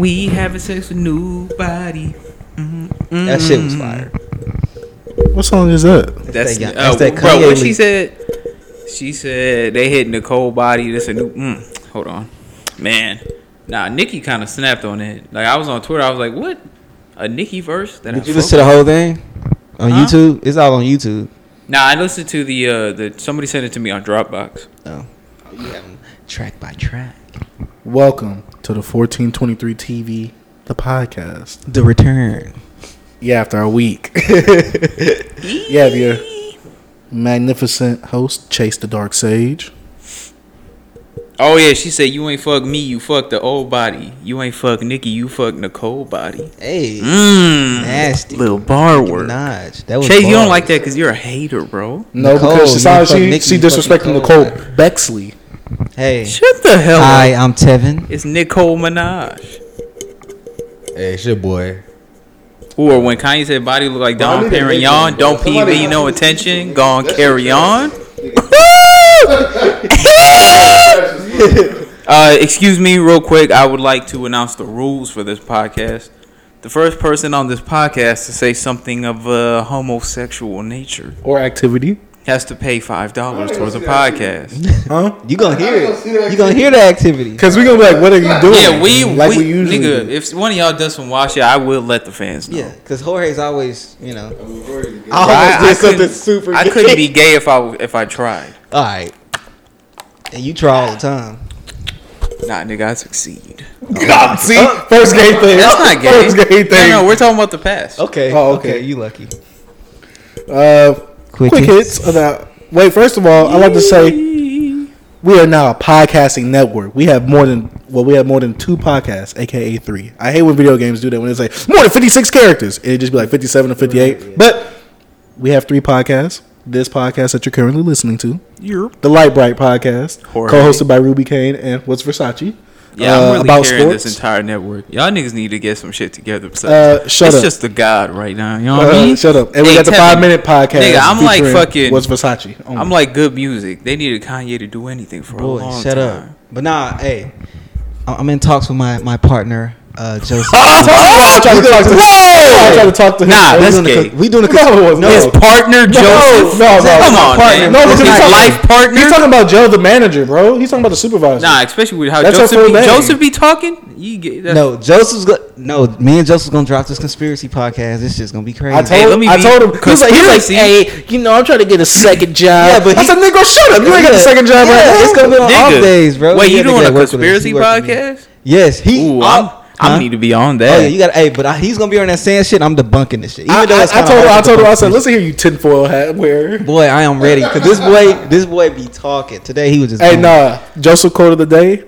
We having sex with nobody. That shit Mm-hmm. was fire. What song is that? That's, that- uh, that's that bro. What Kanye she leak. said? She said they hitting the cold body. That's a new. Mm, hold on, man. Nah, Nikki kind of snapped on it. Like I was on Twitter. I was like, what? A Nikki verse? That I Did you fuck listen to the whole thing on Huh? YouTube? It's all on YouTube. Nah, I listened to the uh the somebody sent it to me on Dropbox. Oh, you have 'em track by track. Welcome to the 1423 TV, the podcast. The return. Yeah, after a week. yeah, if your magnificent host, Chase the Dark Sage. Oh yeah, she said you ain't fuck me, you fuck the old body. You ain't fuck Nikki, you fuck Nicole body. Hey, Mmm, Nasty. little bar work. Minaj. That was Chase, you don't bars. like that because you're a hater, bro. No, Nicole, because you she, saw fuck she, Nicki, she you fuck disrespecting Nicole. Nicole Bexley. Hey, Shut the hell hi, up. I'm Tevin. It's Nicole Minaj. Hey, it's your boy. Or when Kanye said body look like Bro, I Don need to make Perignon, it, bro. don't pee Somebody- me no attention, gone carry on. uh, excuse me, real quick. I would like to announce the rules for this podcast. The first person on this podcast to say something of a homosexual nature Or activity. has to pay five dollars towards the podcast. Huh? You gonna hear gonna see that it? You gonna hear the activity? Because we're going to be like, what are you doing? Yeah, we Like we, we usually nigga. do. If one of y'all does some wash, yeah, I will let the fans know. Yeah, because Jorge's always, you know. Oh, I I, I, almost did something couldn't, super. I couldn't be gay if I if I tried. All right. And you try all the time. Nah, nigga, I succeed. God, see? First gay thing. That's not gay. First gay thing. No, no, we're talking about the past. Okay. Oh, okay. You lucky. Uh, Quick quick, hits. of that. Wait, first of all, I'd like to say we are now a podcasting network. We have more than well, we have more than two podcasts, aka three. I hate when video games do that when it's like more than fifty six characters. It'd just be like fifty seven or fifty eight. But we have three podcasts. This podcast that you're currently listening to, Europe. the Light Bright podcast, Jorge. co-hosted by Ruby Kane and what's Versace. Yeah, uh, I'm really carrying this entire network. Y'all niggas need to get some shit together. Uh, shut it's up. just the god right now. You know what I Uh, mean? shut up. And we Hey, got the Tevin, five minute podcast. Nigga, I'm like featuring fucking. What's Versace? Oh my I'm like good music. They needed Kanye to do anything for Boy, a long shut time. up. But nah, hey, I- I'm in talks with my my partner, uh, Joseph. Oh, I tried to talk to I tried to talk to him. Nah, Are we that's doing a gay. co- we doing a No, it was His no. partner Joseph. No, no, no. Come on, partner. man. No, because his he's talking- life partner. He's talking about Joe, the manager, bro. He's talking about the supervisor. nah, especially with how That's her Joseph full be, name. Joseph be talking. You get that's, No, Joseph's go- no. Me and Joseph's gonna drop this conspiracy podcast. This shit's gonna be crazy. I told, Hey, let me I be- told him. He was, like, he was like, Conspiracy. hey, you know, I'm trying to get a second job. Yeah, but I he- said, nigga, shut up. You ain't got a Yeah. second job Yeah, right now. it's gonna be on Nigga. off days, bro. Wait, Yeah, you nigga, doing I a work with him. He conspiracy work with me. podcast? Yes, he. Ooh, I'm, Huh? I need to be on that. Oh yeah, you got. Hey, but I, he's gonna be on that saying shit. I'm debunking this shit. Even I, I, though it's I kinda told him, I hard to told him, I debunk said, this listen here, you tinfoil hat wearer. shit. boy, I am ready because this boy, this boy be talking. Today he was just. Hey, going, nah, Joseph quote of the day: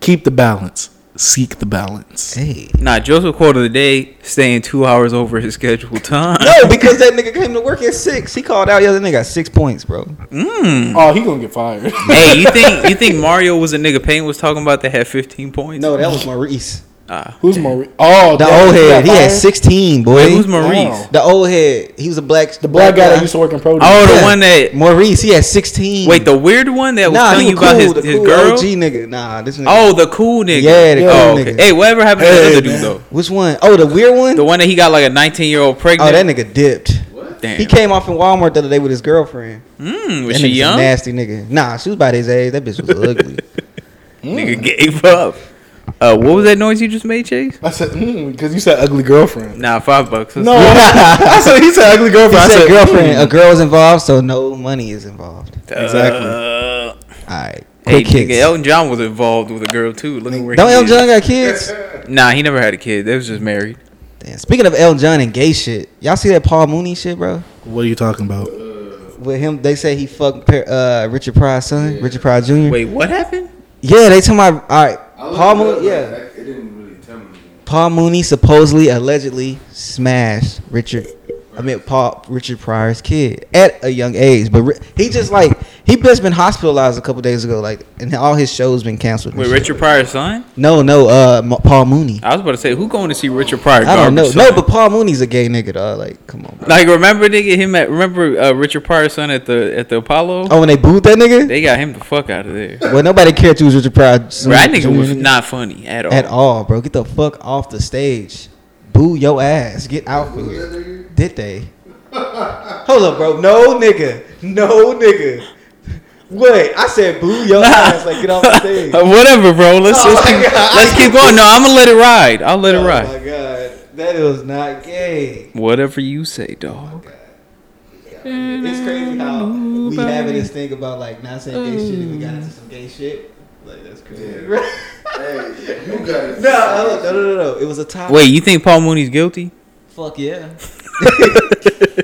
Keep the balance, seek the balance. Hey. Nah, Joseph quote of the day staying two hours over his scheduled time. No, because that nigga came to work at six. He called out. Yeah, that nigga got six points, bro. Oh, he gonna get fired. hey, you think you think Mario was a nigga Payne was talking about that had 15 points? No, that was Maurice. Ah. Who's more? Oh, The that- old head. He got had fired? sixteen, Wait, boy. who's Maurice? Wow. The old head. He was a black. The black guy that used to work in produce. Oh, the Yeah. one that Maurice. He had sixteen. wait, the weird one that was Oh. nah, telling he you was about cool. his, the his cool girl. OG nigga. Nah, this nigga. Oh, the cool nigga. Yeah, the cool oh, okay. nigga. Hey, whatever happened to Hey, the other dude man. though? Which one? Oh, the weird one. The one that he got like a 19 year old pregnant. oh, that nigga dipped. Damn. He came off in Walmart the other day with his girlfriend. Mm, was That she nigga's a young? nasty nigga. Nah, she was about his age. That bitch was ugly. Nigga gave up. Uh, what was that noise you just made, Chase? I said, because you said ugly girlfriend. Nah, five bucks. No, I said he said ugly He girlfriend. I said, said girlfriend. A girl is involved, so no money is involved. exactly. Uh, All right. hey, Quick nigga, hits. Elton John was involved with a girl too. Look at where Don't he is. Elton John got kids? Nah, he never had a kid. They was just married. Damn. Speaking of Elton John and gay shit, y'all see that Paul Mooney shit, bro? What are you talking about? With him, they say he fucked Per- uh, Richard Pryor's son, Richard Pryor Jr. Wait, what happened? Yeah, they talking about all right. Paul Mooney, yeah. It didn't really tell me. Paul Mooney supposedly, allegedly smashed Richard I met Paul Richard Pryor's kid at a young age, but ri- he just like he just been hospitalized a couple days ago, like, and all his shows been canceled. and Wait, shit. Richard Pryor's son? No, no, uh, M- Paul Mooney. I was about to say, who going to see Richard Pryor? I don't know. garbage No, son? but Paul Mooney's a gay nigga, dog. Like, come on. Bro. like remember nigga him at remember uh, Richard Pryor's son at the at the Apollo? Oh, when they booed that nigga. They got him the fuck out of there. Well, nobody cared to was Richard Pryor. Bro, that nigga was not funny at all. at all, bro. Get the fuck off the stage. Boo your ass. Get out from here. Did they? Hold up, bro. No nigga. No nigga. Wait, I said boo your ass. Like get off the stage. Whatever, bro. Let's Oh let's, my keep, God. let's keep going. No, I'm gonna let it ride. I'll let it oh ride. my god, that was not gay. Whatever you say, dog. It's crazy how we having this thing about like not saying gay shit and we got into some gay shit. Like that's crazy. no, Hey, you got no, no, no, no. It was a topic. Wait, you think Paul Mooney's guilty? Fuck yeah. I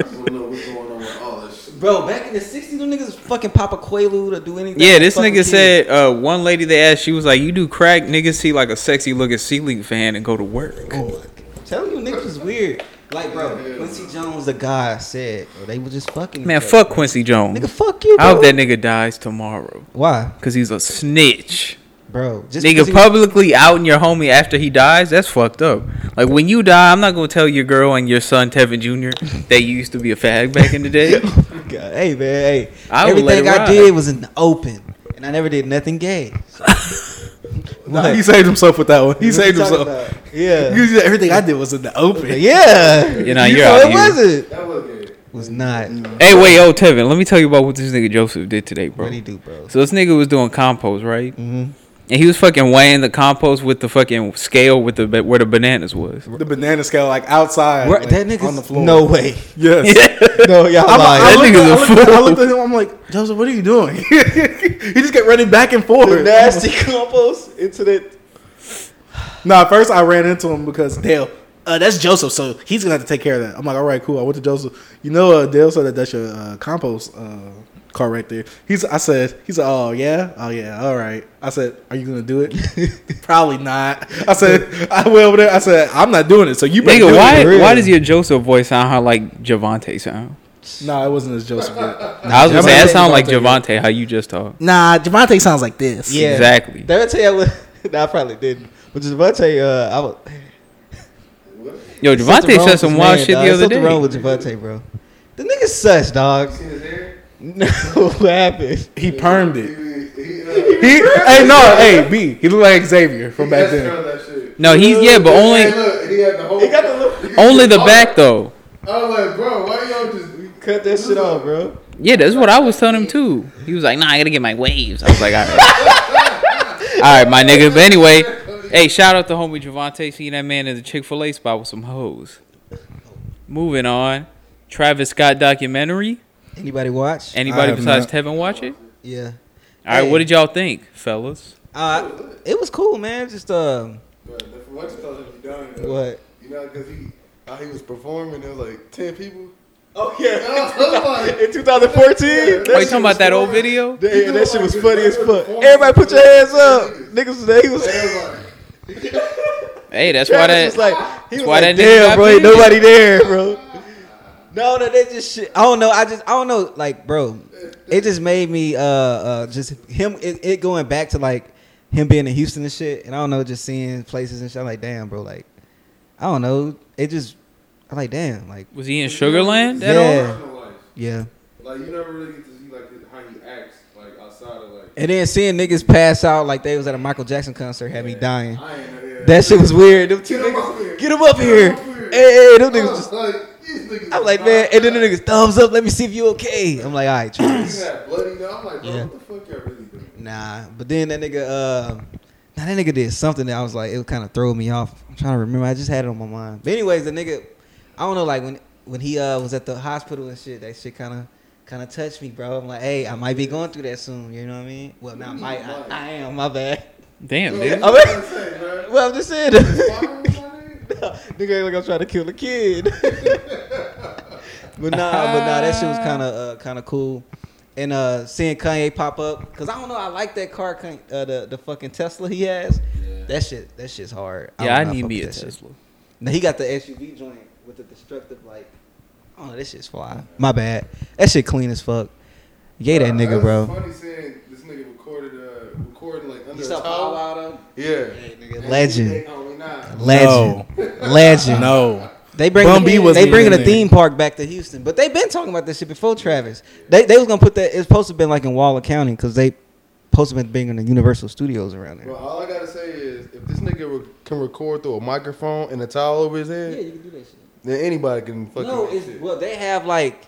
don't know what's going on with all this. Bro, back in the 60s, them niggas fucking pop a Quaalude or do anything. Yeah, this Fucking nigga kids. said uh, one lady they asked, she was like, "You do crack, niggas see like a sexy looking C League fan and go to work." Oh, my God. I'm telling you, niggas was weird. Like, bro, Quincy Jones, the guy, said, bro, they were just fucking. Man, each fuck Quincy other. Jones. Nigga, fuck you, bro. I hope that nigga dies tomorrow Why? because he's a snitch. Bro, just. Nigga, 'cause he- publicly outing your homie after he dies, that's fucked up. Like, when you die, I'm not gonna tell your girl and your son, Tevin Jr., that you used to be a fag back in the day. Oh my God. Hey, man, hey. I would let Everything it I ride. did was in the open, and I never did nothing gay. So, Nah, he saved himself with that one. He saved you talking himself. about? Yeah. He said, Everything I did was in the open. yeah. You know, You you're know out it here. wasn't. That was good. Was not. hey, wait, yo, Tevin, let me tell you about what this nigga Joseph did today, bro. What he do, bro? So, this nigga was doing compost, right? Mm-hmm. And he was fucking weighing the compost with the fucking scale with the ba- where the bananas was. The banana scale, like outside, Where- like, that nigga's on the floor. No way. Yes. No, y'all I'm, lying. I, That looked, nigga's a I, looked, fool. I looked at him. I'm like, Joseph, what are you doing? he just kept running back and the forth. nasty compost incident. Nah, first I ran into him because Dale, uh, that's Joseph, so he's gonna have to take care of that. I'm like, all right, cool. I went to Joseph. You know, uh, Dale said that that's your uh, compost uh, car right there. He's, I said, he said, oh yeah, oh yeah, all right. I said, are you gonna do it? Probably not. I said, I went over there. I said, I'm not doing it. So you better do Nigga, why It. why does your Joseph voice sound how like Javante sound? Nah, it wasn't as Joseph. Yet. I was gonna say that Javonte- sound like Javonte, Javante how you just talk. Nah, Javante sounds like this. Yeah, Exactly. Did I tell you? I was- Nah, I probably didn't. But Javante, uh, I was. Yo, something Javante wrong said with some this wild man, shit dog. the other Something wrong day. with Javante, bro. The nigga's such dog. See his hair? No, what happened? he permed it. He, he, uh, He, hey, no, hey, B, he looked like Xavier from back he then. that shit. No, he's yeah, but Hey, only look, he had the whole. He got the little- only the back though. I was like, bro, why y'all just Cut that shit off, bro. Yeah, that's what I was telling him too. He was like, "Nah, I gotta get my waves." I was like, "All right, all right, my nigga." But anyway, hey, shout out to homie Javante. Seeing that man in the Chick Fil A spot with some hoes. Moving on, Travis Scott documentary. Anybody watch? Anybody Uh, I have besides Tevin watch it? yeah. All right, what Hey. did y'all think, fellas? Uh, it was cool, man. Just um, But the- What you thought you done? though. what? You know, because he, how he was performing, there was like 10 people. Oh I was like, In 2014, Are you talking about that old video? Yeah, He that shit doing was like funny the as fuck. performance. Everybody, put your hands up, niggas. Today he was. They was like, Hey, that's why Travis was that. like, he was why that like, nigga got damn, bro, big." ain't nobody there, bro. No, no, that just shit. I don't know. I just, I don't know. Like, bro, it just made me, uh, uh just him, it, it going back to like him being in Houston and shit, and I don't know, just seeing places and shit. I'm like, damn, bro, like, I don't know. It just, I'm like, damn, like, Was he in Sugarland at all? Yeah. Personal life. yeah. Like, you never really get to see, like, how he acts, like, outside of, like, And then seeing niggas pass out like they was at a Michael Jackson concert had me dying. I ain't know That shit was weird. Them two Get 'em up here. niggas, get him up Get 'em here. up here. Hey, hey, them niggas I just was like, these niggas I'm is like, man, wild. and then the niggas thumbs up. Let me see if you okay. I'm like, all right, You Travis. had bloody now. I'm like, bro, Yeah. what the fuck y'all really doing? nah, but then that nigga, uh, now that nigga did something that I was like, it kind of throw me off. I'm trying to remember. I just had it on my mind. But anyways, the nigga, I don't know, like when when he uh was at the hospital and shit, that shit kind of kind of touched me, bro. I'm like, hey, I might be going through that soon. You know what I mean? Well, not might. I, I am. My bad. Damn, Yo, nigga. what I you mean- tryna say, man? Well, I'm just saying. Why was I there? Nigga ain't like I'm trying to kill a kid. but nah, but nah, that shit was kind of uh, kind of cool. And uh, seeing Kanye pop up, cause I don't know, I like that car, Kan- uh, the the fucking Tesla he has. That shit, that shit's hard. Yeah, I don't know need fuck me a with that shit. Tesla. Now he got the SUV joint. with the destructive like. Oh, this shit's fly. My bad. That shit clean as fuck. Yay that Uh, nigga, that's bro. Funny saying this nigga recorded, uh, recording like under You a saw towel. Bow Yeah. Wow, though? Legend, Oh, we not. legend, legend. No. They bring Bun B wasn't they bringing even a there. theme park back to Houston, but they've been talking about this shit before Travis. They they was gonna put that. It's supposed to been like in Waller County because they supposed to been being in the Universal Studios around Well, there. all I gotta say is, if this nigga re- can record through a microphone and a towel over his head, you can do that shit. then anybody can fucking. No, do it's, shit. well they have like,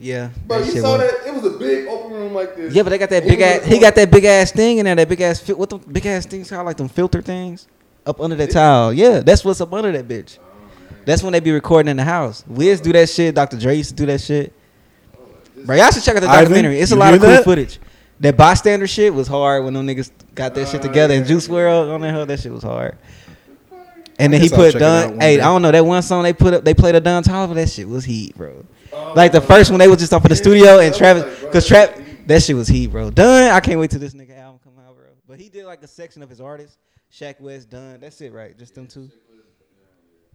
yeah. Bro, that you shit saw was- that? It was a big open room like this. Yeah, but they got that It big was ass. He recorded. got that big ass thing in there. That big ass. fil- What the big ass things called? Like them filter things up under that towel. Yeah, that's what's up under that bitch. That's when they be recording in the house. Wiz do that shit. Dr. Dre used to do that shit. Bro, y'all should check out the Ivan, documentary. it's a you lot of hear cool that? footage. That bystander shit was hard when them niggas got that shit together. And Juice World on that hell, that shit was hard. And then he guess I'll put check it out Don. one Hey, day. I don't know that one song they put up. They played a Don Tolliver. That shit was heat, bro. Like the first one, they was just off of the studio and Travis, cause Trap, that shit was heat, bro. Done. I can't wait till this nigga album come out, bro. But he did like a section of his artists, Shaq West, Done. That's it, right? Just them two.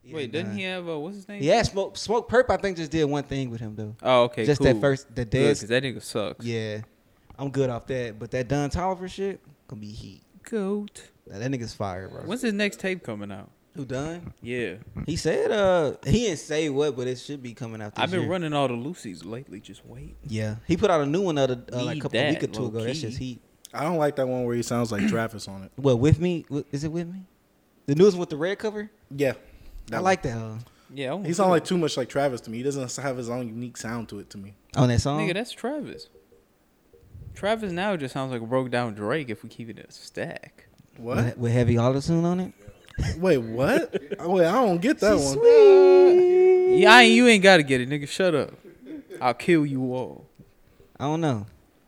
Yeah, Wait, doesn't Dunn. he have uh, what's his name? Yeah, Smoke Smoke Perp. I think just did one thing with him though. Oh, okay. just that cool. first, the Good, dance. 'cause that nigga sucks. Yeah, I'm good off that. But that Don Tolliver shit gonna be heat. Goat. Now, that nigga's fire, bro. When's his next tape coming out? Who done? Yeah, He said, uh, he didn't say what, but it should be coming out. This I've been year. running all the Lucy's lately. Just wait. Yeah, he put out a new one the other uh, like a Need couple that, week or two low ago. That's key. just heat. I don't like that one where he sounds like Travis on it. What with me? Wh- Is it with me? The newest one with the red cover. Yeah. I like that uh, Yeah, I wanna He do sounds like too much like Travis to me. He doesn't have his own unique sound to it to me. on that that. song. nigga. That's Travis. Travis now just sounds like a broke down Drake. If we keep it a stack. What? With, with heavy auto tune on it. Wait, what? Oh, Wait, I don't get that one. Yeah, I ain't, you ain't gotta get it, nigga. Shut up. I'll kill you all. I don't know,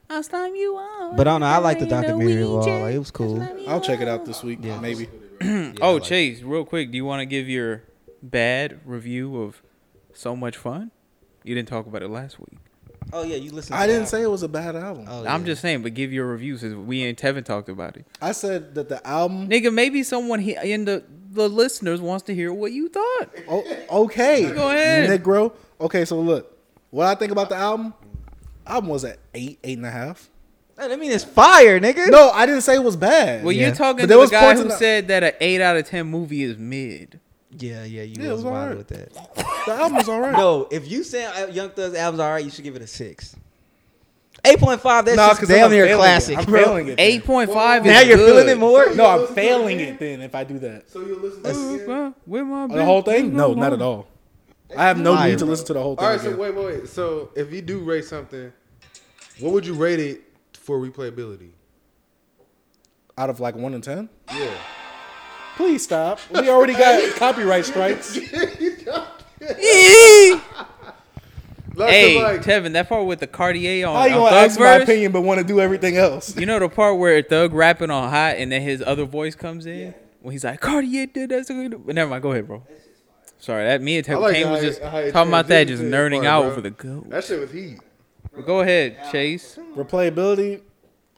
I'll slam you all. but I don't know. I like the documentary. Well, like, it was cool. I'll check it out this week, maybe. oh, Chase, real quick, do you want to give your bad review of So Much Fun? You didn't talk about it last week. Oh yeah, you listen. Oh, I didn't say it was a bad album. I'm just saying, but give your review since we and Tevin talked about it. I said that the album. Nigga, maybe someone he, in the the listeners wants to hear what you thought. Oh, okay, Go ahead. Negro. Okay, so look, what I think about the album. Album was at eight, eight and a half. I mean, it's fire, nigga. No, I didn't say it was bad. Well, Yeah. you're talking But to there the was guy parts who in the- said that an eight out of ten movie is mid. Yeah, yeah, you Yeah, was it was all wild right. with that. the album was alright. No, if you say uh, Young Thug's album's all right, you should give it a six. Eight point five. That's Nah, just 'cause damn I'm near failing it. classic. I'm bro. failing it. then. Eight point five. Now is you're feeling good. it more. No, I'm failing it then if I do that. So you listen to it again? Well, with my The whole thing? No, not at all. I have no Liar, need to bro. listen to the whole thing. All right, so again. wait, wait, wait. So if you do rate something, what would you rate it for replayability? Out of like one and ten, Yeah. please stop. We already got copyright strikes. Like, Hey, like, Tevin, that part with the Cartier on, How you on gonna Thug ask my verse. opinion but want to do everything else? You know the part where Thug rapping on hot and then his other voice comes in when he's like Cartier did that. so good." But never mind. Go ahead, bro. Sorry, that me and I Tevin like Kane how was it- just how it talking about that, just transitioned to this nerding part, out bro. for the goat. that shit was heat. Go ahead, Chase. Replayability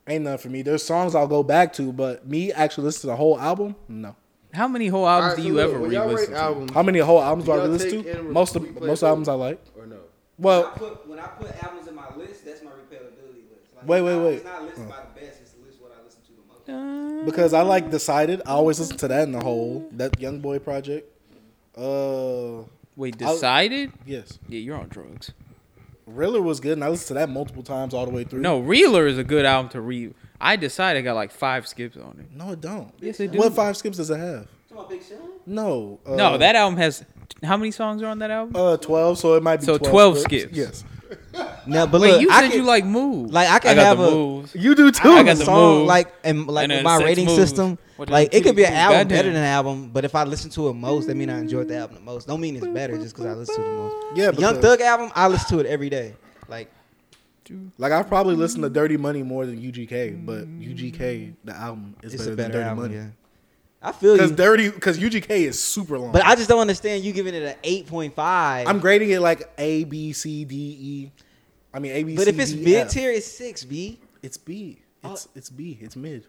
ain't nothing for me. There's songs I'll go back to, but me actually listen to the whole album? No. How many whole albums Alright, do so you look, ever when y'all rate re-listen? to? albums How many whole albums do I Y'all listen take to? and re- Most of replay most those? albums I like. or no? When I Well, put, when I put albums in my list, that's my replayability list. Like, Wait, it's wait, not- wait. It's not listed by the best. It's the list what I listen to the most. because I like decided, I always listen to that in the whole that Young Boy project. Uh, Wait, decided? yes, Yeah, you're on drugs. Riller was good, and I listened to that multiple times all the way through. No, Reeler is a good album to read. I decided got like five skips on it. no, it don't. Yes, it What do. five skips does it have? Come on, Big Sean. No. Uh, No, that album has how many songs are on that album? uh twelve, so it might be So 12 12 skips. Yes, Now, but Wait, look, you I said can, you like moves. like, I can got have the a- moves. you do too. I I got got the the song moves. like and like And with then my six rating moves. system. What the Like it could be an titty album moves, better than goddamn. an album, but if I listen to it most, that mean I enjoyed the album the most. Don't mean it's better just because I listen to it the most. Yeah, The Young because- Thug album, I listen to it every day. Like Like I probably listen to Dirty Money more than UGK, but UGK the album is it's better, a better than Dirty album. Money. Yeah, I feel Cause you, dirty, cause UGK is super long. but I just don't understand you giving it an eight point five. I'm grading it like A, B, C, D, E. I mean A, B, But C, if it's D, E, mid Oh. F. tier, it's six B. it's B. It's it's B. It's mid.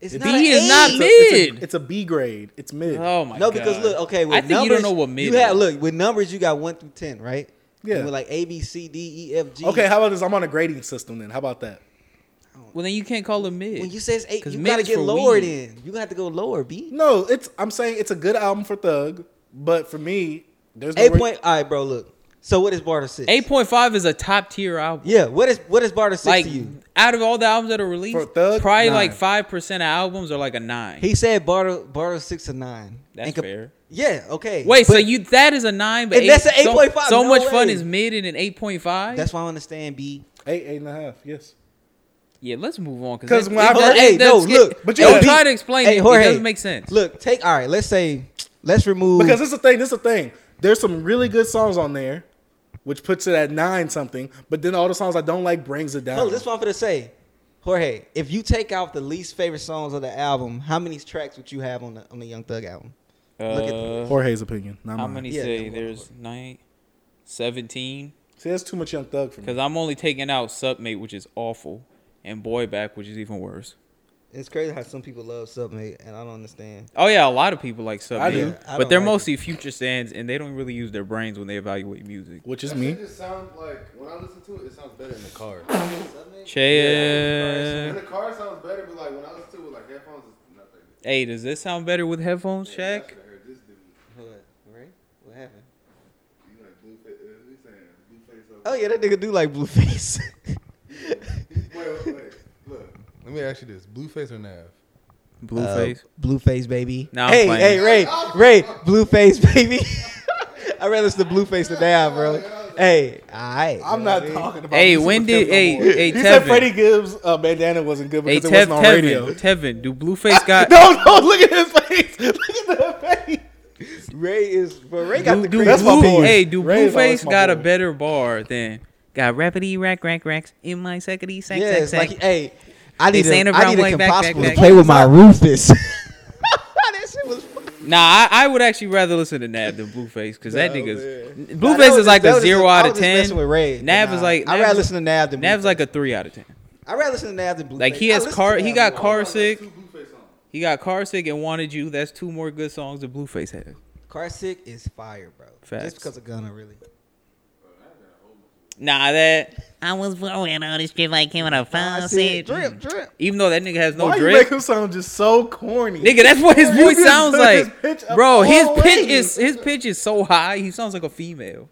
It's B not an is not A. It's a- mid. It's a, it's a B grade. It's mid. oh my No, god. because look, okay, with I think numbers, you don't know what mid. You have is. look with numbers, you got one through ten, right? Yeah. And with like A, B, C, D, E, F, G. Okay, how about this? I'm on a grading system then. How about that? Well, then you can't call it mid. when you say it's eight, 'Cause you mid gotta is get for lower. weed. Then you have to go lower. B. No, it's. I'm saying it's a good album for Thug, but for me, there's no Eight point. All right, bro. Look. So what is Barter Six? eight point five is a top tier album. Yeah. What is what is Barter Six like to you? out of all the albums that are released, For Thug, probably nine. like five percent of albums are like a nine. He said Barter Barter Six to nine. That's And comp- fair. Yeah. Okay. Wait, so But you that is a nine, but And that's an so- 8.5, So, no much fun way. is mid and an eight point five. That's why I understand B. Eight, eight and a half. Yes. Yeah, let's move on 'Cause that- when I that- heard- that- hey, no, that's- look, but but you you gotta try be- to explain Hey, it. Jorge, it doesn't make sense. Look, take all right. Let's say let's remove Because it's the thing. This is the thing. There's some really good songs on there, which puts it at nine something. But then all the songs I don't like brings it down. No, this is what I'm gonna say, Jorge. If you take out the least favorite songs of the album, how many tracks wook you have on the on the Young Thug album? look at- Uh, Jorge's opinion. Not how mine. many Yeah, say no, there's nine, seventeen? See, that's too much Young Thug for me. Because I'm only taking out Submate, which is awful, and Boy Back, which is even worse. It's crazy how some people love Submate, and I don't understand. Oh yeah, a lot of people like Submate, do. I but don't they're like it. mostly future stands, and they don't really use their brains when they evaluate music. Which is That me. shit just sound like when I listen to it, it sounds better in the car. In Check. the car it sounds better, but like when I listen to it with like headphones, it's not that good. Hey, does this sound better with headphones, Yeah, I Shaq? should've heard this dude. What? Right? What happened? You like Blueface? uh, what you saying? Blueface over- Oh yeah, that nigga do like Blueface. Wait, wait, wait. Look. Let me ask you this: Blueface or Nav? Blueface. Uh, Blueface, baby. Nah, I'm hey, playing. hey, Ray, Ray, Blueface, baby. I rather it's the Blueface than now, bro. Hey, all right. I'm not talking about. Hey, Mr. when Kim did- no hey, more. hey, He said Tevin. Freddie Gibbs uh, bandana wasn't good hey, because Tev, it wasn't on radio. Tevin, Tevin, do Blueface got No, no, look at his face. Look at that face. Ray is, but Ray got do, the do, creep. That's my Blue- boy. Hey, do Ray is always Blueface my got a boy. better bar than got rapidy rack rack racks in my seckity sack Yeah, sack it's sack? like, hey, I need, They saying a, it I wrong need a way, back, back, compossible to back. play with my Rufus. that shit was funny. Nah, I, I would actually rather listen to Nav than Blueface because that No, nigga's That Blueface was- is like that a was zero just- I out was of just ten. messing with Ray, Nav but is nah. like I'd Nav rather is- listen to Nav than Nav's Blueface. like a three out of ten. I'd rather listen to Nav than Blueface. Like he I has listen to car, he Nav got more. car There's sick, Two Blueface songs. he got car sick and wanted you. That's two more good songs than Blueface has. Car sick is fire, bro. Facts. Just because of Gunna, really. Nah, that I was blowing all this shit like him with a I phone said, seat. drip, drip. even though that nigga has no Why you drip, make him sound just so corny? nigga, that's what his You voice just sounds took his like. pitch up Bro, his all the pitch way. is his pitch is so high. He sounds like a female.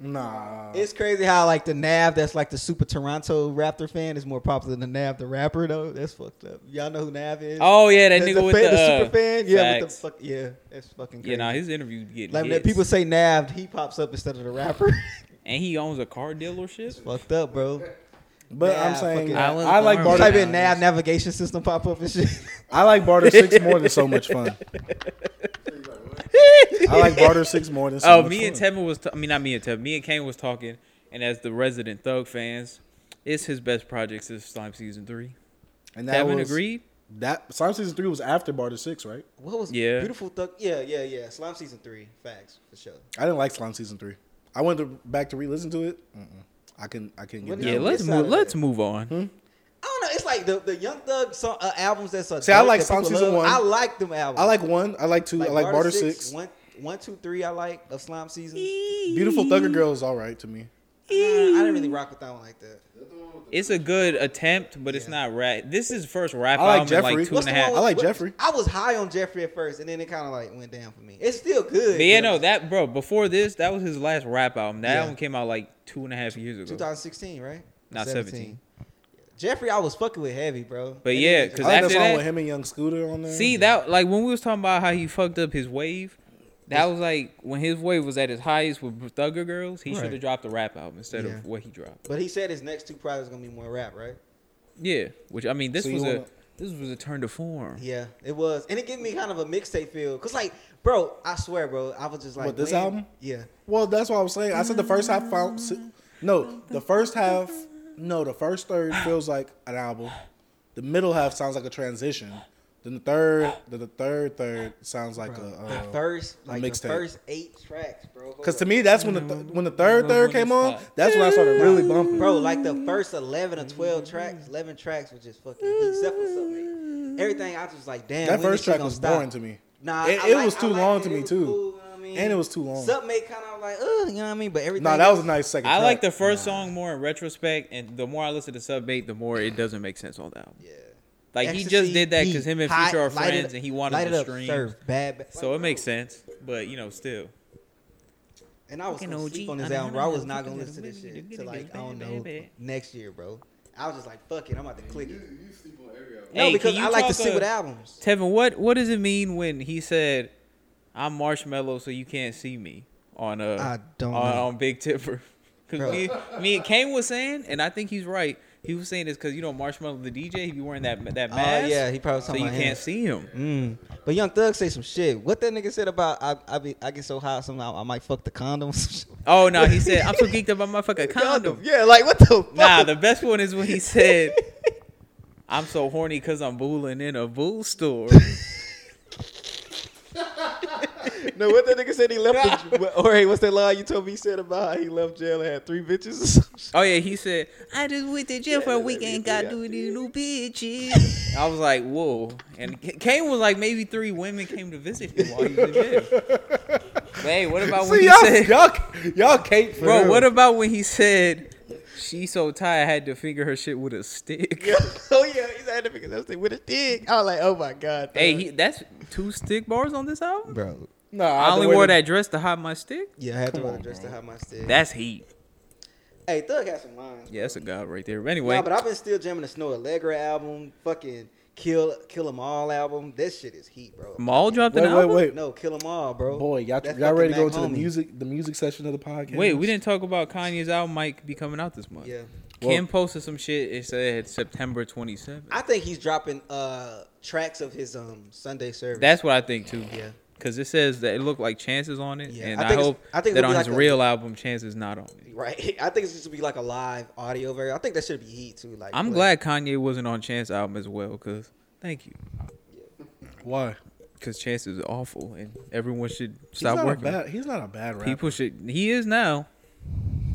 Nah. It's crazy how like the Nav that's like the super Toronto Raptor fan is more popular than Nav the rapper though. That's fucked up. Y'all know who Nav is? Oh yeah, that nigga the, with fan- the, uh, super fan. Yeah, with the facts. fuck, yeah, that's fucking crazy. yeah. Nah, his interview getting like when hits. people say Nav, he pops up instead of the rapper. and he owns a car dealership. fucked up, bro. But Nah, I'm saying fucking- I, I was like born barter. Type with in Nav navigation system pop up and shit. I like barter six more than so much fun. I like barter six more than so Oh, much me fun. and Tevin was. T- I mean, not me and Tevin. Me and Kane was talking, and as the resident Thug fans, it's his best project since Slime Season Three. and Tevin agreed. That Slime season three was after barter six, right? what was Yeah. beautiful thug? Yeah, yeah, yeah. Slime season three, facts for sure. I didn't like slime season three. I went to, back to re-listen to it. Mm-mm. I can I can get What down. Yeah, No, let's it's not move. a- Let's move on. I don't know. It's like the, the Young Thug song, uh, albums that's a See, I like Slime Season One. I like them albums. I like one. I like two. I like barter six. One, one, two, three. I like of Slime Season. Beautiful Thugger Girl is all right to me. Uh, I didn't really rock with that one like that. It's a good attempt, but it's Yeah. not rap. This is first rap I like album in Jeffrey. like two What's and a half. one I like what- Jeffrey. I was high on Jeffrey at first, and then it kind of like went down for me. It's still good. But yeah, but no, that bro. Before this, that was his last rap album. That Yeah. album came out like two and a half years ago. 2016, right? Nah, 17. Jeffrey, I was fucking with heavy, bro. But That yeah, nigga- I 'cause like that after song that- with him and Young Scooter on there. See that like when we was talking about how he fucked up his wave. That was like when his wave was at his highest with Thugger Girls. He Right. should have dropped a rap album instead Yeah. of what he dropped. But he said his next two projects gonna be more rap, right? Yeah, which I mean, this So you was a wanna- this was a turn to form. Yeah, it was, and it gave me kind of a mixtape feel. Cause like, bro, I swear, bro, I was just like, What, this when- album? Yeah, Well, that's what I was saying. I said the first half found si- no, the first half no, the first third feels like an album. The middle half sounds like a transition. Then the third, then the third third sounds like bro. a the uh, first, like the mixtape. first eight tracks, bro. cuz to Hold up. me that's when the th- when the third third came on, that's when I started really bumping. bro, like the first eleven or twelve tracks, eleven tracks were just fucking heat, except for something. everything. I was just like, damn. That when first this shit track gonna was stop? boring to me. Nah, It- I it like- was I too liked long it. to It me, was too. cool, you know what I mean? And it was too long. Something made kind of like, ugh, you know what I mean? But everything. No, that was a nice second. I track. like the first song more in retrospect, and the more I listen to Sub Bait, the more it doesn't make sense on that. album. Yeah. Like he Ecstasy, just did that because heat, him and hot, Future are light it friends, up- and he wanted light to it up, stream. serve, bad, bad. So it makes sense, but you know, still. And I was Fucking gonna OG. sleep on I this know, album, I bro. I know, was I not know, gonna I listen to know, this I know, shit I till know, like I I don't know, know baby. next year, bro. I was just like, fuck it, I'm about to click it. You sleep on every album. No, Hey, because can you I like to talk uh, sit a- with albums. Tevin, what what does it mean when he said, "I'm marshmallow, so you can't see me" on uh I don't on, know. on Big Tipper? Because Bro. me, me and Kane was saying, and I think he's right. He was saying this because you know Marshmallow the DJ, he be wearing that that Oh, mask. yeah, he probably was so talking you about him. can't see him. Mm. But Young Thug say some shit. What that nigga said about I I, be, I get so hot somehow I might fuck the condoms. Oh no, he said, "I'm so geeked up on my fucking condom." Yeah, like what the fuck? Nah, the best one is when he said, "I'm so horny because I'm booling in a bull store." no, what that nigga said he left. The, or hey, what's that line you told me he said about how he left jail and had three bitches? Or some shit? Oh yeah, he said, "I just went to jail for a week and got doing these new bitches." I was like, "Whoa!" And K- Kane was like, "Maybe three women came to visit him while he was in jail." But, hey, what about when See, he y'all, said, y'all, y'all can't. For "Bro, real. what about when he said she so tired I had to finger her shit with a stick?" oh yeah, he's had to because I was like, with a dick. I was like, oh my god. Hey, Thug. he, that's two stick bars on this album. bro. Nah, I the only way wore the- that dress to hide my stick. Yeah, I had Come to wear on, the dress to bro. hide my stick. That's heat. hey, Thug has some lines. Yeah, that's a god right there. But Nah, anyway, but I've been still jamming the Snow Allegra album, fucking Kill Kill 'Em All album. This shit is heat, bro. Maul dropped an Wait, wait, album. wait, No, Kill 'Em All, bro. boy, y'all, That's y'all ready to go fucking to the Mac Homie. music, the music section of the podcast? Wait, we didn't talk about Kanye's album might be coming out this month. Yeah, Kim posted some shit. It said September 27th. I think he's dropping uh tracks of his um Sunday service. That's what I think too. Yeah. Cause it says that it looked like Chances on it, Yeah, and I I, think it's- hope I think that it'll on be his like a- real album, Chances not on it. right. I think it's just gonna be like a live audio version. I think that should be heat too. Like I'm play. glad Kanye wasn't on Chance album as well. Cause thank you. Why? Cause Chance is awful, and everyone should He's stop not working. a bad. He's not a bad rapper. People should. He is now.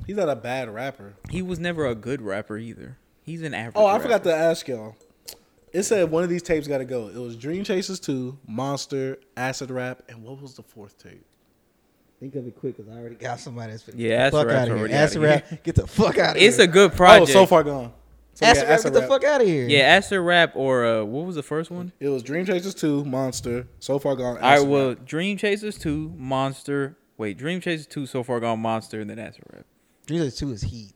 he's not a bad rapper. He was never a good rapper either. He's an average. Oh, I rapper. forgot to ask y'all. It said one of these tapes got to go. It was Dream Chasers 2, Monster, Acid Rap, and what was the fourth tape? Oh, Think of it quick because I already got somebody that's finna Yeah, get Acid the fuck Rap's out of here. already Acid outta rap, get the fuck out of It's here. a good project. Oh, so far gone. So Acid yeah, rap, get the Rap. fuck out of here. Yeah, Acid Rap or uh, what was the first one? It was Dream Chasers 2, Monster, So Far Gone. All right, Acid well, Rap. Dream Chasers 2, Monster. Wait, Dream Chasers 2, So Far Gone, Monster, and then Acid Rap. These are two is heat.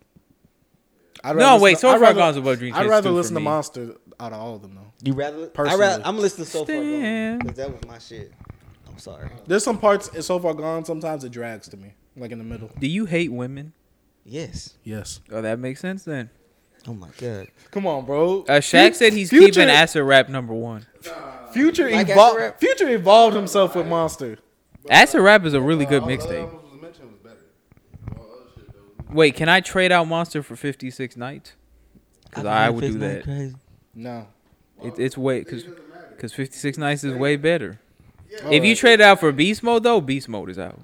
I'd No, rather wait, listen- So I'd Far rather- Gone's above Dream I'd Chasers rather 2 for listen to me. Monster out of all of them though. You rather? I Personally. rather I'm listening to so far. Gone. Stand. 'Cause That was my shit. I'm sorry. There's some parts in So Far Gone. Sometimes it drags to me, like in the middle. Do you hate women? Yes. Yes. Oh, that makes sense then. Oh my god. Come on, bro. Uh, Shaq Fu- said he's Future- keeping Acid Rap number one. Future Like Acid evolved. Rap? Future evolved himself with Monster. Acid Rap is a really good All the other mixtape. albums was mentioned was better. All the other shit, though. Wait, can I trade out Monster for 56 Nights? Because I, would do that. No. It, it's way, because 56 Nights is way better. Alright. If you trade it out for Beast Mode, though, Beast Mode is out.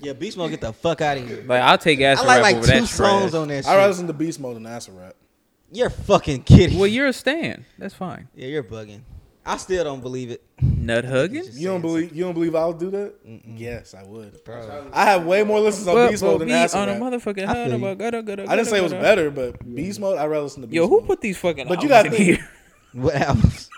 Yeah, Beast Mode, get the fuck out of here. Like, I'll take I Acid like Rap like over two that songs trash. on that I'd rather shit. listen to Beast Mode than Acid Rap. You're fucking kidding. Well, you're a stan. That's fine. yeah, you're bugging. I still don't believe it. Nut hugging? Just You don't saying believe you don't believe I'll do that? Yes, I would. Bro. I have way more listens on Well, Beast well, Mode than be Acid on a Rap. motherfucking I feel you. hell, gotta, gotta, I didn't say it was gotta- better, but Beast Mode, I'd rather listen to Beast Yo, who Mode. put these fucking But but you you gotta in think- here? What albums?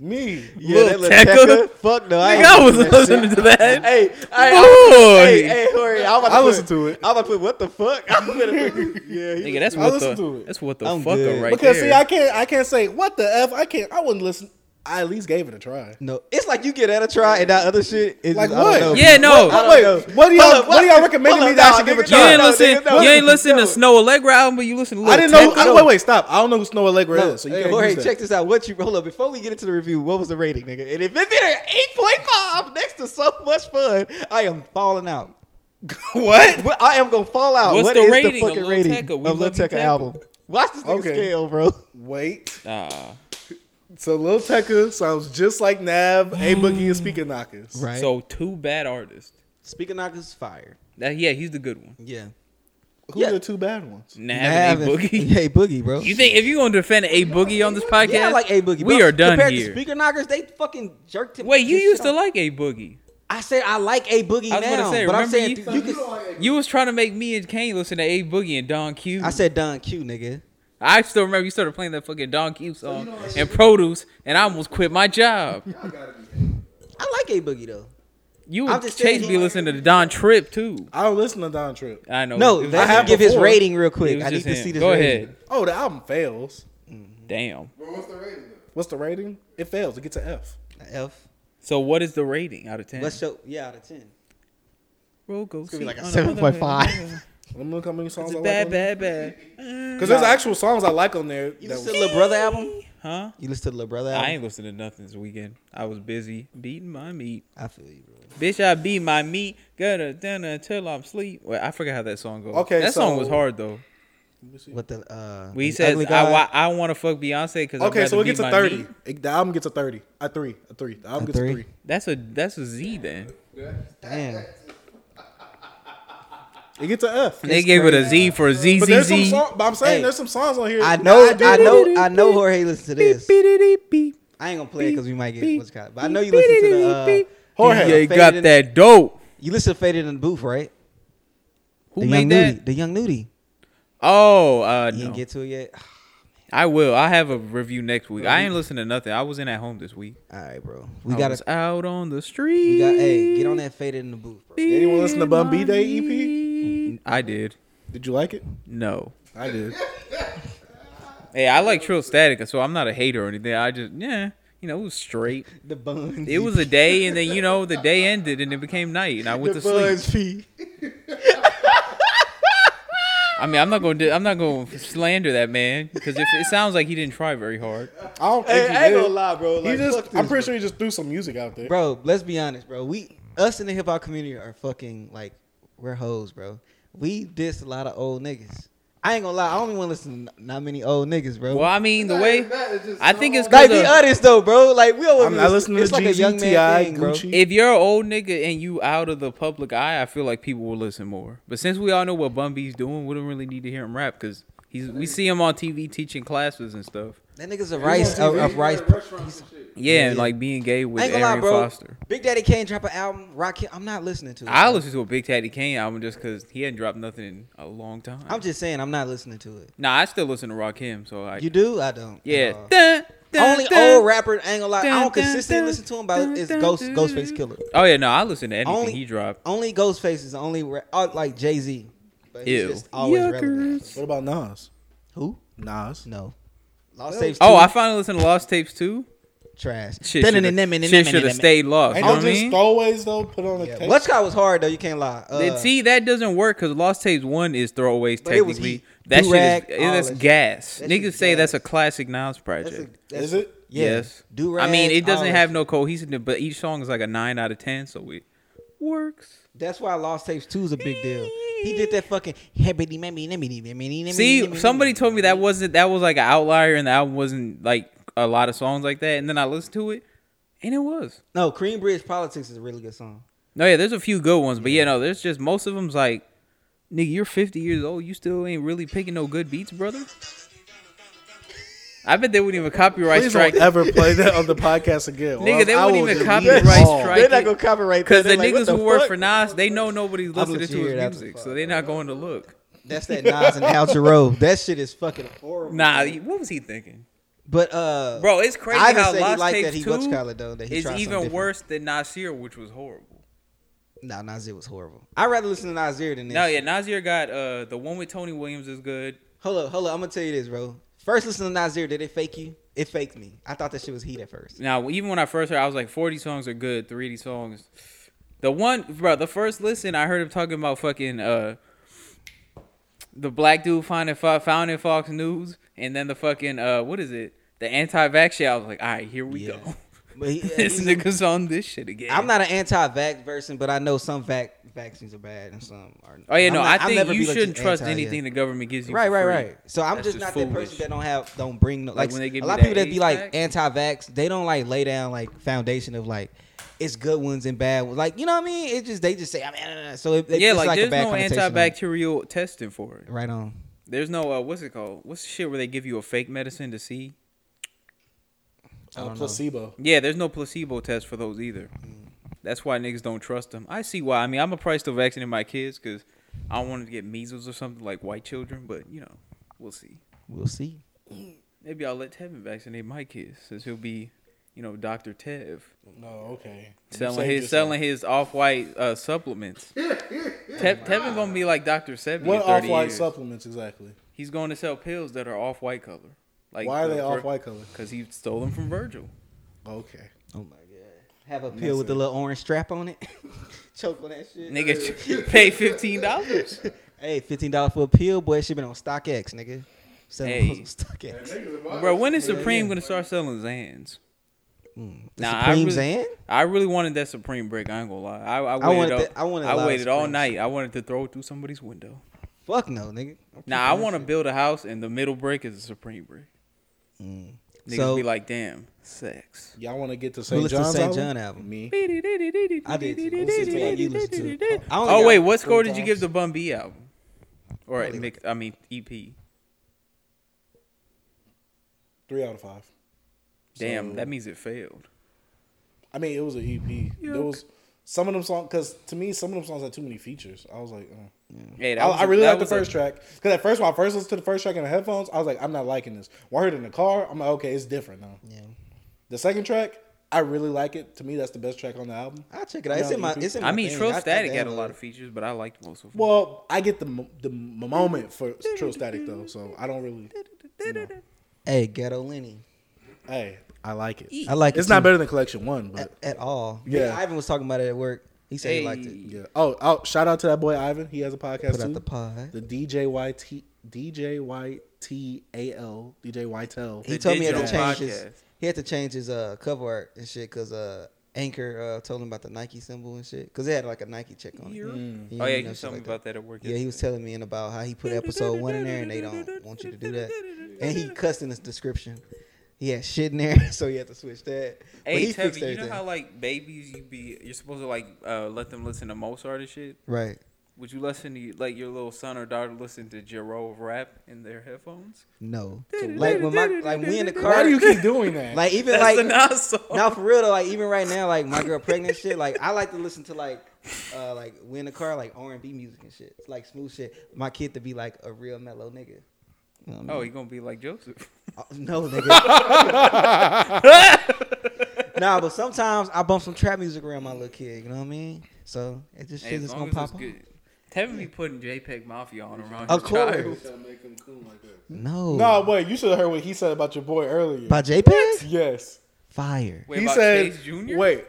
Me. Yeah, Lil that Lil Tecca? Tecca? Fuck no. I, Nigga, ain't I was listening to listening that to shit. that. Hey, hey, Boy. hey, hey, hurry! I'm about to I put- listen to it. I'm about to put what the fuck. I'm gonna put, yeah, he- Nigga, that's I what listened to the it. that's what the I'm fuck good. right Because there. see, I can't I can't say what the F I can't I wouldn't listen. I at least gave it a try. no. It's like you get at a try and that other shit. Is Like I don't what? know. yeah, no. I don't Wait, know. what do y'all- Hold up, what do y'all recommending hold me up, that I nah, should give nigga, a you try? nah, ain't nah, listen. nigga, nah. you ain't listen to Snow Allegra album, but you listen to. Lil I didn't know. Tecca. I don't- wait, wait, stop. I don't know who Snow Allegra is. So you Hey, can't Jorge, use that. check this out. What you hold up before we get into the review? What was the rating, nigga? And if it's at eight point five, next to so much fun, I am falling out. what? But I am gonna fall out. What's What the is rating of fucking Lil rating Tecca? We of Lil love you, Tecca Tecca. album? Watch this nigga Okay. scale, bro. Wait. Ah. So Lil Tecca sounds just like Nav, A Boogie, and Speaker Knockers. Right. So two bad artists. Speaking knockers, fire. That, yeah, he's the good one. Yeah. Who Yeah. are the two bad ones? Nav, and A Nav and- Boogie. Yeah, A Boogie, bro. You think if you're gonna defend A Boogie on this podcast, yeah, I like A Boogie. we bro. are done Compared here. To speaker knockers, they fucking jerked him. Wait, you his used shit to off. like A Boogie. I said I like A Boogie I was gonna now, say, but I'm remember saying you- th- you, can. You was trying to make me and Kane listen to A Boogie and Don Q. I said Don Q, nigga. I still remember you started playing that fucking Don Q song and Produce, and I almost quit my job. I like A Boogie though. You I'm would just saying Chase he- be listening to Don Trip too. I don't listen to Don Trip. I know. No, It was let just him him. give his before. rating real It quick. was I need just to him. see this Go rating. ahead. Oh, the album fails. Damn. But what's the rating? What's the rating? It fails. It gets an F. F. So what is the rating out of ten? Let's show. Yeah, out of ten. Roll go It's gonna be see like a on the seven point five. Let me look how many songs It's I a bad, like. bad, bad. Because there's actual songs I like on there. You that listen was- to the Little Brother album? Huh? You listen to the Little Brother I album? ain't listening to nothing this weekend. I was busy beating my meat. I, feel you, bro. Bitch, I beat my meat. Gotta dinner until I'm sleep. Wait, I forgot how that song goes. Okay, that song so- was hard though. What the uh? We the said Ugly I, Guy? wa- I want to fuck Beyonce because Okay, so it gets a my thirty. Meat. It- the album gets a thirty. A three. A three. The album A gets three? a three. That's a that's a Z then. Damn. It gets an F. they gave it a Z for Z But Z there's some Z. song, but I'm saying Hey. there's some songs on here. I know, I know, I know. Jorge listens to this. I ain't gonna play it because we might get what's called. But I know you listen to the. Uh, Jorge. the, uh, They Faded got in- that dope. You listen to Faded in the Booth, right? Who the made young that? Nudie. The young Nudie. Oh, uh, You no. didn't get to it yet. I will. I have a review next week. I ain't listening to nothing. I was in at home this week. All right, bro. We I gotta. was out on the street. We got. Hey, get on that Faded in the Booth, bro. Anyone listen to Bun B Day EP? EP? I did. Did you like it? No. I did. Hey, I like Trill Static, so I'm not a hater or anything. I just, yeah, you know, it was straight. The buns. It was a day, and then you know, the day ended, and it became night, and I went to sleep. sleep. I mean, I'm not going to, I'm not going to slander that man because if it sounds like he didn't try very hard. I don't think Hey, he I ain't did. gonna lie, bro. He Like, just. fuck I'm this, pretty sure he just threw some music out there. bro. Let's be honest, bro. We us in the hip hop community are fucking like we're hoes, bro. We diss a lot of old niggas. I ain't gonna lie. I only want to listen to n- not many old niggas, bro. Well, I mean, the way I think it's like because be honest though, bro. Like we always I'm not listening it's to like a young man GZTI, thing, bro. Gucci. if you're an old nigga and you out of the public eye, I feel like people will listen more. But since we all know what Bun B's doing, we don't really need to hear him rap because he's we see him on TV teaching classes and stuff. That nigga's a rice, a, a rice. Yeah, and like being gay I with ain't gonna lie, Aaron bro. Foster. Big Daddy Kane drop an album, Rock Him. I'm not listening to it. I bro. listened to a Big Daddy Kane album just because he hadn't dropped nothing in a long time. I'm just saying, I'm not listening to it. nah, I still listen to Rock Him, so I You do? I don't. at yeah. all. Dun, dun, Only dun. old rapper, I ain't gonna lie. I Dun, don't dun, consistently dun, listen to him, but it's dun, Ghost, dun, Ghostface dun. Killer. Oh yeah, no, I listen to anything Only- he dropped. Only Ghostface is the only ra- uh, like Jay Z. But he's Ew. just always relevant. What about Nas? Who? Nas. No. Lost Tapes. Oh, two, I finally listened to Lost Tapes too. trash. Shit should have stayed lost. You know what Ain't no I just mean? throwaways though. Put on a Yeah, tape. What's Call was hard though. You can't lie. Then Uh, see, that doesn't work because Lost Tapes One is throwaways But it was technically. heat. That Do-rag, shit is all yeah, that's that shit. gas. That Niggas shit's say that's gas. a classic Nas that's a, project. that's Is it? Yeah. Yes. Do I mean, it doesn't have no cohesion, to- but each song is like a nine out of ten, so it works. That's why Lost Tapes Two is a big deal. He did that fucking. See, See, somebody told me that wasn't that was like an outlier, and the album wasn't like a lot of songs like that. And then I listened to it, and it was. No, Cream Bridge Politics is a really good song. No, yeah, there's a few good ones, but yeah, no, there's just most of them's like, nigga, you're 50 years old, you still ain't really picking no good beats, brother. I bet they wouldn't even copyright Please strike. don't ever play that on the podcast again. or Nigga, else they I wouldn't will even delete copyright it all. strike. They're not gonna copyright Because the niggas who work for Nas, they know nobody's let listening you to hear his it after the music, pod, so they're not going to look. That's that Nas and Al Jarreau. That shit is fucking horrible. Nah, what was he thinking? But uh, Bro, it's crazy I just how said he Lost liked Tapes that he 2 what's call it, though, that he is tried something even different. worse than Nasir, which was horrible. nah, Nasir was horrible. I'd rather listen to Nasir than this. No, yeah, Nasir got uh, the one with Tony Williams is good. Hold up, hold up. I'm gonna tell you this, bro. First, listen to Nasir. Did it fake you? It faked me. I thought that shit was heat at first. Now, even when I first heard, I was like, 40 songs are good, 3 80 songs. The one, bro, the first listen, I heard him talking about fucking uh, the black dude finding fo- found in Fox News, and then the fucking uh, what is it? The anti-vax shit. I was like, all right, here we Yeah. go. But he, this nigga's on this shit again. I'm not an anti-vax person, but I know some vac- vaccines are bad and some are. Oh yeah, I'm no, not- I I'll think never you be, like, shouldn't just trust anti, yeah. anything the government gives you. Right, for right, free. right. So I'm That's just, just not that foolish. person that don't have, don't bring no Like like, when they give a me lot that of people that AIDS be like pack. anti-vax. They don't like lay down like foundation of like, it's good ones and bad ones. Like you know what I mean? It's just they just say I mean, uh, so it, it- yeah, it's like, like, a there's bad no connotation on it. antibacterial testing for it. Right on. There's no uh, what's it called? What's the shit where they give you a fake medicine to see? I don't know. placebo. Yeah, there's no placebo test for those either. That's why niggas don't trust them. I see why. I mean, I'm a probably still vaccinating my kids because I don't want them to get measles or something like white children. But you know, we'll see. We'll see. Maybe I'll let Tevin vaccinate my kids since he'll be, you know, Doctor Tev No, okay. selling his selling his off white uh, supplements. Te- Tevin gonna be like Doctor Sebi. What in 30 off white years. supplements exactly? He's going to sell pills that are off white color. Like Why are they off white color? Because he stole them from Virgil. Okay. Oh my god. Have a pill with it. a little orange strap on it. Choke on that shit. Nigga pay fifteen dollars. Hey, fifteen dollars for a pill, boy. She been on StockX, nigga. Selling Hey. on StockX. Bro, when is Supreme gonna start selling Zans? Nah, I Supreme really, Zan? I really wanted that Supreme break. I ain't gonna lie. I, I waited. wanted all, the- I wanted a I lot of waited all Supremes. night. I wanted to throw it through somebody's window. Fuck no, nigga. Now I want to build a house, and the middle break is a Supreme break. Niggas Mm. So- be like, "Damn, sex." Y'all want to get to Who St. listened to John's St. John album? album? Me. I did. too. I listened to it. You listened to it. I only Oh got wait, what score three did you give times. the Bun B album? Or mix, I mean E EP. Three out of five. Damn, So- that means it failed. I mean, it was an EP. There was some of them songs because to me, some of them songs had too many features. I was like, uh. Hey, that I, was I a- really that like the was a- first track because at first when I first listened to the first track in the headphones, I was like, I'm not liking this. When I heard it in the car, I'm like, okay, it's different now. Yeah. The second track, I really like it. To me, that's the best track on the album. I'll check it out. It's in my. It's in my I mean, thing. Trill I- I Static had a downloaded lot it. of features, but I liked most of them. Well, I get the mo- the m- moment for Trill Static though, so I don't really. you know. Hey, Ghetto Lenny. Hey, I like it. I like It's it not too. better than Collection One, but at, at all. Yeah. Yeah. Ivan was talking about it at work. He said he liked it. Hey. yeah. Oh, oh, shout out to that boy Ivan. He has a podcast Put too. out the pod. the DJYT DJYTAL DJ Whitel. He The told me he had digital to change his. podcast. He had to change his uh, cover art and shit because uh, Anchor uh, told him about the Nike symbol and shit because they had like a Nike check on it. Oh yeah, you know, you shit told me like that. about that at work. Yeah, he was telling me about how he put episode one in there and they don't want you to do that. And he cussed in his description. He had shit in there, so he had to switch that. But Hey, he fixed Tevin, you know everything. how like babies, you be you're supposed to like uh, let them listen to Mozart and shit. right. Would you listen to like your little son or daughter listen to Jerome rap in their headphones? No. Like when my like we in the car. Why do you keep doing that? like even That's like the Nas song. now for real though, like even right now, like my girl pregnant shit, like I like to listen to like uh like we in the car like R and B music and shit. It's like smooth shit. My kid to be like a real mellow nigga. You know what I Oh, mean? you gonna be like Joseph? Uh, No nigga. nah, but sometimes I bump some trap music around my little kid, you know what I mean? So it just Hey, shit as is long gonna as it's pop up. good. Tevin be putting JPEG Mafia on around Of his course. child. make him cool like that. No. no, wait. You should have heard what he said about your boy earlier. By JPEG? yes, Fire. Wait, he about said. Chase Jr.? Wait,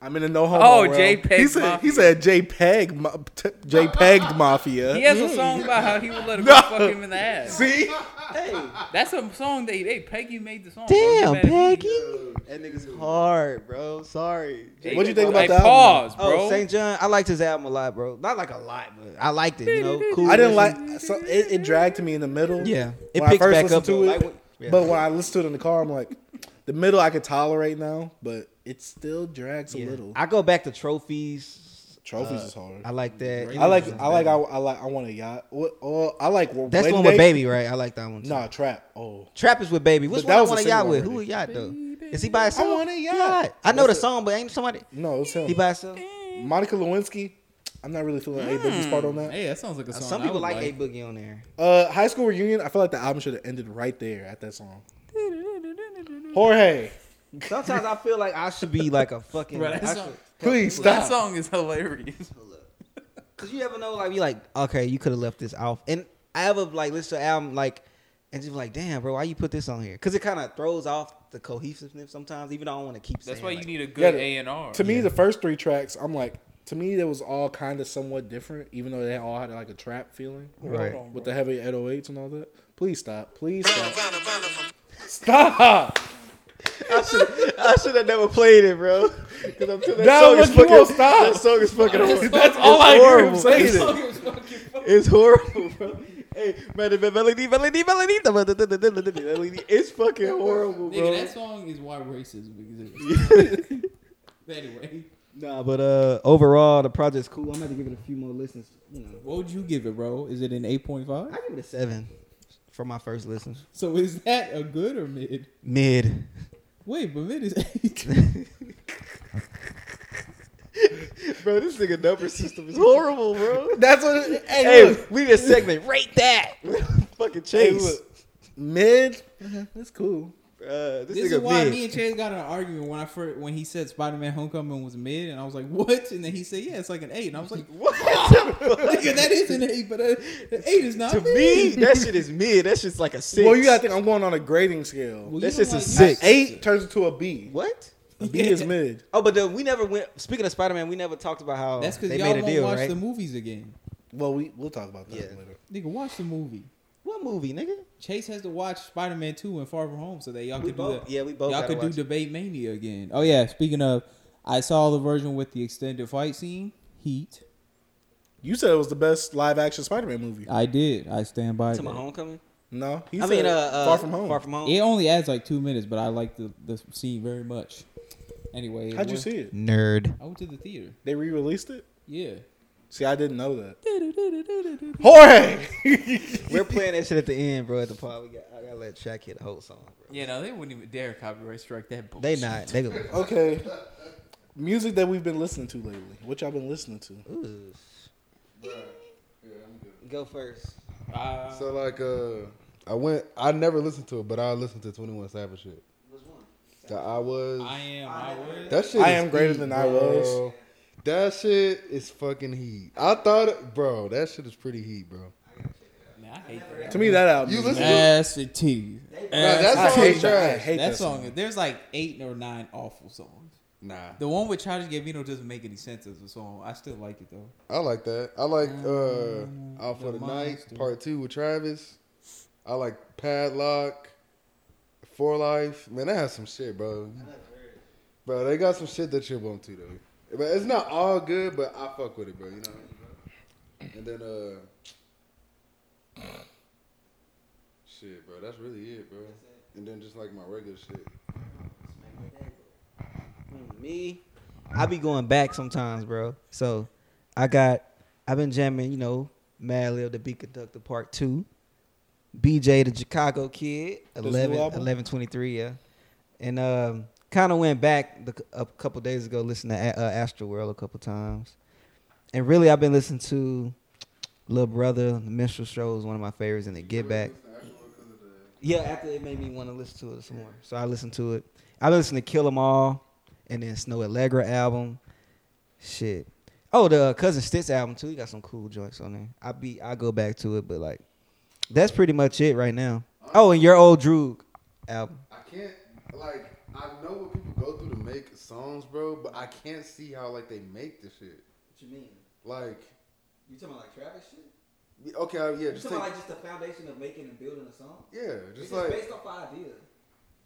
I'm in a no homo. Oh, realm. JPEG He said he Mafia. said JPEG ma- t- JPEG mafia. He has a song about how he would let a girl fuck him in the ass. See, That's a song they they Peggy made the song. bro. You Damn, mad at me? Peggy. That nigga's hard, bro. Sorry. What'd you think about hey, the album? Pause, bro. Oh, St. John, I liked his album a lot, bro. Not like a lot, but I liked it. You know, cool. I didn't listen. like. So it, it dragged me in the middle. Yeah. it It when picks I first back listened up, to though. it, Like, when- yeah. but when I listened to it in the car, I'm like, the middle I could tolerate now, but it still drags a little. I go back to trophies. Trophies Uh, is hard. I like that. I like I like I, I like I want a yacht. What, oh, I like That's the one with baby, right? I like that one. Too. Nah, trap. Oh, Trap is with baby. Which But one that I was want a a yacht single with? already. Who a yacht though? Is he by himself? want a yacht. I know What's the it- song, but ain't somebody no, it's him. he by himself? Monica Lewinsky. I'm not really feeling a baby's part on that. Hey, that sounds like a song. Some I people would like, a boogie on there. Uh, High school reunion. I feel like the album should have ended right there at that song. Jorge, Sometimes I feel like I should be like a fucking. Right, I that's should- please That stop. song is hilarious. Cause you never know, like you like, okay, you could have left this off. And I ever like listen to an album like and just be like, damn, bro, why you put this on here? Cause it kind of throws off the cohesiveness sometimes, even though I want to keep. That's saying, why you like, need a good Yeah, A and R. To me, the first three tracks, I'm like, to me, they was all kind of somewhat different, even though they all had like a trap feeling, Right. With the heavy 808s and all that. Please stop. Please stop. Stop. I should, I should have never played it, bro. Cause I'm telling That that, was- song you is won't fucking. stop. That song is fucking. horrible. That's all I hear him horrible. saying. It's- it. It's horrible, bro. Hey, man, melody, melody, melody, da- da- da- da- da- da- da- da- melody. It's fucking horrible, Nigga, bro. that song is why racism exists. anyway. Nah, but uh, overall the project's cool. I'm gonna have to give it a few more listens. You know, What would you give it, bro? Is it an eight point five? I give it a seven for my first listen. So is that a good or mid? Mid. Wait, but mid is eight. Bro, this nigga number system is horrible, bro. That's what. Hey, hey, look, we need a segment. Rate that. Fucking Chase. mid. That's cool. uh, this, Uh-huh. This is nigga why mid. me and Chase got in an argument when I first, when he said Spider Man Homecoming was mid, and I was like, "What?" And then he said, "Yeah, it's like an 8. And I was like, What? "Nigga, that is an eight, but uh, an eight is not to mid." me, that shit is mid. That shit's like a six. Well, you gotta think I'm going on a grading scale. Well, you That's don't just a like- six. Eight turns into a B. What? A B is mid. Oh, but the, we never went. Speaking of Spider Man, we never talked about how That's Oh, they because y'all made a won't deal, watch right? the movies again. Well, we we'll talk about that Yeah. later. Nigga, watch the movie. What movie, nigga? Chase has to watch Spider Man Two and Far From Home, so that y'all We could do both- that. yeah, we both Y'all gotta could do watch it. debate mania again. Oh yeah, speaking of, I saw the version with the extended fight scene. Heat. You said it was the best live action Spider-Man movie. I did. I stand by To my that. homecoming. No, he I said mean, uh, uh, Far From Home. Far from home. It only adds like two minutes, but I like the, the scene very much. Anyway, it How'd you was- see it? Nerd. I went to the theater. They re-released it. Yeah. See, I didn't know that. Jorge. We're playing that shit at the end, bro. At the pod, we got. I gotta let Shaq hit the whole song, bro. Yeah, no, they wouldn't even dare copyright strike that bullshit. They not. They gonna. okay. Music that we've been listening to lately. What y'all been listening to? Ooh. Go first. So like, uh, I went. I never listened to it, but I listened to Twenty One Savage shit. The I was. I am. I would. That shit. I is am greater heat, than I was. That shit is fucking heat. I thought, it, bro, that shit is pretty heat, bro. Man, I hate that. To me, that album. You is listen to Ass it to you. Nah, that I song hate is that. I trash. hate that song, There's like eight or nine awful songs. Nah, The one with Childish Gambino doesn't make any sense as a song. I still like it though. I like that. I like uh, Out for Mm, the the Night Monster. Part Two with Travis. I like Padlock, For Life. Man, that has some shit, bro. Bro, they got some shit that you're won't to though. But it's not all good, but I fuck with it, bro. You know. And then uh, shit, bro. That's really it, bro. And then just like my regular shit. Hmm, Me, I be going back sometimes, bro. So I got, I've been jamming, you know, Mad Lil the Beat Conductor Part 2, BJ the Chicago Kid, new 11, album? 1123, yeah. And um, kind of went back the, a couple days ago, listening to uh, Astro World a couple times. And really, I've been listening to Lil Brother, the Minstrel Show is one of my favorites, and the Get Back. Yeah, after it made me want to listen to it some more. So I listened to it. I listened to Kill 'Em All and then Snow Allegra album. Shit. Oh, the Cousin Stitz album too. He got some cool joints on there. I be I go back to it, but like that's pretty much it right now. Oh, and your old Droog album. I can't like I know what people go through to make songs, bro, but I can't see how like they make the shit. What you mean? Like, You talking about like Travis shit? okay, yeah, just take, just the foundation of making and building a song? yeah, just like off idea.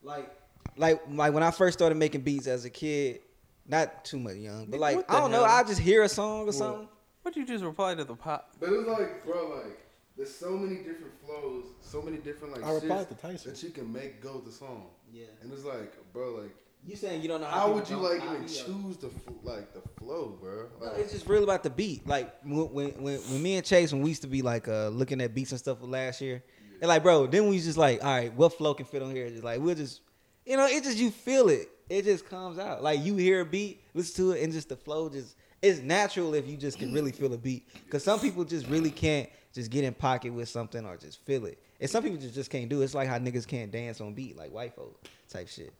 Like, like, like when I first started making beats as a kid, not too much young, but like what the I don't know, hell? I just hear a song or something. What you just reply to the pop? But it was like, bro, like there's so many different flows, so many different like I replied shits to Tyson. that you can make go the song. Yeah. And it's like, bro, like You saying you don't know how people would you don't like copy even or- choose the fl- like the flow, bro? No, Like, it's just real about the beat. Like when when when, when me and Chase when we used to be like uh, looking at beats and stuff for last year, and like bro, then we was just like, all right, what flow can fit on here? Just like we'll just, you know, it just you feel it, it just comes out. Like you hear a beat, listen to it, and just the flow just it's natural if you just can really feel a beat. Cause some people just really can't just get in pocket with something or just feel it. And some people just just can't do it. It's like how niggas can't dance on beat, like white folk type shit.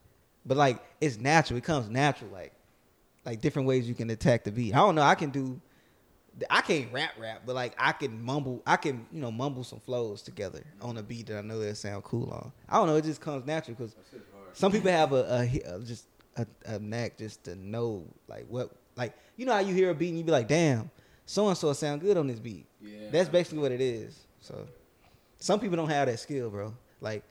But like it's natural, it comes natural, like like different ways you can attack the beat. I don't know. I can do. I can't rap rap, but like I can mumble. I can you know mumble some flows together on a beat that I know that sound cool on. I don't know. It just comes natural because some people have a, a, he- a just a, a knack just to know like what like you know how you hear a beat and you be like damn so and so sound good on this beat. Yeah, that's basically what it is. So some people don't have that skill, bro. Like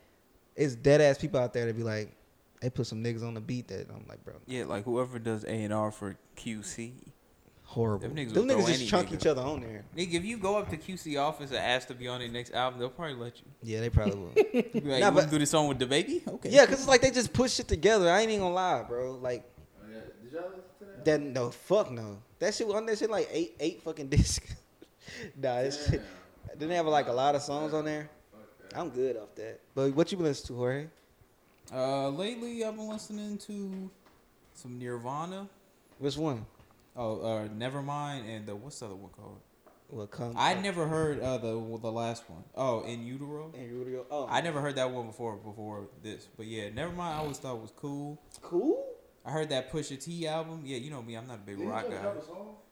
it's dead ass people out there that be like they put some niggas on the beat that I'm like bro Yeah, like whoever does A and R for QC. horrible. Them niggas Them will niggas throw just any chunk nigga. each other on there. Nigga, if you go up to QC office and ask to be on their next album, they'll probably let you. Yeah, they probably will. You be Like, Nah, nah, but- do this song with the baby? Okay. yeah, cause it's like they just push shit together. I ain't even gonna lie, bro. Like, Oh, yeah. Did y'all listen to that no fuck no. That shit was on that shit like eight eight fucking discs. nah, it's shit. Didn't they have like a lot of songs on there? I'm good off that. But what you been listening to, Jorge? Uh, lately I've been listening to some Nirvana. Which one? Oh, uh, Nevermind and the what's the other one called? What come? I never heard uh the the last one. Oh, in utero. And you would go, oh, I never heard that one before before this, but yeah, Nevermind. I always thought was cool. cool. I heard that Pusha T album. Yeah, you know me. I'm not a big rock guy.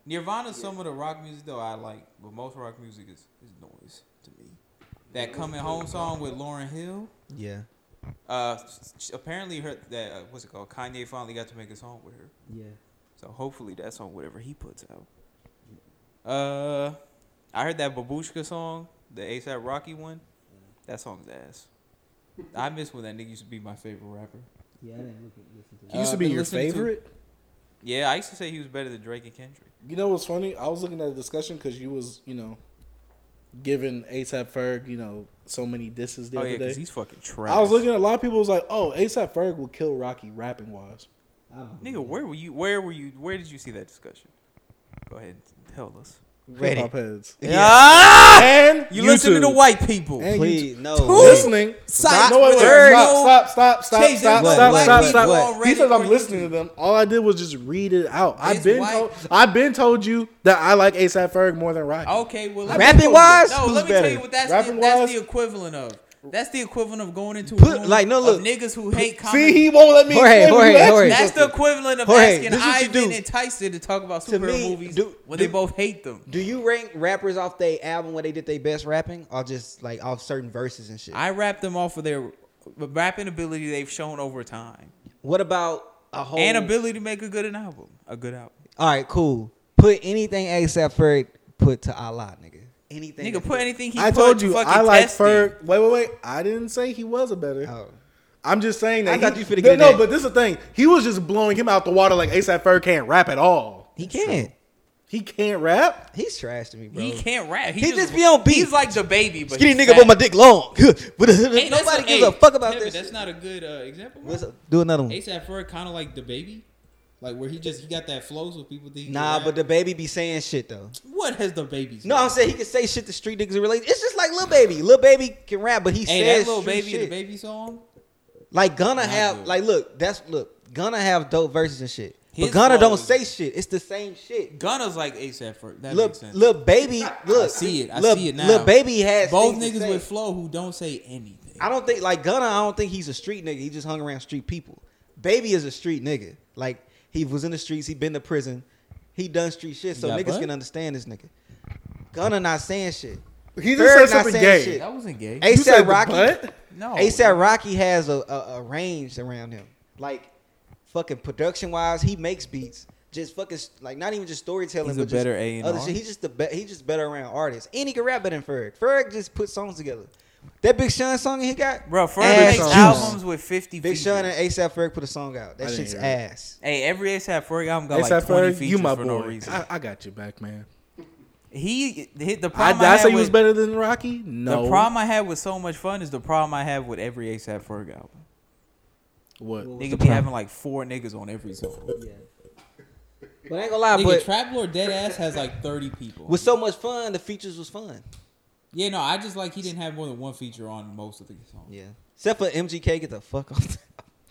Nirvana's some of the rock music though I like, but most rock music is, is noise to me. That coming home song with Lauren Hill. Yeah, Uh, s- s- apparently heard that uh, what's it called? Kanye finally got to make a song with her. yeah. So hopefully that's on whatever he puts out. Uh, I heard that Babushka song, the ASAP Rocky one. That song's ass. I miss when that nigga used to be my favorite rapper. Yeah, I didn't look at, listen to He used Uh, to be been your listening to- favorite. Yeah, I used to say he was better than Drake and Kendrick. You know what's funny? I was looking at a discussion because you was, you know, giving ASAP Ferg, you know, so many disses the oh other yeah, because day. he's fucking trash. I was looking at a lot of people was like, "Oh, ASAP Ferg will kill Rocky rapping wise." Nigga, where were you? Where were you? Where did you see that discussion? Go ahead, and tell us. Hip hop Ready? heads. Yeah. And You listen to the white people. And Please YouTube. no. listening. Stop. No, wait, wait, There you go. stop, stop, stop, stop, Change stop, them stop, black stop, people stop. He already says I'm for listening YouTube. to them. All I did was just read it out. I've It's been white. told. I've been told you that I like ASAP Ferg more than Rocky. Okay, well, let me Rapping tell you- wise, no. who's Let me better? tell you what that's the, Rapping that's wise? the equivalent of. That's the equivalent of going into a Put- room like, no, of look. niggas who hate See, comedy. he won't let me. Jorge, explain what you Jorge, asked Jorge. me. that's the equivalent of Jorge, asking this is what you Ivan do. and Tyson to talk about To superhero me, movies do- when do- they both hate them. Do you rank rappers off their album where they did their best rapping, or just like off certain verses and shit? I rap them off of their rapping ability they've shown over time what about a whole? and ability to make a good an album, a good album. All right, cool. Put anything ASAP Ferg put to Allah, nigga. Anything. Nigga, put anything he I put, told you, fucking I like test it. Ferg. Wait, wait, wait. I didn't say he was a better. Oh. I'm just saying that. I he- thought you finna No, get No, that. but this is the thing. He was just blowing him out the water like ASAP Ferg can't rap at all. He can't. He can't rap. He's trash to me, bro. He can't rap. He, He just be on beat. He's like the baby, but Skinny he's nigga fat. put my dick long. but Hey, that's nobody a- gives a hey, fuck about Kevin, this. That's not a good uh, example. bro. What's up? Do another one. ASAP Ferg kind of like the baby, like where he just he got that flow so people think. he Nah, rap. but the baby be saying shit though. what has the baby? No, I'm saying he can say shit to street niggas and relate. It's just like Lil Baby. Lil Baby can rap, but he hey, says that little street baby, shit. the baby song. Like gonna Not have good. like look, that's look, gonna have dope verses and shit. His but Gunna don't songs- say shit. It's the same shit. Gunna's like ASAP Ferg. That Look, makes sense. look, baby, look. see it. I Lil- see it now. Lil baby has Both things to niggas say. with flow who don't say anything. I don't think like Gunna. I don't think he's a street nigga. He just hung around street people. Baby is a street nigga. Like he was in the streets. He been to prison. He done street shit. So Yeah, niggas but- can understand this nigga. Gunna not saying shit. He Ferg just said not something saying gay. shit. That wasn't gay. You said ASAP the Rocky. butt? no, ASAP Rocky has a, a, a range around him. Like fucking production wise, he makes beats. Just fucking like not even just storytelling. He's but a better just A&R. other shit. He's just the be- he's just better around artists, and he can rap better than Ferg. Ferg just put songs together. That Big Sean song he got, Bro, Ferg ass makes juice. albums with fifty. Big features. Sean and ASAP Ferg put a song out. That I didn't shit's hear it. ass. Hey, every ASAP Ferg album got ASAP like twenty Ferg, features you my for boy. no reason. I, I got you back, man. he he- the I, problem I, I, had say you with, was better than Rocky. No. The problem I had with so much fun is the problem I have with every ASAP Ferg album. What? Nigga be having like four niggas on every song. But I ain't gonna lie, Nigga, but Trap Lord Deadass has like 30 people. with so much fun, the features was fun. yeah, no, I just like he didn't have more than one feature on most of the songs. Yeah, except for MGK, get the fuck off.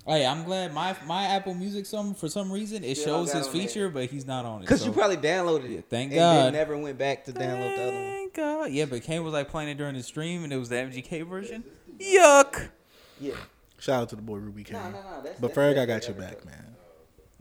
Hey, Oh, I'm glad my my Apple Music some for some reason it Still shows got his on there. feature, but he's not on it. Because so- you probably downloaded it. Yeah, thank and Then God. never went back to download the other one. Thank God. Yeah, but Kane was like playing it during the stream, and it was the MGK version. Yuck. Yeah. Shout out to the boy Ruby Kane. no, no, that's- but that's Ferg, definitely I got your better, back, man.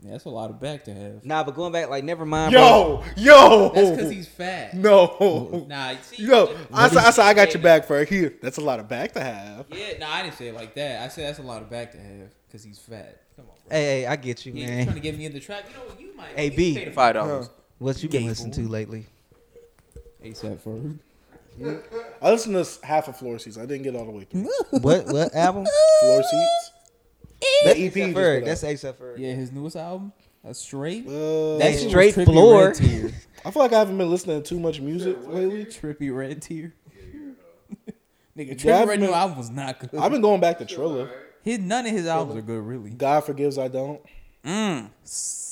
Yeah, that's a lot of back to have. Nah, but going back, like, never mind. bro. Yo, yo. That's because he's fat. no. Nah, see, Yo, I said, I said, I got your back, Ferg. Here, that's a lot of back to have. Yeah, no, I didn't say it like that. I said that's a lot of back to have because he's fat. Come on, bro. Hey, hey, I get you, Yeah, you trying man. to get me in the trap? You know what? You might. Hey, you B. paid a Five Uh-huh. dollars. What you been Gay listening fool. to lately? ASAP Ferg. I listened to s- half of Floor Seats. I didn't get all the way through. What what album? Floor Seats. That's A$AP EP just Ferg. put out. That's ASAP Ferg. Yeah, his newest album, that's straight. Uh, That That's shit was straight Trippie floor. Red Tier. I feel like I haven't been listening to too much music lately. Trippy Red Tier. uh, Nigga, Jasmine- Trippy Red new album was not good. I've been going back to Triller. His none of his albums are good, really. God forgives I don't. Mm.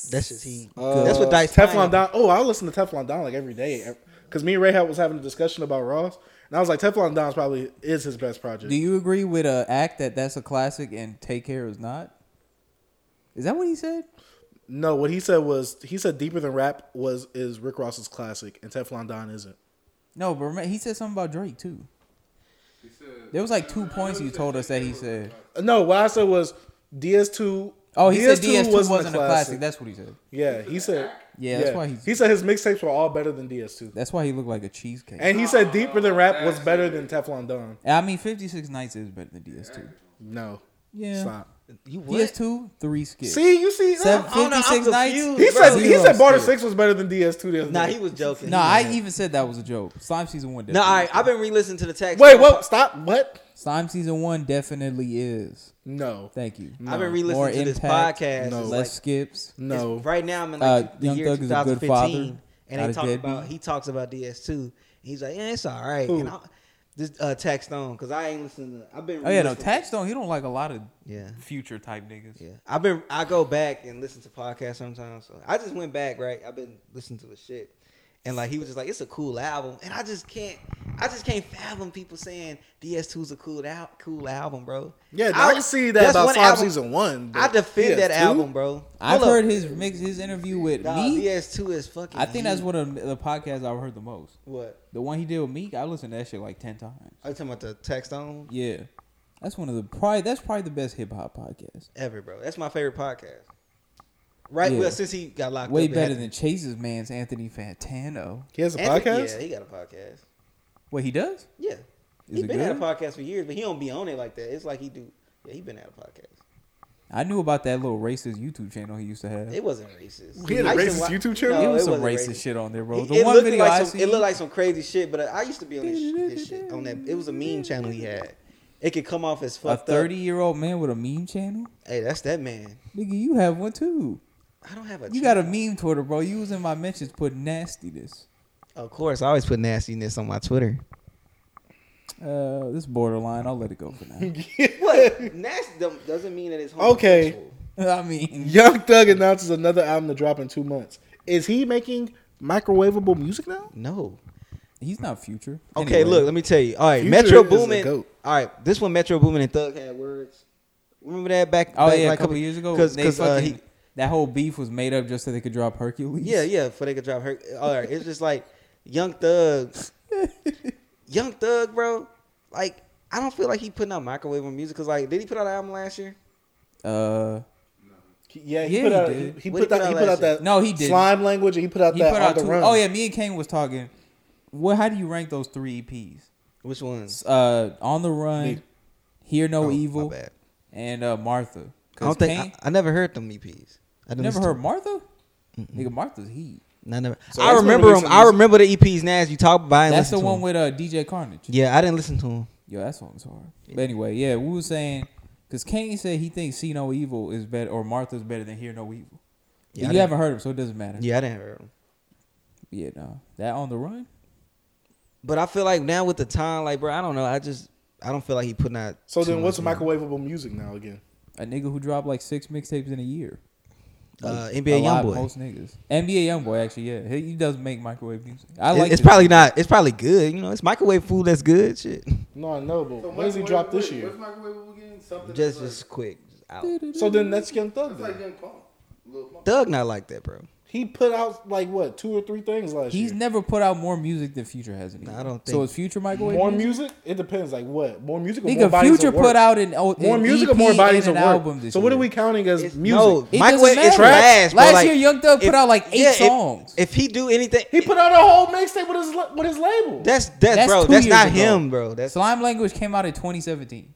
That's just he. Uh, that's what Dice Teflon Pine- Don. Oh, I listen to Teflon Don like every day. Because me and Ray had- was having a discussion about Ross, and I was like, Teflon Don's probably is his best project. Do you agree with uh, Act that that's a classic and Take Care is not? Is that what he said? no, what he said was he said Deeper Than Rap was is Rick Ross's classic, and Teflon Don isn't. No, but remember, he said something about Drake too. There was like two points you told us that he said. No, what I said was DS2. Oh, he said DS2 wasn't, a classic. That's what he said. yeah, he said. Yeah, that's why he's- he said his mixtapes were all better than DS2, That's why he looked like a cheesecake. and he said Deeper Than Rap was better than Teflon Don. I mean, 56 Nights is better than DS2. No, Yeah. stop. You what? DS2, three skits. See, you see, uh, Seven- I don't know, I'm 56 Nights. confused, he bro. said he said Barter Six was better than DS2. The other Nah, day. he was joking. No, He I E was- even said that was a joke. Slime Season 1 No, definitely. all right. I've been re-listening to the tax. Wait, what? Stop. What? Slime Season 1 definitely is. No. Thank you. I've been re-listening More to this impact, podcast. no. It's Less like- skips. No. It's- right now, I'm in Uh, like the Young year Thug is a good 2015, father, and not they a talk about deadbeat. he talks about DS2. He's like, yeah, it's all right. Who? And I, this uh, Tax Stone, because I ain't listening. to I've been. Oh, yeah, no. re-listening- Tax don't. He don't like a lot of Yeah, Future type niggas. yeah. I've been. I go back and listen to podcasts sometimes. So I just went back. Right, I've been listening to the shit, and like he was just like, it's a cool album, and I just can't. I just can't fathom people saying DS2's a cool al- cool album, bro. Yeah, I, can see that that's about one Slime album- Season 1. but I defend that PS2? album, bro. I've Hold up. heard his mix, his interview with Nah, Meek. DS2 is fucking. I think that's huge. one of the podcasts I've heard the most. What? The one he did with Meek, I listened to that shit like ten times. Are you talking about the text on? Yeah, that's one of the probably that's probably the best hip hop podcast. Ever, bro. That's my favorite podcast. Right? Yeah. Well, since he got locked Way up. it better had- than Chase's man's Anthony Fantano. He has a Anthony- podcast? Yeah, he got a podcast. Wait, he does? Yeah. Is he it been at a good? podcast for years, but he don't be on it like that. It's like he do. Yeah, he been at a podcast. I knew about that little racist YouTube channel he used to have. It wasn't racist. He had a I used to racist wa- YouTube channel? There No, was it some wasn't racist shit on there, bro. He- The it one looked video like I some, see, it looked like some crazy shit, but I, I used to be on this, sh- this shit on that. It was a meme channel he had. It could come off as a fucked thirty up. year old man with a meme channel. Hey, that's that man. Nigga, you have one too. I don't have a. You got a meme Twitter, bro. You was in my mentions put nastiness. Of course, I always put nastiness on my Twitter. Uh, this borderline. I'll let it go for now. What? Nasty dom- doesn't mean that it's Okay. homosexual. I mean, Young Thug announces another album to drop in two months. Is he making microwavable music now? No. he's not future. Okay, Anyway. look, let me tell you. All right, Future Metro is the Boomin. All goat. right, this one, Metro Boomin and Thug had words. Remember that back? Oh back yeah, like a couple years ago, Because they uh, fucking he, that whole beef was made up just so they could drop Hercules. yeah, yeah, for they could drop her. All right, it's just like Young Thug, Young Thug, bro. Like I don't feel like he putting out microwave music. Cause like, did he put out an album last year? Uh, He- Yeah, he Yeah, put he out he, did. he What put did he out he put out put last out year? that No, he didn't. slime language and he put out he that put on out the two. run. Oh yeah, me and Kane was talking. What? How do you rank those three E EPs? Which one? Uh, on the run, Me. hear no Oh, my evil, bad. and uh, Martha. I 'Cause don't think Kane, I, I never heard them EPs. I never didn't listen to heard Martha. Nigga, Martha's heat. No, I never. So I that's when remember we them. listen to I music. remember the EPs. Nas, you talk about. I didn't That's the listen to one 'em. with uh DJ Carnage. Yeah, I didn't listen to him. Yo, that song's hard. But anyway, yeah, we were saying because Kane said he thinks See No Evil is better or Martha's better than Hear No Evil. Yeah, I you didn't- haven't heard him, so it doesn't matter. Yeah, I didn't hear him. Yeah, no. That on the run? But I feel like now with the time, like, bro, I don't know. I just, I don't feel like he putting out. So too then what's much, microwavable music now again? A nigga who dropped like six mixtapes in a year. Uh, a NBA lot, YoungBoy. Most niggas. NBA Youngboy, actually, yeah. He, he does make microwave music. I It- like it's his- probably not. It's probably good. You know, it's microwave food that's good. Shit. No, I know, but So when does he microwave- drop this wait, year? What's microwave again? Something Just, that's just quick. just out. So then that's Young Thug. like, that's like Then. Young Pump. Lil Pump. Thug not like that, bro. He put out like what two or three things last He's year. never put out more music than Future has in a Nah, year. I don't So think- is Future microwave More music? music? It depends. Like what? More music? Or more Nigga, bodies of Future work? put out an, oh, more an music EP or more bodies and of an work. album this so what year. are we counting as It's- music? No, It microwave doesn't is matter. trash. bro. Last Like, year, Young Thug put if- out, like, eight yeah, if- songs. If, he do anything, he put out a whole mixtape with his with his label. that's that's, That's bro. two That's years not ago. him, bro. That's Slime Language came out in 2017.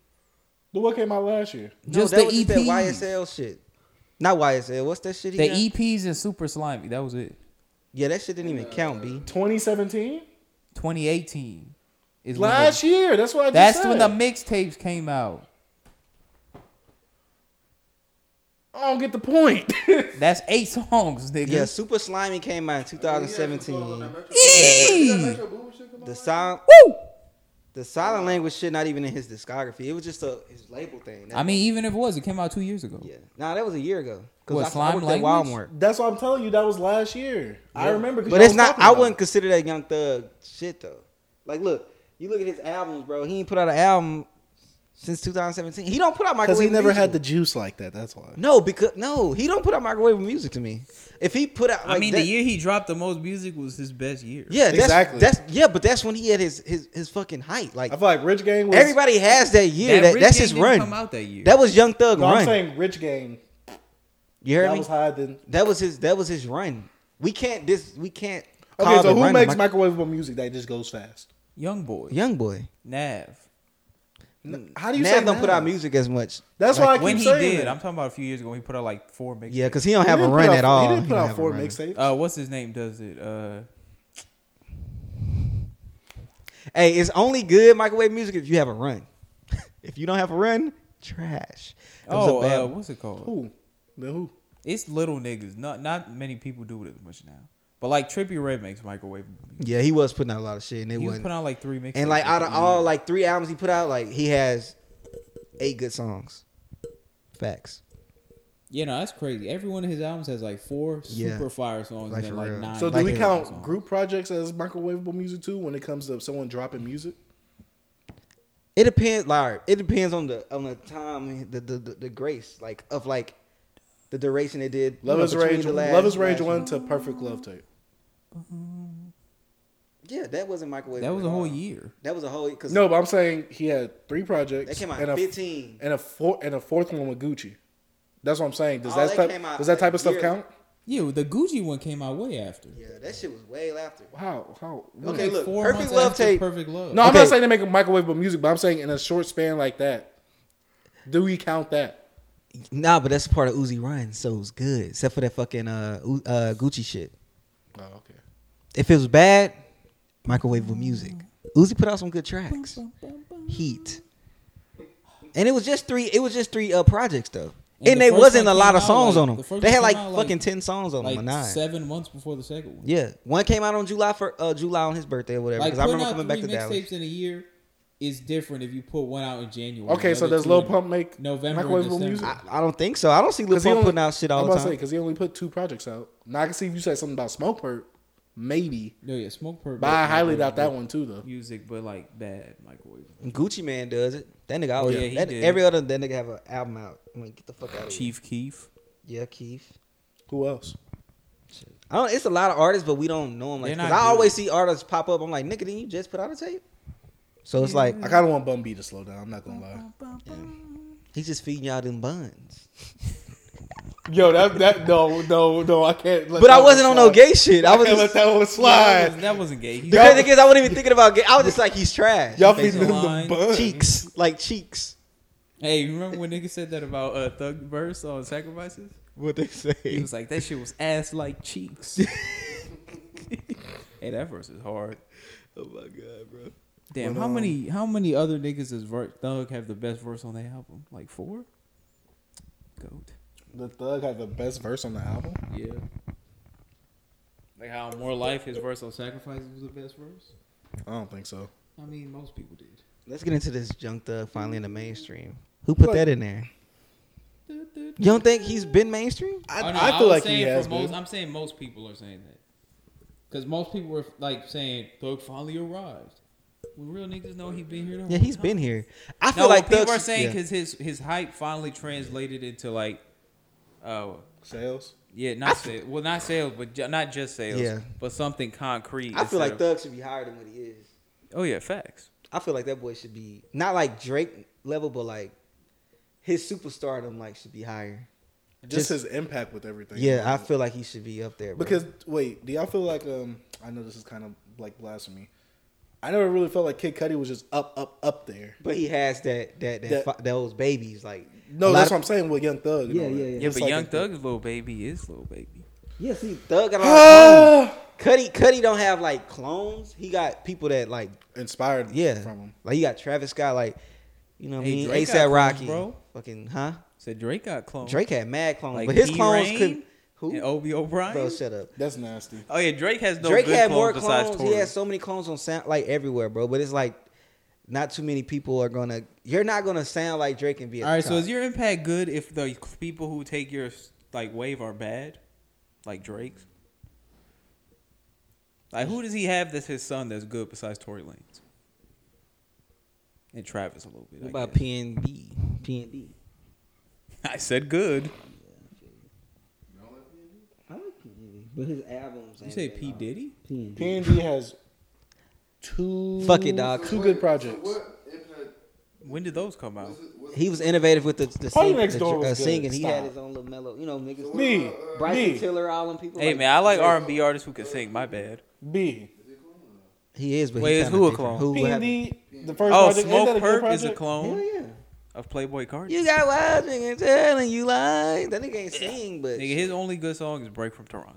the what came out last year. no, Just that the was EP. That YSL shit. Not YSL. What's that shit? He The E got? EPs and Super Slimy. That was it. Yeah, that shit didn't even count, B. 2017. 2018 is when the- Last year. That's what I just That's said. when the mixtapes came out. I don't get the point. That's eight songs, nigga. Yeah, Super Slimy came out in 2017. Did that Eee! Metro Boomin shit come out? The sound, Woo! The silent language shit not even in his discography. It was just a his label thing. That- I mean, even if it was, it came out two years ago. yeah. Nah, that was a year ago. What, I, Slime I worked at Language? Walmart. That's what I'm telling you. That was last year. I remember. 'cause But y'all it's was not. talking I about wouldn't it. consider that Young Thug shit though. Like, look, you look at his albums, bro. He ain't put out an album since 2017. He don't put out microwave. because he never music. had the juice like that. That's why. No, because no, he don't put out microwave music to me. If he put out, like, I mean, that- the year he dropped the most music was his best year. yeah, that's, Exactly. That's yeah, but that's when he had his his his fucking height. Like I feel like Rich Gang was. everybody has that year. That Rich that's Gang his didn't Come run. out that year. That was Young Thug No, I'm run. saying Rich Gang. you heard That me? was higher than. that was his. That was his run. We can't. This we can't. Okay, call the so who run a makes mic- microwavable music that just goes fast? Young boy, Young Boy? Nav. How do you say Nav don't put now? out music as much. That's why I keep When he saying did, that. I'm talking about a few years ago. When he put out like four mixtapes. Yeah, because he don't have He a didn't run put out- at all. He didn't put don't out have a four run. mixtapes. Uh, what's his name? Does it? Uh, Hey, it's only good microwave music if you have a run. if you don't have a run, trash. That was a oh, bad uh, one. what's it called? Who? Then who? It's little niggas. Not not many people do it as much now. But like Trippy Red makes microwave. music. yeah, he was putting out a lot of shit, and it He was wasn't. putting out like three mixtapes. and like out of all like three albums he put out, like he has eight good songs. Facts. Yeah, no, that's crazy. Every one of his albums has like four Yeah. super fire songs and Like, then for like real. nine. So do like we his count songs. group projects as microwavable music too when it comes to someone dropping music? It depends. Like it depends on the on the time, the the, the, the grace, like of like the duration they did. you Love know, is between Rage. the last- Love is Rage last one to Perfect Love tape. Yeah, that wasn't microwave. That was at a whole all. year. That was a whole because No, but I'm saying he had three projects. that came out and a, fifteen. and a four and a fourth one with Gucci. That's what I'm saying. Does Oh, that, that type, came out does that like type of stuff years- count? Yeah, well, the Gucci one came out way after. Yeah, that shit was way after. How how? Okay, look, Four perfect months love after tape. Perfect Love. No, I'm Okay. not saying they make microwavable music, but I'm saying in a short span like that, do we count that? Nah, but that's part of Uzi Run, so it's good. Except for that fucking uh, U- uh Gucci shit. Oh, okay. If it was bad, microwave with music. Uzi put out some good tracks. Heat. And it was just three. It was just three uh, projects though, and, And the they first wasn't a one lot came of out, songs like- on the them. first They one had like came out, like- fucking ten songs on them, or like nine. seven months before the second one. Yeah, one came out on July for uh, July on his birthday or whatever. like Because I putting remember out coming back three to Dallas. mixtapes in a year is different if you put one out in January. Okay, so Another does two Lil in Pump make November and microwavable December. music? I, I don't think so. I don't see Lil he Pump only- putting out shit all I'm the about to time. say because he only put two projects out. Now I can see if you said something about Smoke Perp, maybe. No, yeah, Smoke Perp. But I highly doubt that one too, though. music, but like bad microwave. Gucci Man does it. That nigga Oh, always. Yeah, he that, did. every other that nigga have an album out. I mean, get the fuck out of here. Chief Keef. Yeah, Keith. Who else? I don't, it's a lot of artists, but we don't know them. Like, They're 'cause not I good. always see artists pop up. I'm like, nigga, didn't you just put out a tape? So it's like I kind of want Bun B to slow down. I'm not gonna lie. he's just feeding y'all them buns. Yo, that that no no no, I can't. Let But I that wasn't one on no slide. gay shit. I I was can't let just, that one That, slide. was, that wasn't gay. He the crazy thing is I wasn't even thinking about gay. I was just like, he's trash. Y'all Face feeding them the line. bun. cheeks, like cheeks. Hey, you remember when nigga said that about uh, Thug Verse on Sacrifices? What they He say? was like, that shit was ass like cheeks. hey, that verse is hard. Oh my god, bro. um, Damn, how many how many other niggas does Ver- Thug have the best verse on their album? Like four? Goat. The Thug had the best verse on the album. Yeah. Like how More Life, his verse on Sacrifices was the best verse? I don't think so. I mean, most people did. Let's get into this junk thug finally in the mainstream. Who put that in there? You don't think he's been mainstream? I, Oh, no, I I feel was like he saying for has. most- been. I'm saying most people are saying that because most people were like saying Thug finally arrived. When real niggas know he been here. The Yeah, whole he's time. been here. I feel No, like like people are Thug's- saying yeah. because his his hype finally translated into like, oh Sales. yeah, not sales. Well, not sales, but ju- not just sales. Yeah. But something concrete. I instead feel like of- Thug should be higher than what he is. Oh yeah, facts. I feel like that boy should be not like Drake level, but like his superstardom like should be higher. Just- Just, his impact with everything. Yeah, I feel like he should be up there. Bro. Because wait, do y'all feel like um? I know this is kind of like blasphemy. I never really felt like Kid Cudi was just up, up, up there. but he has that that that, That- fi- those babies like No, a that's lot what I'm saying with Young Thug. and Yeah, all that. yeah, yeah. Yeah, It's but like Young a- Thug little baby is little baby. of- yeah. See, Thug got a Ah! lot of clones. Cuddy Cuddy don't have like clones. He got people that like Inspired. yeah, from him. like you got Travis Scott like you know what I Hey, mean Drake ASAP got Rocky, clones, bro. fucking huh? Said Drake got cloned. Drake had mad clones, Like but his D. clones Rain could who? and Obi O'Brien. bro, shut up. That's nasty. oh yeah, Drake has no Drake good had clones more besides clones. He Tory. had so many clones on sound like everywhere, bro. But it's like not too many people are gonna. You're not gonna sound like Drake and be. At All right, the so top. is your impact good if the people who take your like wave are bad, like Drake's? Like, who does he have that's his son that's good besides Tory Lanez and Travis a little bit? what I, about guess. PNB? PNB. I said good. I like PNB, but his albums. You say P Diddy? PNB. P and D has two. Fuck it, dog. Two good projects. What impact? When did those come out? He was innovative with the, the, Party sing, Next the Door uh, was good. singing. He had Stop. his own little mellow, you know, niggas. Me, Bryson me, Tiller, all them people. Hey man, I like R and B artists who can sing. My bad. B. he is, but Wait, he is kinda who a different. clone? Who P what and happened? D. The first Oh, project. Ain't that Smoke a good Perp is a project? Hell clone yeah. of Playboy Cardi. You got wild niggas telling you lies. That nigga ain't sing, but Nigga, his only good song is "Break from Toronto,"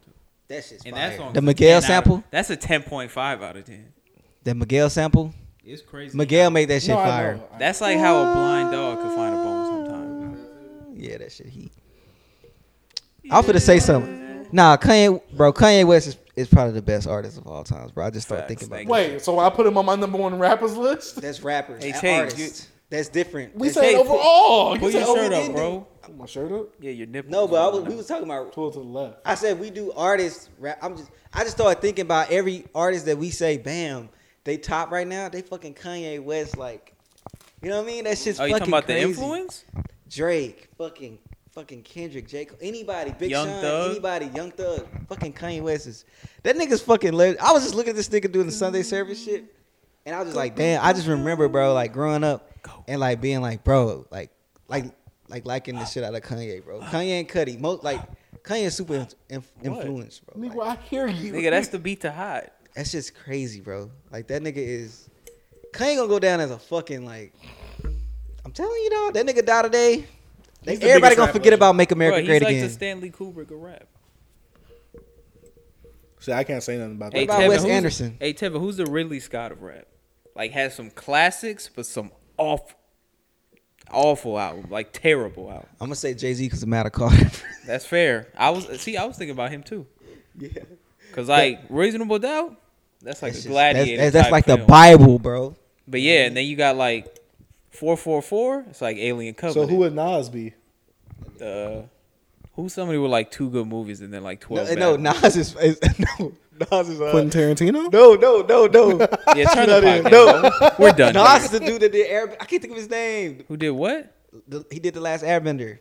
that shit's and fire. that song. The Miguel sample. That's a ten point five out of ten. The Miguel sample. It's crazy. Miguel made that shit No, I fire. know. That's like how a blind dog could find a bone sometimes. Yeah, that shit heat. I'm finna say something. Nah, Kanye, bro, Kanye West is, is probably the best artist of all times, bro. I just Facts, started thinking about thank that. Wait, so I put him on my number one rappers list. That's rappers, Hey, that Chase, artists. That's different. We That's- said hey, put- overall. You Pull said your shirt overall. up, bro. Put My shirt up. Yeah, your nipple. no, but I was, we was talking about. Pull it to the left. I said we do artists. Rap. I'm just. I just started thinking about every artist that we say, bam, they top right now. They fucking Kanye West, like, you know what I mean? That shit's Oh, you fucking talking about crazy. the influence? Drake, fucking, fucking Kendrick, J. Cole, anybody, Big Young Sean, Thug. anybody, Young Thug, fucking Kanye West is. That nigga's fucking. Lit. I was just looking at this nigga doing the Sunday service shit, and I was just like, damn. I just remember, bro, like growing up and like being like, bro, like, like, like liking the shit out of Kanye, bro. Kanye and Cudi, most like Kanye is super inf- influenced, bro. Like, Nigga, I hear you. Nigga, that's the beat to hot. that's just crazy, bro. Like that nigga is Kanye gonna go down as a fucking like. I'm telling you, dog. That nigga die today. They, the everybody biggest gonna rap forget legend. about Make America Bro, he's Great like the Again. Stanley Kubrick of rap. See, I can't say nothing about what Hey, that. about Tevin, Wes who's- Anderson? Hey Tevin, who's the Ridley Scott of rap? Like has some classics, but some off, awful album, like terrible album. I'm gonna say Jay Z because of Matt Carter. That's fair. I was see, I was thinking about him too. yeah, Cause like reasonable doubt, that's like that's, a just, that's, gladiator. that's, that's type like the film. Bible, bro. But yeah, and then you got like four four four. It's like Alien So Covenant. who would Nas be? uh, who's somebody with like two good movies and then like No, twelve? no, bad ones? Nas is, is no, Nas is uh, Quentin Tarantino? no, no, no, no. Yeah, turn the Not in. podcast. No. No, we're done. Nas is the dude that did Airbender. I can't think of his name. Who did what? The- he did the last Airbender.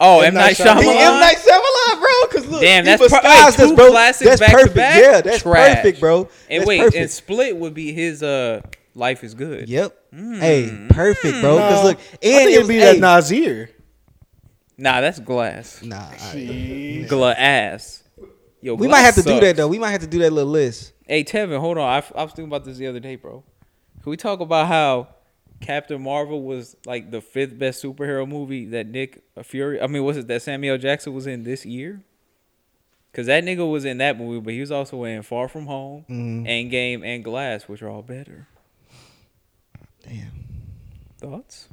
Oh, M. M Night Night Shyamalan. He M Shyamalan. Night Shyamalan, bro. Cause look, Damn, he that's per- disguised hey, us, two bro. classics that's back to perfect. back? Yeah, that's Trash. perfect, bro. And That's wait, perfect. and Split would be his. Uh, Life is good. yep. Hey, perfect, bro. Cause Mm-hmm. No. look, I and think it it'd was be hey. that Nasir. Nah, that's glass. Nah, all right. Glass. Yo, we Glass might have to do sucks. that though. We might have to do that little list. Hey, Tevin, hold on. I, I was thinking about this the other day, bro. Can we talk about how Captain Marvel was like the fifth best superhero movie that Nick Fury, I mean, was it that Samuel Jackson was in this year? Because that nigga was in that movie, but he was also in Far From Home, Mm-hmm. Endgame, and Glass, which are all better. Damn. Thoughts?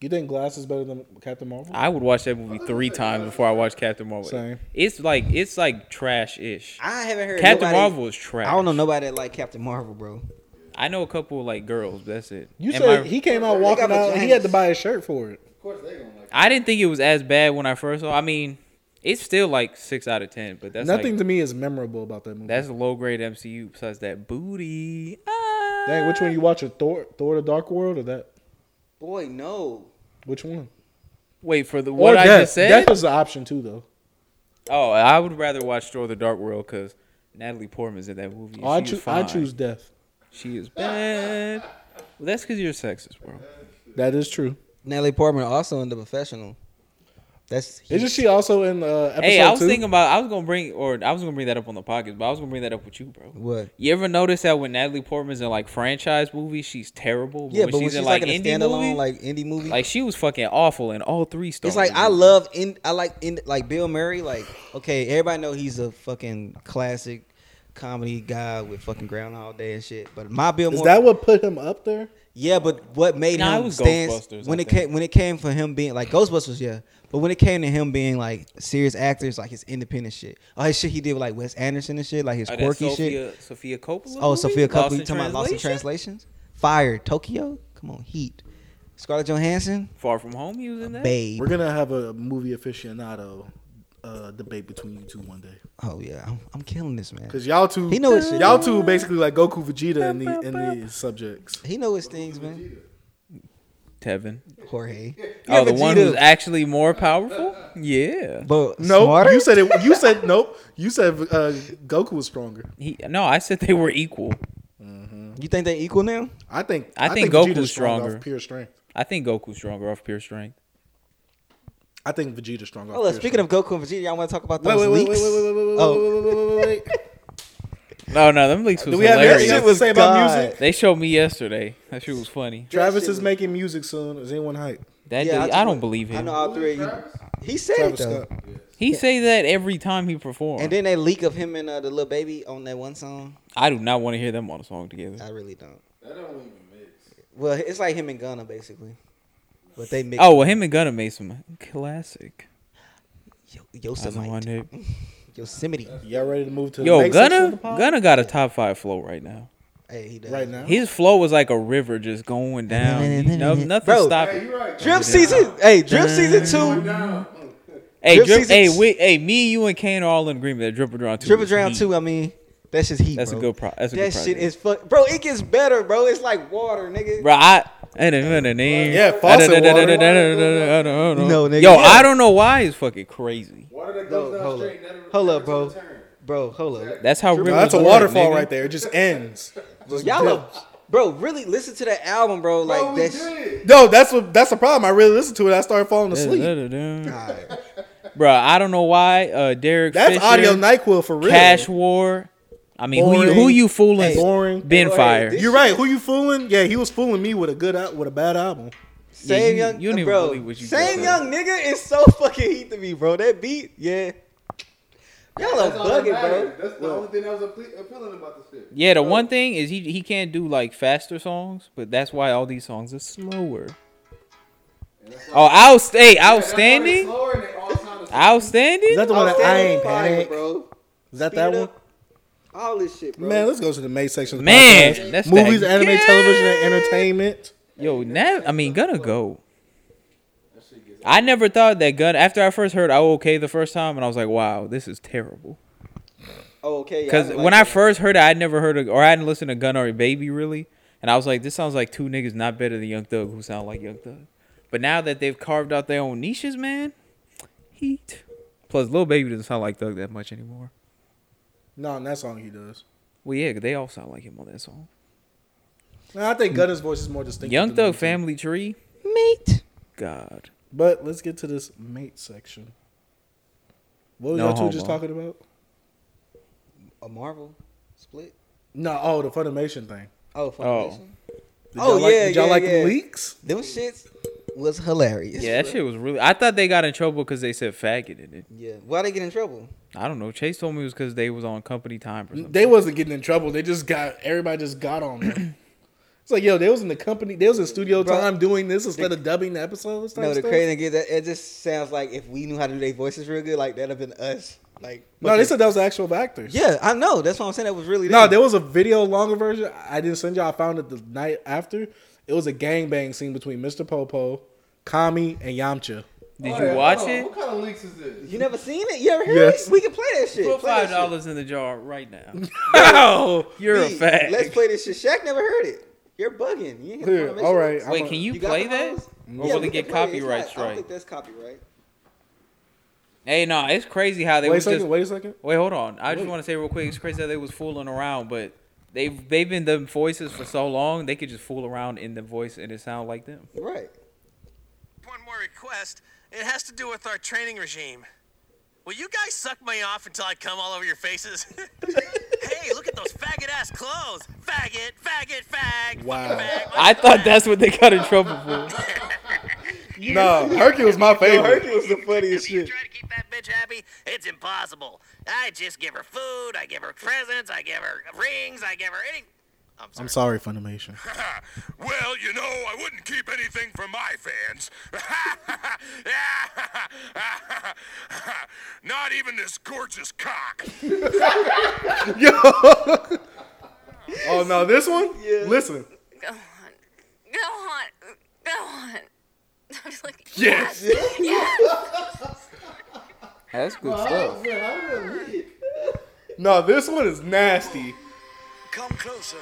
You think Glass is better than Captain Marvel? I would watch that movie three times before I watched Captain Marvel. Same. It's like it's like trash ish. I haven't heard Captain nobody- Marvel is trash. I don't know nobody that like Captain Marvel, bro. I know a couple like girls. But that's it. You And said my- he came out walking got out and he had to buy a shirt for it. Of course they gonna like. I didn't think it was as bad when I first saw. I mean, it's still like six out of ten, but that's Nothing Like, to me is memorable about that movie. that's low grade MCU. Besides that booty. Ah. Dang, which one you watch? Thor, Thor: The Dark World, or that? Boy, no. Which one? Wait for the what or I Death. just said. Death was an option too, though. oh, I would rather watch Thor: The Dark World because Natalie Portman's in that movie. Oh, I, She's choo- I fine. choose Death. She is bad. Well, that's because you're sexist, bro. That is true. Natalie Portman also in the professional. That's Isn't she also in uh, episode Hey, I was two? thinking about I was gonna bring or I was gonna bring that up on the podcast, but I was gonna bring that up with you, bro. what? You ever notice that when Natalie Portman's in like franchise movies, she's terrible. Yeah, but when she's, in like, like, in a indie standalone movies, like indie movie, Like she was fucking awful in all three stories. It's like I love in I like in like Bill Murray. Like okay, everybody know he's a fucking classic comedy guy with fucking Groundhog Day and shit. But my Bill Is Murray, that what put him up there? yeah. But what made Nah, it him was stand Ghostbusters, when I it think. came when it came for him being like Ghostbusters, yeah. But when it came to him being like serious actors, like his independent shit, all his shit he did with like Wes Anderson and shit, like his Oh, that quirky shit. Sophia, Sophia Coppola. Oh, movie? Sophia Coppola, you Lost in talking about Lost in Translation? Translations? Fire, Tokyo. Come on, Heat. Scarlett Johansson, Far from home, he was in that. babe. We're gonna have a movie aficionado uh, debate between you two one day, Oh yeah, I'm, I'm killing this man. cause y'all two, He know his shit, y'all though. two basically like Goku, Vegeta in the in these subjects. He know his things, man. Tevin. Jorge. Oh, the Vegeta. one who's actually more powerful? Yeah. But No, smarter? you said it. You said nope. You said uh, Goku was stronger. He, no, I said they were equal. You think they equal now? I think. I think Goku's strong off stronger. pure strength. I think Goku's stronger off pure strength. I think Vegeta's stronger. Oh, look, speaking of Goku and Vegeta, y'all want to talk about wait, those wait, wait, wait, leaks? wait, wait, wait, wait, Oh. wait, wait, wait, wait, wait. No, no, them leaks was Do we have anything hilarious. else shit to was say about God. music? They showed me yesterday. That shit was funny. Travis is making music soon. Is anyone hype? That Yeah, dude- I just I, don't went- believe I him. know all three of you. He said Travis it though. Scott. He say that every time he performs. And then that leak of him and uh, the little baby on that one song, I do not want to hear them on a song together. I really don't. That don't even mix. Well, it's like him and Gunna basically, but they mix. Oh well, him and Gunna made some classic. Yo- I don't want Yosemite, it. Yosemite. Y'all ready to move to the Yo, next section Gunna, of the pod? Gunna got a top five flow right now. Hey, he does. right now. His flow was like a river just going down. No, nothing Bro. stopping. Hey, you right. Drip season. Hey, drip season two. Down. Hey, Drip drip, season- hey, we, hey, me, you, and Kane are all in agreement that Dripper Drown Two. Drip is Drown heat. two. I mean, that's just heat. That's bro. a good pro. That's a That good shit project. is fuck, bro. It gets better, bro. It's like water, nigga. Bro, I. Yeah, Yeah, faucet No, nigga. Yo, Yeah. I don't know why it's fucking crazy. Water that Bro, goes down hold straight. up. never- Hold never up, bro. return. Bro, hold up. That's how rivers No, that's a work, waterfall nigga. right there. It just ends. Just Y'all, are, dips. bro, really listen to that album, bro. Like Bro, we that. Sh- did. No, that's what that's the problem. I really listened to it. I started falling asleep. Bro, I don't know why. Uh, Derek That's Fisher, audio Nyquil for real. Cash War. I mean, who you, who Boring. you fooling? Hey, boring. Ben Boy, Fire. this- You're right. Who you fooling? Yeah, he was fooling me with a good al- with a bad album. Yeah, same you- young, you don't even bro. believe what you same just young nigga is so fucking heat to me, bro. That beat, yeah. Y'all are That's all that bugging, bro. mattered. That's the only thing that was appe- appealing about this shit. Yeah, the one thing is he he can't do like faster songs, but that's why all these songs are slower. Oh, out, hey, outstanding, outstanding. Is that the one that I Outstanding ain't fire, panic? bro. Is that Speed that it one? up. All this shit, bro. Man, let's go to the main section. of the Man, podcast. that's movies, that anime, good. television, and entertainment. Yo, now I mean, gonna go. I never thought that gun. After I first heard "Oh Okay" the first time, and I was like, "Wow, this is terrible." oh, okay. yeah, Because like when I that. first heard it, I never heard of, or I hadn't listened to Gun or Baby really, and I was like, "This sounds like two niggas not better than Young Thug who sound like Young Thug." But now that they've carved out their own niches, man, heat. Plus, Lil Baby doesn't sound like Thug that much anymore. No, on that song he does. Well, yeah, 'cause they all sound like him on that song. Nah, I think Gunna's voice is more distinct. Young than Thug his. Family Tree, mate, God. But let's get to this mate section. What was No y'all two just homo. talking about? a Marvel split. No, oh, the Funimation thing. Oh, fuck Oh. that shit. Did Oh, y'all like, yeah, Did y'all yeah, like the yeah. leaks? Them shits was hilarious. Yeah, that bro. shit was really. I thought they got in trouble because they said faggot in it. Yeah. Why they get in trouble? I don't know. Chase told me it was because they was on company time or something. They wasn't getting in trouble. They just got everybody just got on them. It's like yo, they was in the company. They was in studio Bro, time doing this instead of dubbing the episodes. type No, the stuff. crazy thing is that it just sounds like if we knew how to do their voices real good, like that'd have been us. Like No, they said that was the actual actors. Yeah, I know. That's what I'm saying. That was really No, them. there was a video longer version. I didn't send y'all. I found it the night after. It was a gangbang scene between Mr. Popo, Kami, and Yamcha. Did you watch it? What kind of leaks is this? You never seen it? You ever heard Yes. it? We can play that shit. Put Play that five shit. dollars in the jar right now. Oh, You're a B, fag. Let's play this shit. Shaq never heard it. You're bugging. You ain't hit the Here, Funimation all right. ones. I'm Wait, a- can you, got play the that? ones? Or Yeah, will we it get can play It's copyright not- I don't strike? think that's copyright. Hey, no, it's crazy how they Wait a was second. just. Wait. wait a second. hold on. I just want to say real quick, it's crazy how they was fooling around, but they've they've been them voices for so long, they could just fool around in the voice and it sound like them. Right. One more request. It has to do with our training regime. Will you guys suck me off until I come all over your faces? hey, look at those faggot ass clothes. Faggot, faggot, fag. Wow. Fag, I thought that's what they got in trouble for. No, Hercules was my favorite. Hercules was the funniest If you shit. try to keep that bitch happy, it's impossible. I just give her food, I give her presents, I give her rings, I give her any. I'm sorry. I'm sorry, Funimation. Well, you know, I wouldn't keep anything from my fans. Not even this gorgeous cock. Oh no, this one. Listen, go on, go on, go on. I'm like, Yes. That's good stuff. no, this one is nasty. Come closer.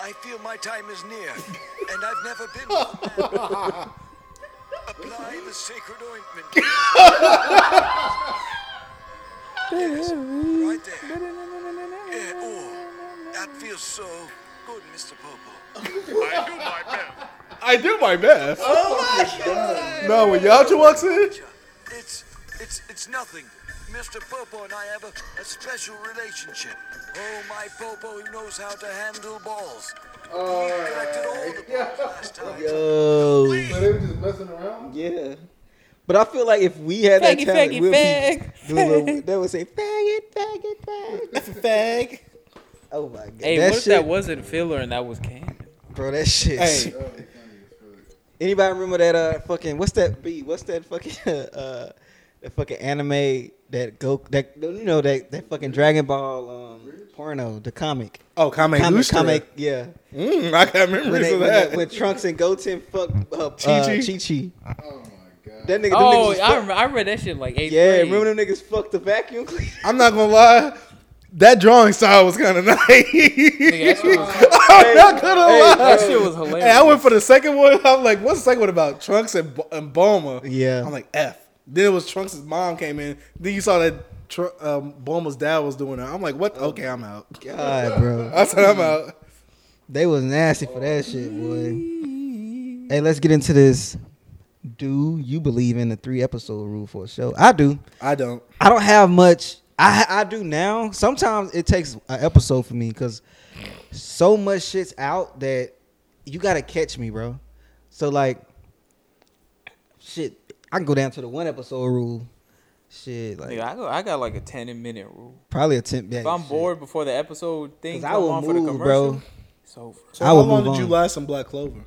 I feel my time is near, and I've never been with a man. Apply the sacred ointment. yes, right there. Yeah, oh, that feels so good, Mr. Popo. I do my best. I do my best. Oh my god. No, when Yamcha walks in, It's, it's, it's nothing. Mr. Popo and I have a, a special relationship. Oh, my Popo knows how to handle balls. He collected all the balls last time. Yo. so they were just messing Oh. around. Yeah. But I feel like if we had that Faggy, talent, faggy, we'll fag, be doing what- they would say faggot, faggot, faggot, fag. Oh my god. Hey, that what shit, if that wasn't filler and that was canon? bro? That shit. Hey. Anybody remember that uh fucking what's that B? What's that fucking uh, uh that fucking anime that go that you know that that fucking Dragon Ball um porno the comic Oh, Kame comic Rooster. comic yeah Mm, I got memories when, they, of when, that. they, when Trunks and Goten fuck up Chi uh, Chi? Chi Chi Oh my that nigga god. them niggas Oh, was I, fuck- rem- I read that shit like eighth yeah grade. remember them niggas fucked the vacuum cleaner I'm not gonna lie, that drawing style was kind of nice. I'm not gonna lie. that shit was hilarious. Hey, I went for the second one. I'm like, what's the second one about? Trunks and, B- and Bulma. Yeah. I'm like, F. Then it was Trunks' mom came in. Then you saw that Tr- um, Bulma's dad was doing it. I'm like, what? Oh. Okay, I'm out. God bro I said, I'm out. They was nasty for that shit, boy. Hey, let's get into this. Do you believe in the three episode rule for a show? I do. I don't. I don't have much. I I do now. Sometimes it takes an episode for me because so much shit's out that you gotta catch me, bro. So like, shit, I can go down to the one episode rule. Shit, like Nigga, I, go, I got like a 10 minute rule. probably a ten. If I'm bored before the episode thing because come I will on for the move, commercial, bro. it's over. So I how would long move did you on. last in Black Clover?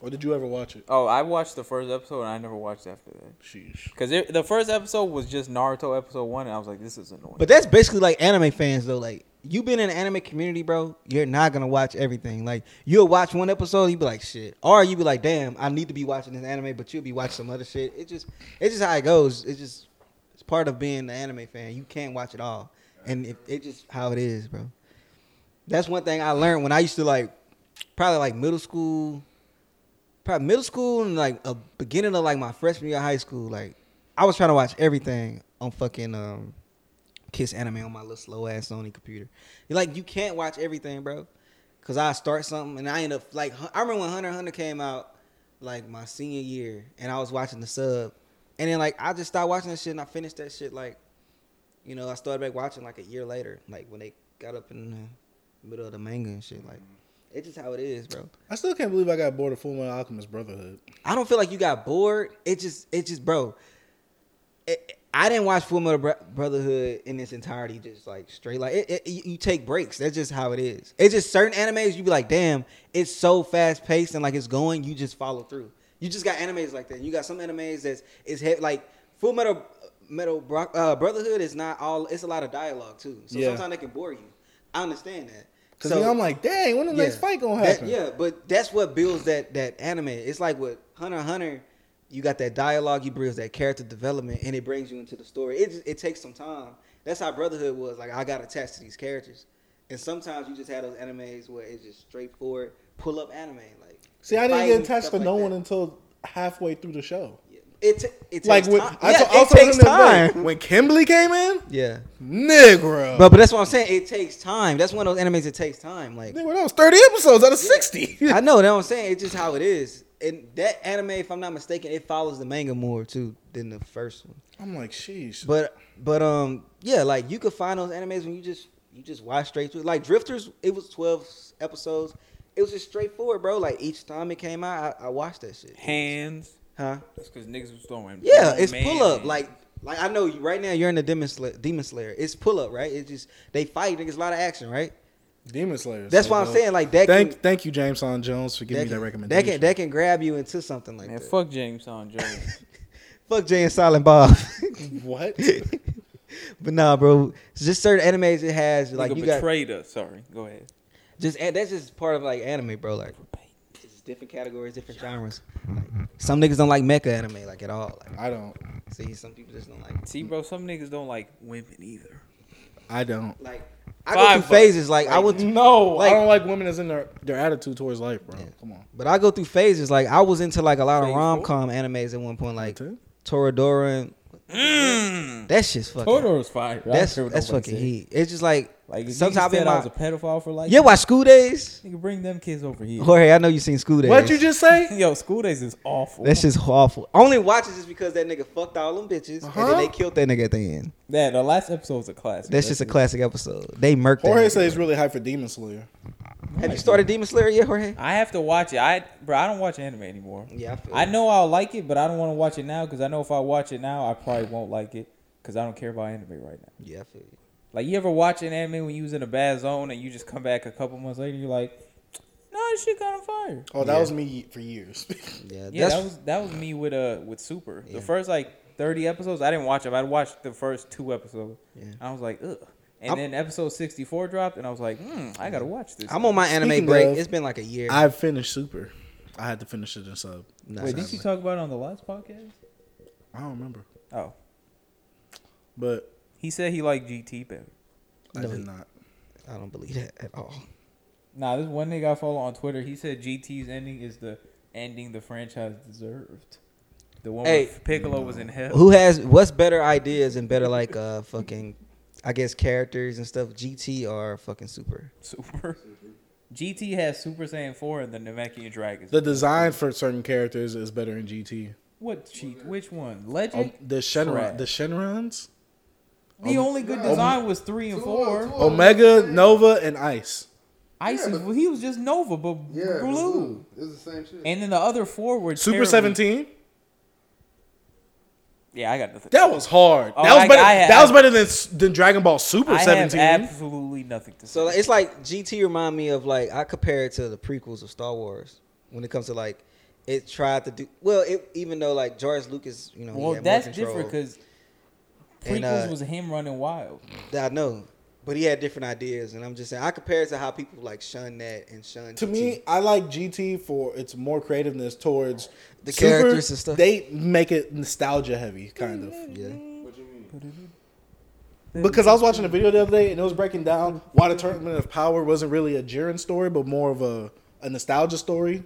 Or did you ever watch it? Oh, I watched the first episode and I never watched after that. Sheesh. Cause it, the first episode was just Naruto episode one, and I was like, "This is annoying." But that's basically like anime fans though. Like you been in the anime community, bro. You're not gonna watch everything. Like you'll watch one episode, you be like shit, or you be like, damn, I need to be watching this anime, but you'll be watching some other shit. It just, it's just how it goes. It's just, it's part of being an anime fan. You can't watch it all, and it, it just how it is, bro. That's one thing I learned when I used to like, probably like middle school, probably middle school and like a beginning of like my freshman year of high school. Like I was trying to watch everything on fucking um kiss anime on my little slow ass Sony computer. You're like you can't watch everything, bro. Cause I start something and I end up like I remember when Hunter x Hunter came out like my senior year and I was watching the sub and then like I just started watching that shit and I finished that shit like you know I started back watching like a year later like when they got up in the middle of the manga and shit like it's just how it is, bro. I still can't believe I got bored of Full Metal Alchemist Brotherhood. I don't feel like you got bored. It just, it just, bro. It, I didn't watch Full Metal Bro- Brotherhood in its entirety, just like straight. Like it, it, you you take breaks. That's just how it is. It's just certain animes you be like, damn, it's so fast paced and like it's going. You just follow through. You just got animes like that. You got some animes that's is he- like Full Metal Metal Bro- uh, Brotherhood is not all. It's a lot of dialogue too. So Yeah. sometimes they can bore you. I understand that. Because So- I'm like, dang, when the next fight gonna that- happen? yeah, but that's what builds that that anime. It's like with Hunter x Hunter, you got that dialogue, you brings that character development, and it brings you into the story. It just, it takes some time. That's how Brotherhood was. Like I got attached to these characters, and sometimes you just had those animes where it's just straightforward pull up anime. Like See, I didn't fighting, get attached stuff to like no that. one until halfway through the show. It t- it takes Like when time. I yeah, to- I it was takes telling them, time. When, when Kimberly came in, Yeah, Negro. but but that's what I'm saying. It takes time. That's one of those animes. It takes time. Like Nigga, that was 30 episodes out of 60. I know that's what I'm saying. It's just how it is. And that anime, if I'm not mistaken, it follows the manga more too than the first one. I'm like, sheesh. But but um yeah, like you could find those animes when you just you just watch straight through. Like Drifters, it was twelve episodes. It was just straightforward, bro. Like each time it came out, I, I watched that shit. hands, Huh? that's because niggas was throwing. Yeah, it's oh, man. pull up. Like like I know you, right now you're in the Demon Slayer, Demon Slayer. It's pull up, right? It's just they fight. There's a lot of action, right? Demon Slayer. is That's so why I'm dope. saying like that. Thank, can, thank you, James on Jones, for giving that, me that can, recommendation. can that can grab you into something like man, that. fuck James on Jones. Fuck Jay and Silent Bob. what? but nah, bro. It's just certain animes it has like Nigga you got betrayed us. Sorry, go ahead. Just a- that's just part of like anime, bro. Like it's just different categories, different genres. Like, some niggas don't like mecha anime like at all. Like I don't. see, some people just don't like. See, bro, some niggas don't like women either. I don't. Like I Five go through phases. Like I went, through, No, Like- I don't like women as in their, their attitude towards life, bro. Come on. but I go through phases. Like I was into like a lot of Phase four? rom com animes at one point, like Two? Toradora and Mm. that shit's fucking. Hodor's fire. That's that's fucking heat. It's just like, Like sometimes sometimes in I my- was a pedophile for life. yeah, watch School Days. Nigga, bring them kids over here. Jorge, I know you seen School Days. What'd you just say? Yo, school days is awful. That's just awful. Only watches is because that nigga fucked all them bitches and Uh-huh. then they killed that nigga at the end. yeah, the last episode was a classic. That's just a classic episode. They murked that. Jorge nigga. says he's really hyped for Demon Slayer. Have you started Demon Slayer yet, Jorge? I have to watch it. I bro, I don't watch anime anymore. Yeah, I feel I know I'll like it, but I don't want to watch it now because I know if I watch it now, I probably won't like it because I don't care about anime right now. Yeah, I feel you. Like you ever watch an anime when you was in a bad zone and you just come back a couple months later, you're like, no, this shit got on fire. Oh, that was me for years. Yeah, Yeah, that's, that was that was me with uh with Super. The first like thirty episodes, I didn't watch them. I watched the first two episodes. Yeah. I was like, ugh. And I'm- then episode sixty four dropped, and I was like, hmm, I gotta watch this. I'm on my anime Speaking break. of- it's been like a year. I finished Super. I had to finish it in sub. Nah, Wait, nah, did you talk about it on the last podcast? I don't remember, Oh, but he said he liked GT better. I No, did he- not. I don't believe that at all. Nah, this one nigga I follow on Twitter, he said GT's ending is the ending the franchise deserved. The one Hey. where Piccolo was in hell. Who has what's better ideas and better like uh fucking I guess characters and stuff? GT or fucking Super? Super. GT has Super Saiyan 4 and the Namekian Dragons. The design for certain characters is better in GT. what cheat? Which one? Oh, Legend? the Shenron, Correct. the Shenrons, the only good design was 3 and 4. Omega, Nova, and Ice. Ice Yeah, is, but- well, he was just Nova, but Yeah, but blue. blue. It's the same shit. And then the other four were Super terrible. Seventeen. Yeah, I got nothing. That was hard. Oh, that was I- better. I have- that was better than s- than Dragon Ball Super I have Seventeen. absolutely nothing to say. So like, it's like GT remind me of like I compare it to the prequels of Star Wars when it comes to like it tried to do well. It even though like George Lucas, you know, he well, had more that's control. different because And, prequels uh, was him running wild. I know, but he had different ideas, and I'm just saying I compare it to how people like shun that and shun to GT. me, I like GT for its more creativeness towards The characters and stuff. They make it nostalgia heavy, kind of. yeah, Because I was watching a video the other day and it was breaking down why the Tournament of Power wasn't really a Jiren story, but more of a, a nostalgia story.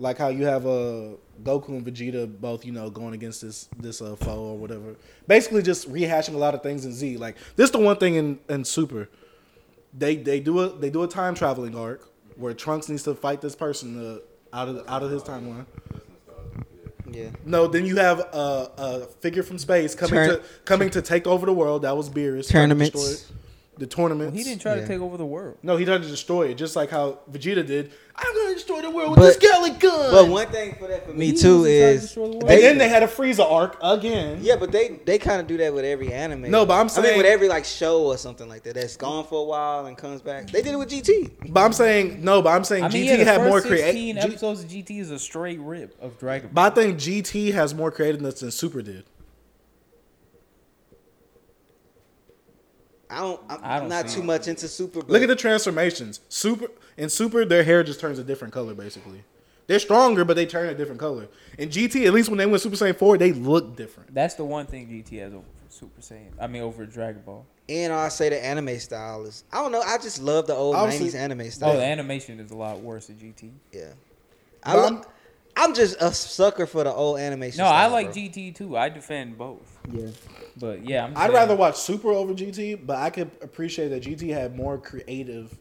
Like how you have uh, Goku and Vegeta both, you know, going against this this uh, foe or whatever. Basically, just rehashing a lot of things in Z. Like this, the one thing in, in Super, they they do a they do a time traveling arc where Trunks needs to fight this person uh, out of out of his timeline. yeah. No, then you have a, a figure from space coming Turn- to coming to take over the world. That was Beerus. trying to Tournaments. destroy it. The tournaments. He didn't try Yeah. to take over the world. No, he tried to destroy it, just like how Vegeta did. I'm gonna destroy the world But- with this Gallic gun. But one thing for that for me He too was inside to is destroy the world. and then they had a Frieza arc again. yeah, but they they kind of do that with every anime. No, but I'm I mean saying- with every like show or something like that that's gone for a while and comes back. They did it with GT. But I'm saying no. But I'm saying I GT mean, yeah, the had first more 16 creative. episodes of GT is a straight rip of Dragon Ball. but I think GT has more creativeness than Super did. I don't. I'm, I I'm don't not see too it. much into Super. But Look at the transformations. Super in Super, their hair just turns a different color. Basically, they're stronger, but they turn a different color. In GT, at least when they went Super Saiyan four, they look different. That's the one thing GT has over Super Saiyan. I mean, over Dragon Ball. and I say the anime style is. I don't know. I just love the old Obviously- '90s anime style. Oh, the animation is a lot worse than GT. yeah. I lo- I'm- I'm just a sucker for the old animation. No, I style, like bro. GT too. I defend both. Yeah. But yeah, I'm I'd saying- rather watch Super over GT, but I could appreciate that GT had more creative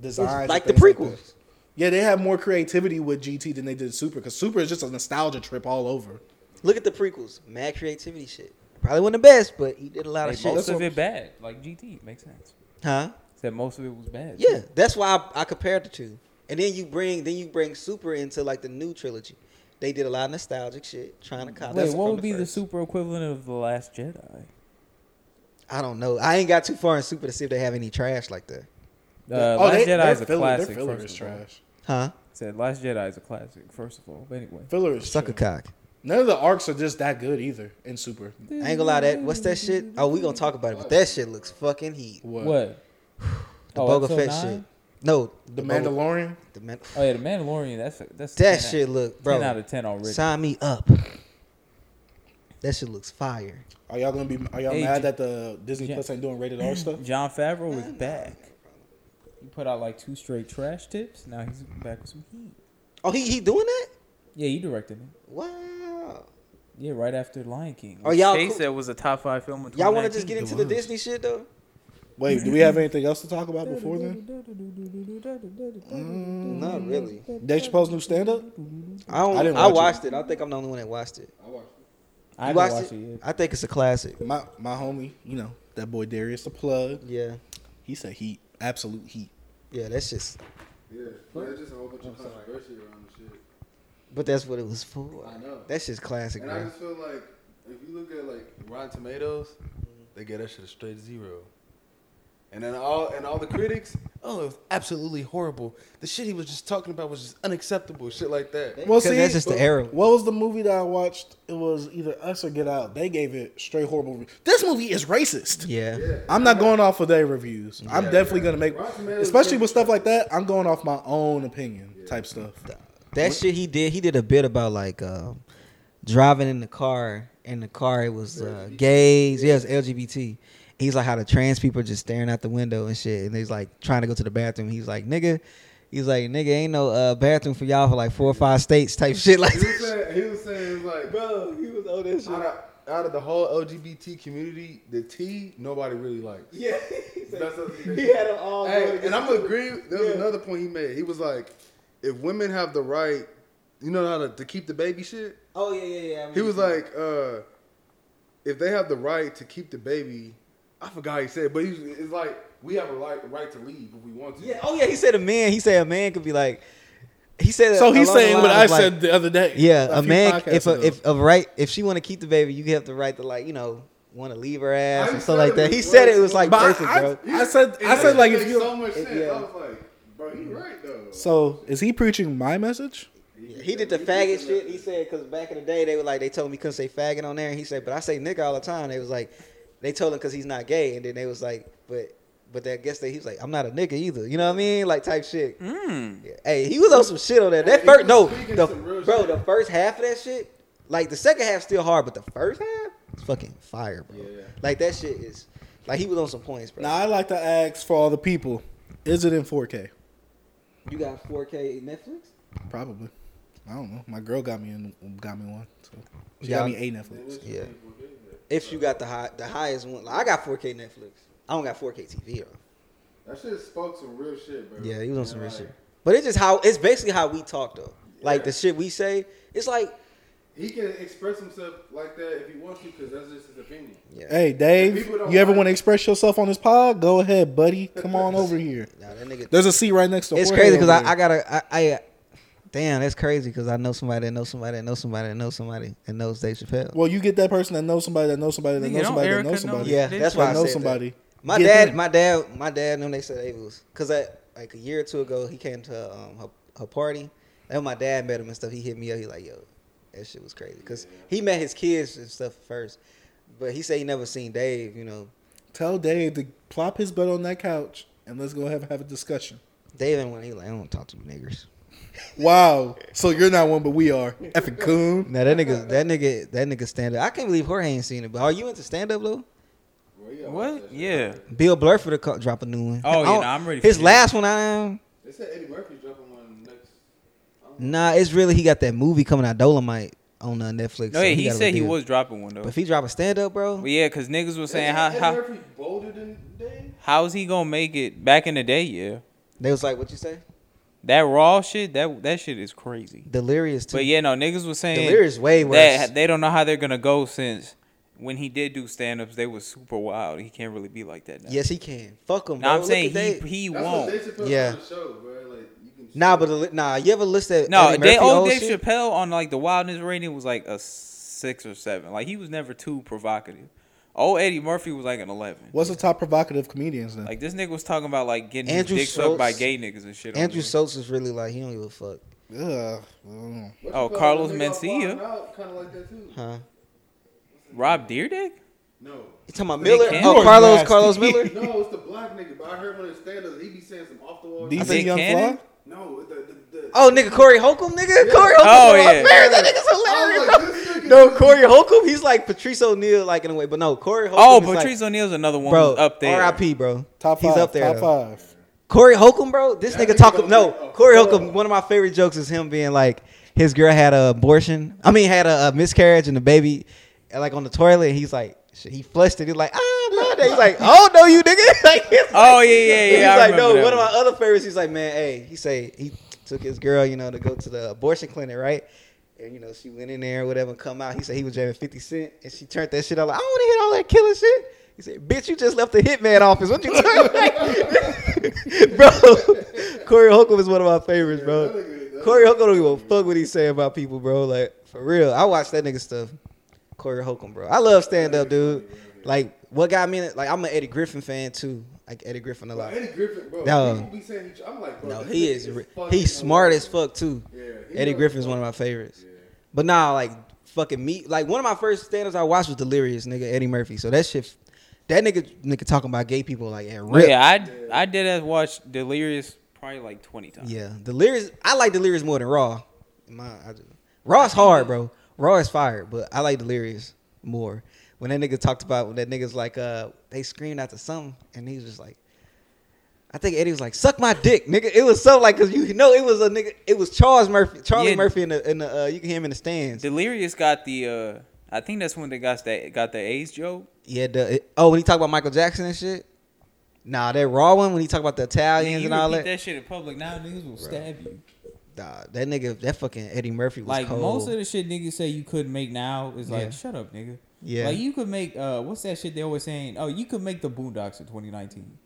designs, Like the and things that. prequels. yeah, they had more creativity with GT than they did Super because Super is just a nostalgia trip all over. Look at the prequels. Mad creativity shit. Probably wasn't the best, but he did a lot Hey, of shit. most of it bad. Like GT makes sense. Huh? Said most of it was bad. Yeah. That's why I, I compared the two. And then you bring then you bring Super into like the new trilogy. They did a lot of nostalgic shit, trying to copy. Wait, from what would be the first. super equivalent of the Last Jedi? Uh, I don't know. I ain't got too far in Super to see if they have any trash like that. Uh, Last Oh, they- Jedi their is a filler- classic. Their filler first is of all. trash. Huh? Said Last Jedi is a classic. First of all, but anyway. Filler is Sucker trash. cock. None of the arcs are just that good either in Super. I ain't gonna lie, that what's that shit? Oh, we gonna talk about it, but that shit looks fucking heat. What? The Oh, Boba episode Fett nine? shit. No, Oh. The Boba- Mandalorian. The Man- Oh yeah, the Mandalorian. That's a, that's a 10 that out- shit look, Ten out bro. of ten already. Sign me up. That shit looks fire. Are y'all gonna be? Are y'all Hey, mad J- that the Disney Yeah. Plus ain't doing rated R stuff? John Favreau is back. He put out like two straight trash tips. Now he's back with some heat. Oh, he he doing that? Yeah, he directed it. Wow. Yeah, right after Lion King. Oh y'all, Chase cool. said was a top five film. Of y'all want to just 2019. get into the Disney shit though? Wait, do we have anything else to talk about before then? Not Mm. really. Dave Chappelle's new stand up? I don't. I I, didn't watch it. watched it. I think I'm the only one that watched it. I You haven't watched watched it? it yet. I think it's a classic. My my homie, you know, that boy Darius the plug. Yeah. He said heat. Absolute heat. Yeah. That's just. Yeah, there's just a whole bunch of controversy around the shit. But that's what it was for. I know. That's just classic, And I bro. just feel like if you look at like Rotten Tomatoes, they get that shit a straight zero. And then all and all the critics, oh, it was absolutely horrible. The shit he was just talking about was just unacceptable, shit like that. Well, 'Cause that's just the era. What was the movie that I watched? It was either Us or Get Out. They gave it straight horrible. Re- this movie is racist. Yeah. I'm not going off of their reviews. I'm definitely gonna make, Rotten Tomatoes especially is- with stuff like that. I'm going off my own opinion type stuff. That shit he did. He did a bit about like um, driving in the car. In the car, it was uh, gays. Yes, LGBT. He's like how the trans people just staring out the window and shit. And he's like trying to go to the bathroom. He's like nigga. He's like nigga. Ain't no uh, bathroom for y'all for like four or five states type shit like. He was saying, he was saying it was like, bro, he was on that shit. Out of, out of the whole LGBT community, the T nobody really likes. Yeah, that's what he said. had them all. Hey, and I'm agree. There was another point he made. He was like, if women have the right, you know how to, to keep the baby shit. Oh yeah, yeah, yeah. I mean, He was like, uh, if they have the right to keep the baby, I forgot how he said, it, but he was, it's like we have a right, right to leave if we want to. yeah. Oh yeah, he said a man. He said a man could be like. He said. So he's along the saying what I lines of, like, said the other day. Yeah, a few man podcasts if a, ago. if a right if she want to keep the baby, you have the right to like you know want to leave her ass I and stuff said like it that. He was said worse. it was like But perfect, I, bro. I said It I said just like makes if you so much sense. yeah. I was like, bro, you right though. so is he preaching my message? He did the faggot shit. He said because back in the day they were like they told me couldn't say faggot on there, and he said but I say nigga all the time. They was like they told him because he's not gay, and then they was like but. But that guess that he was like, I'm not a nigga either. You know what I mean? Like type shit. Yeah. Hey, he was on some shit on that. That Hey, he first was no, speaking the, some real bro, shit. the first half of that shit, like the second half still hard, but the first half, it's fucking fire, bro. Yeah. Like that shit is, like he was on some points, bro. Now I like to ask for all the people: Is it in 4K? You got 4K Netflix? Probably. I don't know. My girl got me in, got me one. So she Yeah. got me a Netflix. Yeah. If you got the high, the highest one, like I got 4K Netflix. I don't got 4K TV though. That shit spoke some real shit, bro. Yeah, he was on And some real like, shit. But it's just how it's basically how we talk though. Like the shit we say, it's like He can express himself like that if he wants to, because that's just his opinion. Hey Dave, People don't you ever like- want to express yourself on this pod? Go ahead, buddy. Come on over here. nah, that nigga. There's a seat right next to. It's Jorge crazy because over I, I there. gotta I, I damn that's crazy because I know somebody that knows somebody that knows somebody that knows somebody that knows Dave Chappelle. Well, you get that person that knows somebody that knows somebody that Nigga, knows don't somebody that Erica knows know somebody. yeah, Dave that's why I that knows said somebody. That. My Get dad, them. my dad, my dad knew they said they was because like a year or two ago he came to um, her, her party. And my dad met him and stuff. He hit me up. He like, yo, that shit was crazy because he met his kids and stuff first, but he said he never seen Dave. You know, Tell Dave to plop his butt on that couch and let's go have have a discussion. Dave and when he like, I don't wanna talk to you niggers. Wow. So you're not one, but we are. Effing coon. Now that nigga, that nigga, that nigga stand up. I can't believe Jorge ain't seen it. But are you into stand up, Lou? Bro, yeah. What? Yeah. Bill Blurford will co- drop a new one. Oh, yeah, I don't- nah, I'm ready for His that. last one, I am. They said Eddie Murphy's dropping one next. Nah, it's really he got that movie coming out, Dolomite, on uh, Netflix. No, so yeah, he got a said he deal. was dropping one though. But if he drop a stand up, bro, Well, yeah, cause niggas was saying how Eddie how Murphy bolder than Dave. how's he gonna make it back in the day? Yeah, they was like, "What you say?" that raw shit that that shit is crazy. Delirious too. But yeah, no niggas was saying Delirious way worse. that they don't know how they're gonna go since when he did do stand ups, they was super wild. He can't really be like that now. yes, he can. Fuck him. no, I'm bro. Look saying at he that. he That's what Dave won't. Chappelle Yeah. yeah. on the show, bro. Like you can. Nah, but deli- nah, you ever list that? No, Eddie they Murphy old old Dave shit? Chappelle on like the wildness rating was like a six or seven. Like he was never too provocative. Old Eddie Murphy was like an eleven. What's the top provocative comedians then? Like this nigga was talking about like getting his Andrew dick sucked by Schultz- gay niggas and shit. on Andrew there. Schultz is really like he don't give a fuck, Ugh. I don't know. What you Oh, call Carlos the nigga off Mencia. Wild 'N Out, Kinda like that too. huh? Rob Deerdick? No. You talking about Miller? Cam? Oh, You're Carlos, Carlos Miller. No, it's the black nigga, but I heard one of his stand ups, he be saying some off the wall. These Big Young Cannon? Fly? No, the. the, the Oh, nigga, Corey Holcomb, nigga. Corey Holcomb. Oh, from Lost yeah. Bears. That nigga's hilarious. I was like, this nigga- No, Corey Holcomb, he's like Patrice O'Neal, like in a way, but no, Corey Holcomb. Oh, is like- Patrice O'Neal's another one bro, who's up there. R.I.P. Bro, Top five. he's up there. Top though. five. Corey Holcomb, bro. This That nigga nigga talk. don't No, get a Corey fuck. Holcomb. One of my favorite jokes is him being like, his girl had an abortion. I mean, had a, a miscarriage and the baby, uh, like on the toilet. And he's like, shit, he flushed it. He's like, ah, my dad." He's like, oh no, you nigga. like, he's Oh like- yeah, yeah, yeah. He's I like, no. remember One that of one. my other favorites. He's like, man, hey. He say he took his girl, you know, to go to the abortion clinic, right? And you know, she went in there, or whatever, and come out. He said he was jamming Fifty Cent, and she turned that shit out like, I want to hit all that killer shit. He said, bitch, you just left the hitman office. What you talking about? bro, Corey Holcomb is one of my favorites, bro. Corey Holcomb don't give a fuck what he's saying about people, bro. Like, for real. I watch that nigga stuff. Corey Holcomb, bro. I love stand up, dude. Like, what got me in it? Like, I'm an Eddie Griffin fan, too. Like, Eddie Griffin a lot. Eddie Griffin, bro. Oh. No. People be saying he, I'm like, bro, No, this he nigga is. ri- fucking He's smart as hilarious. fuck too. Yeah, he Eddie knows. Griffin's one of my favorites. But nah, like fucking me. Like one of my first stand-ups I watched was Delirious, nigga Eddie Murphy. So that shit, that nigga, nigga talking about gay people like at rip. Yeah, I I did as watch Delirious probably like twenty times. Yeah, Delirious. I like Delirious more than Raw. My, I just, Raw's hard, bro. Raw is fire, but I like Delirious more. When that nigga talked about when that nigga's like, uh, they screamed out to something, and he was just like, I think Eddie was like, "Suck my dick, nigga." It was so like, cause you know, it was a nigga. It was Charles Murphy, Charlie Yeah. Murphy in the in the. Uh, you can hear him in the stands. Delirious got the. uh I think that's when they got that got the AIDS joke. Yeah. The, it- oh, when he talked about Michael Jackson and shit. Nah, that Raw one when he talked about the Italians you and all repeat that. that. shit in public now, niggas will stab you. Nah, that nigga, that fucking Eddie Murphy was Like cold. most of the shit niggas say you couldn't make now is like Yeah. shut up, nigga. Yeah. Like you could make uh what's that shit they always saying? Oh, you could make the Boondocks in 2019,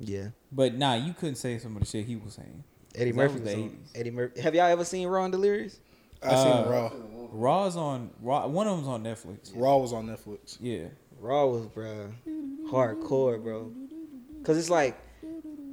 yeah. but nah, you couldn't say some of the shit he was saying. Eddie That Murphy. was the was on- 80s. Eddie Murphy. Have y'all ever seen Raw and Delirious? I seen Raw. Raw's on Raw. One of them's on Netflix. Raw was on Netflix. Yeah. Raw was, bro, hardcore, bro. Cause it's like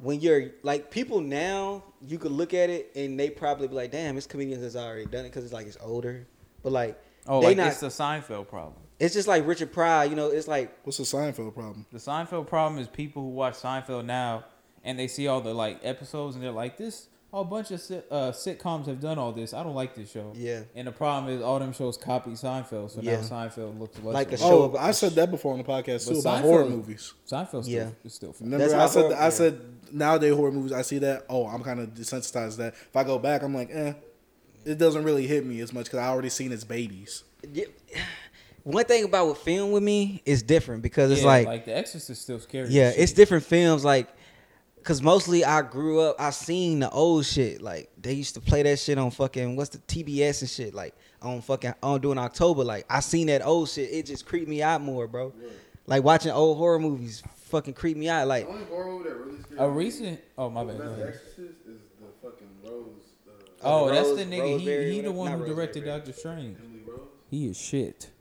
when you're like people now, you could look at it and they probably be like, "Damn, this comedian has already done it." Cause it's like it's older, but like Oh, they like not. it's the Seinfeld problem. it's just like Richard Pryor, you know. It's like What's the Seinfeld problem? The Seinfeld problem is people who watch Seinfeld now and they see all the like episodes and they're like, this a bunch of sit- uh, sitcoms have done all this. I don't like this show. Yeah. And the problem is all them shows copy Seinfeld, so Yeah. now Seinfeld looks Like like a sh- Show Oh, about- I said that before on the podcast But too about Seinfeld- horror movies. Seinfeld. Still, Yeah. is still fun. Remember, That's I how said horror- I said nowadays horror movies. I see that. Oh, I'm kind of desensitized to that. If I go back, I'm like, eh, it doesn't really hit me as much because I already seen its babies. yeah. one thing about with film with me is different because it's Yeah, like, The Exorcist is still scary. as yeah, shit. it's different films like. Cause mostly I grew up, I seen the old shit. Like they used to play that shit on fucking what's the TBS and shit. Like on fucking on during October. Like I seen that old shit. It just creeped me out more, bro. Like watching old horror movies fucking creep me out. Like The only horror movie that really scared A me recent. Oh my bad. besides go The ahead. Exorcist is the fucking Rose, the Oh, Rose- that's the nigga. Rosemary, he he the whatever- one not who directed Rosemary. Doctor Strange. Emily Rose. He is shit.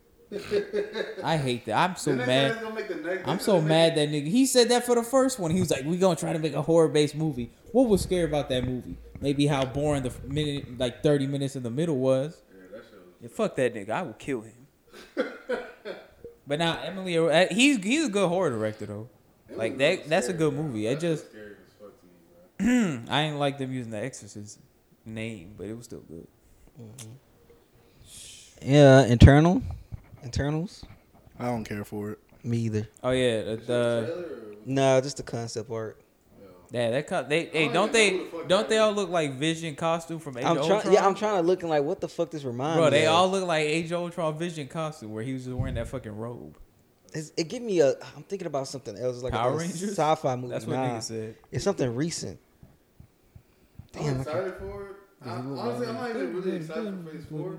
I hate that. I'm so Then they said it's mad. gonna make the next- I'm so mad that nigga. He said that for the first one. He was like, "We gonna try to make a horror based movie." What was scary about that movie? Maybe how boring the minute, like thirty minutes in the middle was. Yeah, fuck that nigga. I will kill him. but now Emily, uh, he's he's a good horror director though. Like that, that's a good movie. I just, Scary as fuck to me, bro. I ain't like them using the Exorcist name, but it was still good. yeah, internal, internals. I don't care for it. Me either. Oh yeah, the, the Nah, just the concept art. yeah that co- they hey don't don't they even know who the don't fuck that they is. all look like Vision costume from Age I'm of trying. Ultron? Yeah, I'm trying to look and like what the fuck this reminds Bro, me. they of. all look like Age of Ultron Vision costume where he was just wearing that fucking robe. It's, it give me a. I'm thinking about something else. It's like Power a Rangers? sci-fi movie. That's what nah. niggas said. It's something recent. Damn, I I'm can't- excited for it. I, honestly, I'm not even really excited for Phase Four.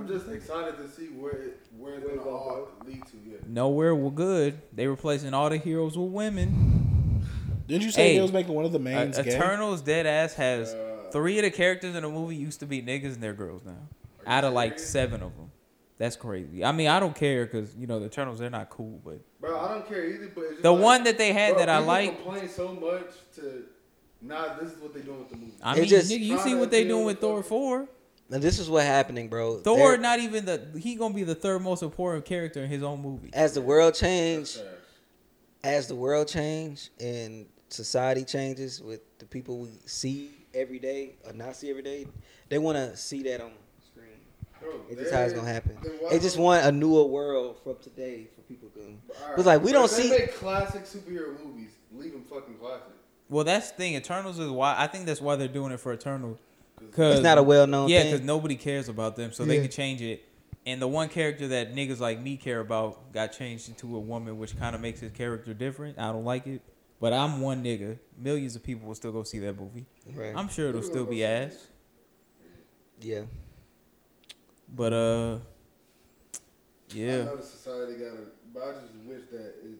I'm just excited to see where it, where it's gonna all lead to. Yeah. Nowhere were good. They replacing all the heroes with women. Didn't you say Hey, they was making one of the E- mains gay? Eternals dead ass has Uh, three of the characters in the movie used to be niggas and they're girls now. Out of like seven of them. That's crazy. I mean, I don't care because you know the Eternals they're not cool, but Bro, I don't care either. But it's just the like- one that they had bro, that I people like. Complain so much to, nah, this is what they doing with the movie. I It mean, just- nigga, you see what they doing with Thor four? Now this is what happening, bro. Thor, There- not even the he gonna be the third most important character in his own movie. as the world change, as the world change and society changes with the people we see every day or not see every day, they want to see that on screen. It's just how it's gonna happen. They just want a newer world from today for people. To, All right. It's like, we don't If they see- make classic superhero movies. Leave them fucking classic. Well, that's the thing. Eternals is why I think that's why they're doing it for Eternals. Cause, it's not a well-known yeah, because thing. nobody cares about them, so they can change it. And the one character that niggas like me care about got changed into a woman, which kind of makes his character different. I don't like it, but I'm one nigga. Millions of people will still go see that movie. Right. I'm sure it'll still be ass, yeah. but uh, I yeah. know the society got to, but I just wish that it,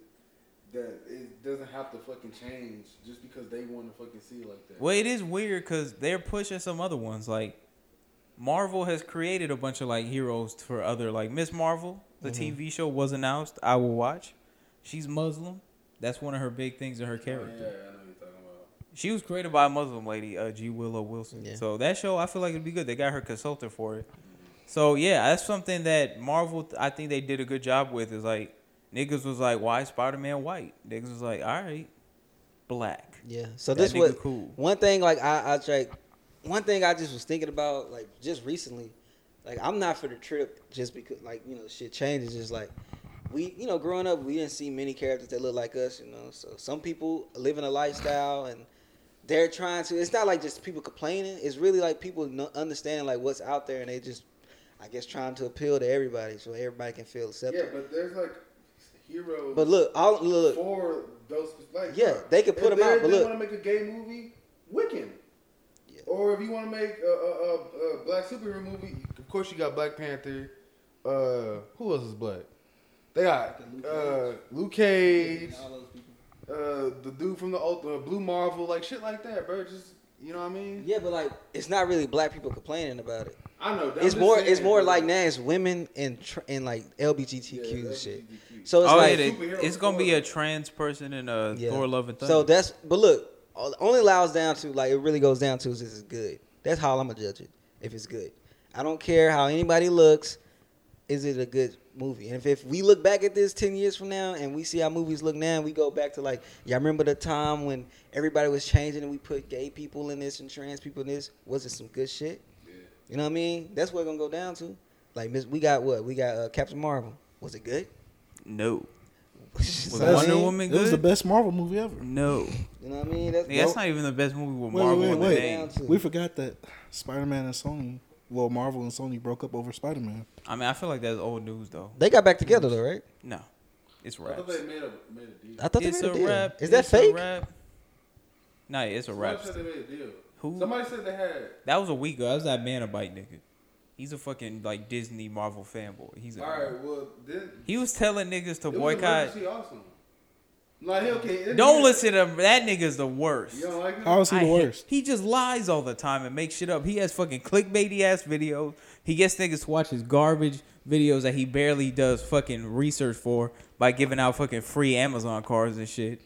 that it doesn't have to fucking change just because they want to fucking see it like that. Well, it is weird because they're pushing some other ones. Like Marvel has created a bunch of like heroes for other like Miss Marvel. The TV show was announced. I will watch. She's Muslim. That's one of her big things in her character. Yeah, I know what you're talking about. She was created by a Muslim lady, uh, G. Willow Wilson. Yeah. So that show, I feel like it'd be good. They got her consultant for it. So yeah, that's something that Marvel, I think they did a good job with. Is like niggas was like, why Spider Man white? Niggas was like, all right, black. Yeah. So That this nigga was cool. one thing. Like I, I like one thing I just was thinking about like just recently. Like I'm not for the trip just because like you know shit changes. Just like we you know growing up we didn't see many characters that look like us. You know, so some people living a lifestyle and they're trying to. It's not like just people complaining. It's really like people no, understanding like what's out there and they just. I guess trying to appeal to everybody so everybody can feel accepted. Yeah, but there's like heroes. but look, all look, for those like Yeah, bro, they could put if 'em out, they're- but they look. want to make a gay movie, Wiccan. Yeah. Or if you want to make a, a, a, a black superhero movie, of course you got Black Panther. Uh, who else is black? They got uh, Luke Cage, uh, the dude from the old, uh, Blue Marvel, like shit like that, bro. Just you know what I mean? yeah, but like it's not really black people complaining about it. I know. I'm it's just more. saying, it's more bro. like now it's women and tr- and like LGBTQ Yeah, shit. LGBTQ. So it's oh, like yeah, they- Superhero it's gonna be Thor. a trans person in a yeah. Thor Love and Thunder. So that's but look, all, only allows down to like it really goes down to is it's good. That's how I'm gonna judge it. If it's good, I don't care how anybody looks. Is it a good movie? And if, if we look back at this ten years from now and we see how movies look now, and we go back to like y'all remember the time when everybody was changing and we put gay people in this and trans people in this. Was it some good shit? You know what I mean? That's what it's gonna go down to. Like Miss, we got what we got. Uh, Captain Marvel. Was it good? no, was Was Wonder Woman It was the good? best Marvel movie ever. no. You know what I mean? That's, Yeah, that's not even the best movie with Wait, Marvel wait, in the wait. name. We forgot that Spider-Man and Sony, well, Marvel and Sony broke up over Spider-Man. I mean, I feel like that's old news though. They got back together though, right? No, it's I thought raps. they made a made a deal. I thought It's they a made a deal. rap. Is that it's a fake? rap. No, it's a Somebody rap. said they made a deal. Who? Somebody said they had. That was a week ago. That was that Manabite nigga. He's a fucking like Disney Marvel fanboy. He's a, All right, well then. he was telling niggas to It was boycott. emergency Awesome. Like, hell, okay, it- Don't listen to him. That nigga's the worst. You don't like it? How is he I the hate- worst? he just lies all the time and makes shit up. He has fucking clickbaity ass videos. He gets niggas to watch his garbage videos that he barely does fucking research for by giving out fucking free Amazon cards and shit.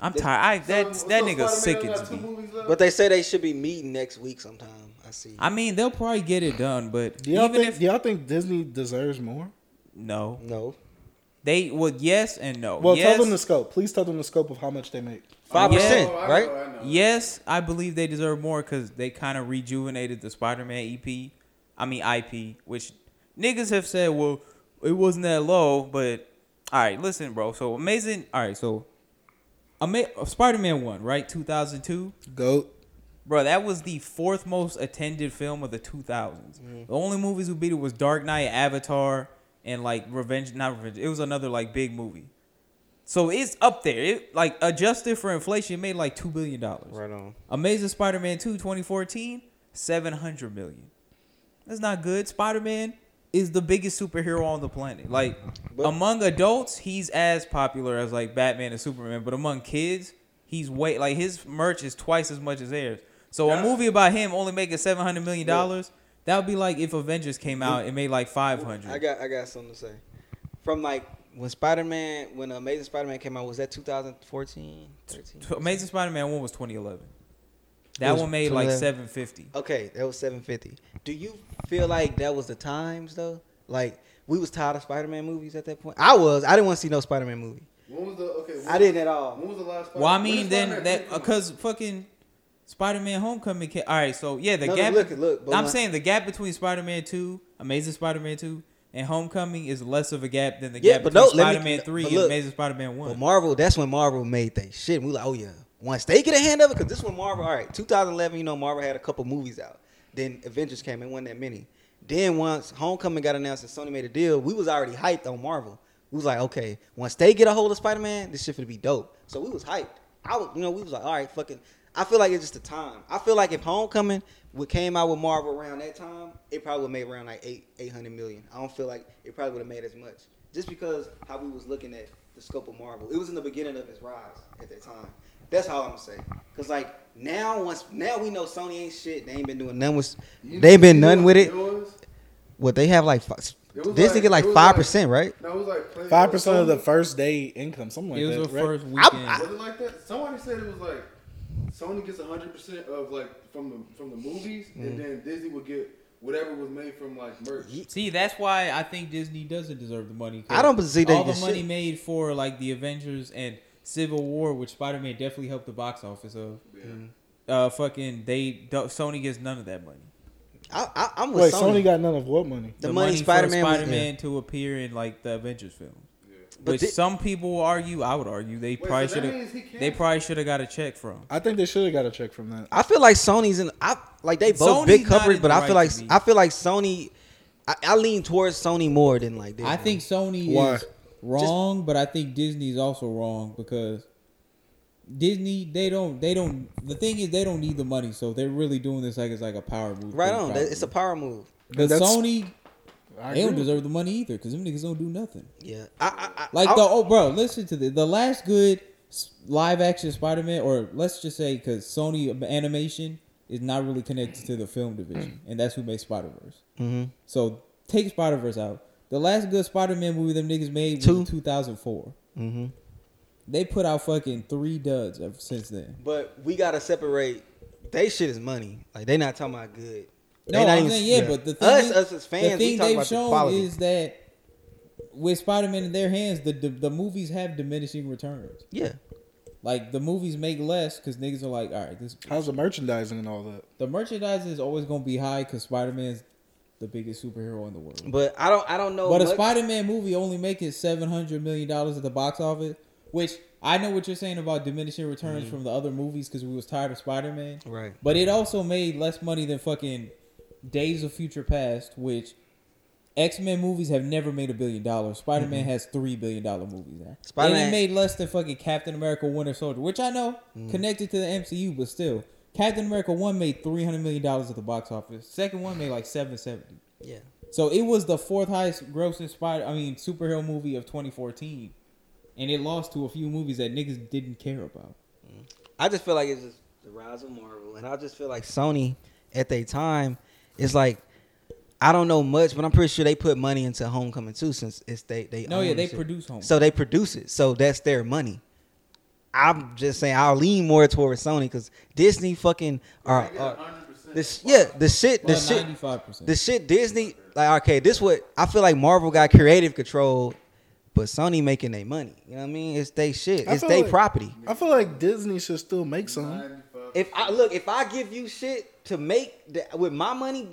I'm tired. I that So- that so nigga Spider-Man got sickens two me. movies left? But they say they should be meeting next week sometime. I see. I mean, they'll probably get it done, but Do y'all even think if do y'all think Disney deserves more? no, no. they well yes and no. Well, yes, tell them the scope. Please tell them the scope of how much they make. Five percent, Oh, I know, right? I know. Yes, I believe they deserve more because they kind of rejuvenated the Spider-Man EP. I mean IP, which niggas have said, well, it wasn't that low, but all right, listen, bro. So amazing. All right, so Ama- Spider-Man one, right? Two thousand two, Goat. bro. That was the fourth most attended film of the two thousands. Mm. The only movies who beat it was Dark Knight, Avatar, and like Revenge. Not Revenge. It was another like big movie. So it's up there. It like adjusted for inflation, it made like two billion dollars. Right on. Amazing Spider-Man 2 2014, 700 million. That's not good. Spider-Man is the biggest superhero on the planet. Like But- among adults, he's as popular as like Batman and Superman, but among kids, he's way like his merch is twice as much as theirs. So a movie about him only making 700 million dollars, that would be like if Avengers came out and made like 500. I got I got something to say. From like when Spider Man when Amazing Spider Man came out, was that 2014? 13? Amazing Spider-Man 1 was 2011. That one made from like there. seven fifty. Okay, that was seven fifty. Do you feel like that was the times though? Like we was tired of Spider Man movies at that point. I was. I didn't want to see no Spider Man movie. When was the okay? When, I didn't at all. When was the last? Well, I Spider- when mean, did then Spider-Man that come out? because fucking Spider Man Homecoming. Came, all right, so yeah, the No, no, gap. look, look, but I'm my- saying the gap between Spider Man Two, Amazing Spider Man Two, and Homecoming is less of a gap than the Yeah, gap but between no, let me- Spider Man Three but and look, Amazing Spider Man One. But Marvel, that's when Marvel made that shit. And we like, oh yeah. Once they get a hand of it, because this one Marvel, all right, 2011, you know, Marvel had a couple movies out. Then Avengers came and wasn't that many. Then once Homecoming got announced and Sony made a deal, we was already hyped on Marvel. We was like, okay, once they get a hold of Spider Man, this shit gonna be dope. So we was hyped. I was, you know, we was like, all right, fucking. I feel like it's just the time. I feel like if Homecoming would came out with Marvel around that time, it probably would made around like eight eight hundred million. I don't feel like it probably would have made as much just because how we was looking at the scope of Marvel. It was in the beginning of its rise at that time. That's all I'm gonna say. Cause like now, once now we know Sony ain't shit. They ain't been doing nothing with. You- They ain't been you know nothing what with it. was? What they have like fi- It was Disney like- get like it was five percent, right? No, it was like Planet Five percent of Sony. the first day income, something like It was that. the right? first weekend. Was it like that? Somebody said it was like Sony gets hundred percent of like from the from the movies, Mm-hmm. and then Disney would get whatever was made from like merch. See, that's why I think Disney doesn't deserve the money. 'cause I don't see they all the get money shit. made for like the Avengers and Civil War, which Spider Man definitely helped the box office of. Uh, fucking, they do Sony gets none of that money. I, I, I'm with Wait, Sony. Sony got none of what money? the, money, for Spider Man. Spider-Man to appear in like the Avengers film. But Which thi- some people will argue, I would argue, they Wait, probably so that should means he have. They can't- probably should have got a check from. I think they should have got a check from that. I feel like Sony's in. I like they both Sony's big not coverage, in but the I feel right like to be. I feel like Sony. I, I lean towards Sony more than like Disney. I think Sony Why? is wrong, but I think Disney's also wrong because Disney they don't they don't the thing is they don't need the money, so they're really doing this like it's like a power move. for the right on. power That- It's a move. power move. But That's- Sony I they don't agree. deserve the money either because them niggas don't do nothing. Yeah, I, I, I Like I, the oh bro, listen to the the last good live action Spider Man, or let's just say because Sony animation is not really connected to the film division, Mm. and that's who made Spider Verse. Mm-hmm. So take Spider Verse out. The last good Spider Man movie them niggas made Two. was two thousand four. Mm-hmm. They put out fucking three duds ever since then. But we gotta separate. They shit is money. Like they not talking about good. No, They not I'm even- saying, yeah, but the thing us, is- us as the fans, we thing talk they've about the shown quality. is that with Spider Man in their hands, the, the the movies have diminishing returns. yeah, Like the movies make less because niggas are like, all right, this How's the merchandising and all that? The merchandising is always gonna be high because Spider Man's the biggest superhero in the world. but I don't, I don't know. But a much- Spider Man movie only making seven hundred million dollars at the box office, which I know what you're saying about diminishing returns from the other movies because we was tired of Spider Man. Mm-hmm. Right. But it also made less money than fucking Days of Future Past, which X Men movies have never made a billion dollars. Spider Man has three billion dollar movies now. Spider-Man. Spider-Man- Mm. And it made less than fucking Captain America Winter Soldier, which I know connected to the MCU, but still. Captain America one made three hundred million dollars at the box office. Second one made like seven seventy. Yeah, So it was the fourth highest grossing spider, I mean, superhero movie of 2014, and it lost to a few movies that niggas didn't care about. I just feel like it's just the rise of Marvel, and I just feel like Sony at their time is like. I don't know much, but I'm pretty sure they put money into Homecoming too, since it's they they. No, own yeah, the they shit. produce Homecoming. So they produce it, so that's their money. I'm just saying, I'll lean more towards Sony because Disney fucking are, are the sh- yeah the shit the Well, shit 95%. the shit Disney like okay this what I feel like Marvel got creative control, but Sony making their money. You know what I mean? It's they shit. I It's feel they like- property. I feel like Disney should still make some. If I look, if I give you shit to make that with my money,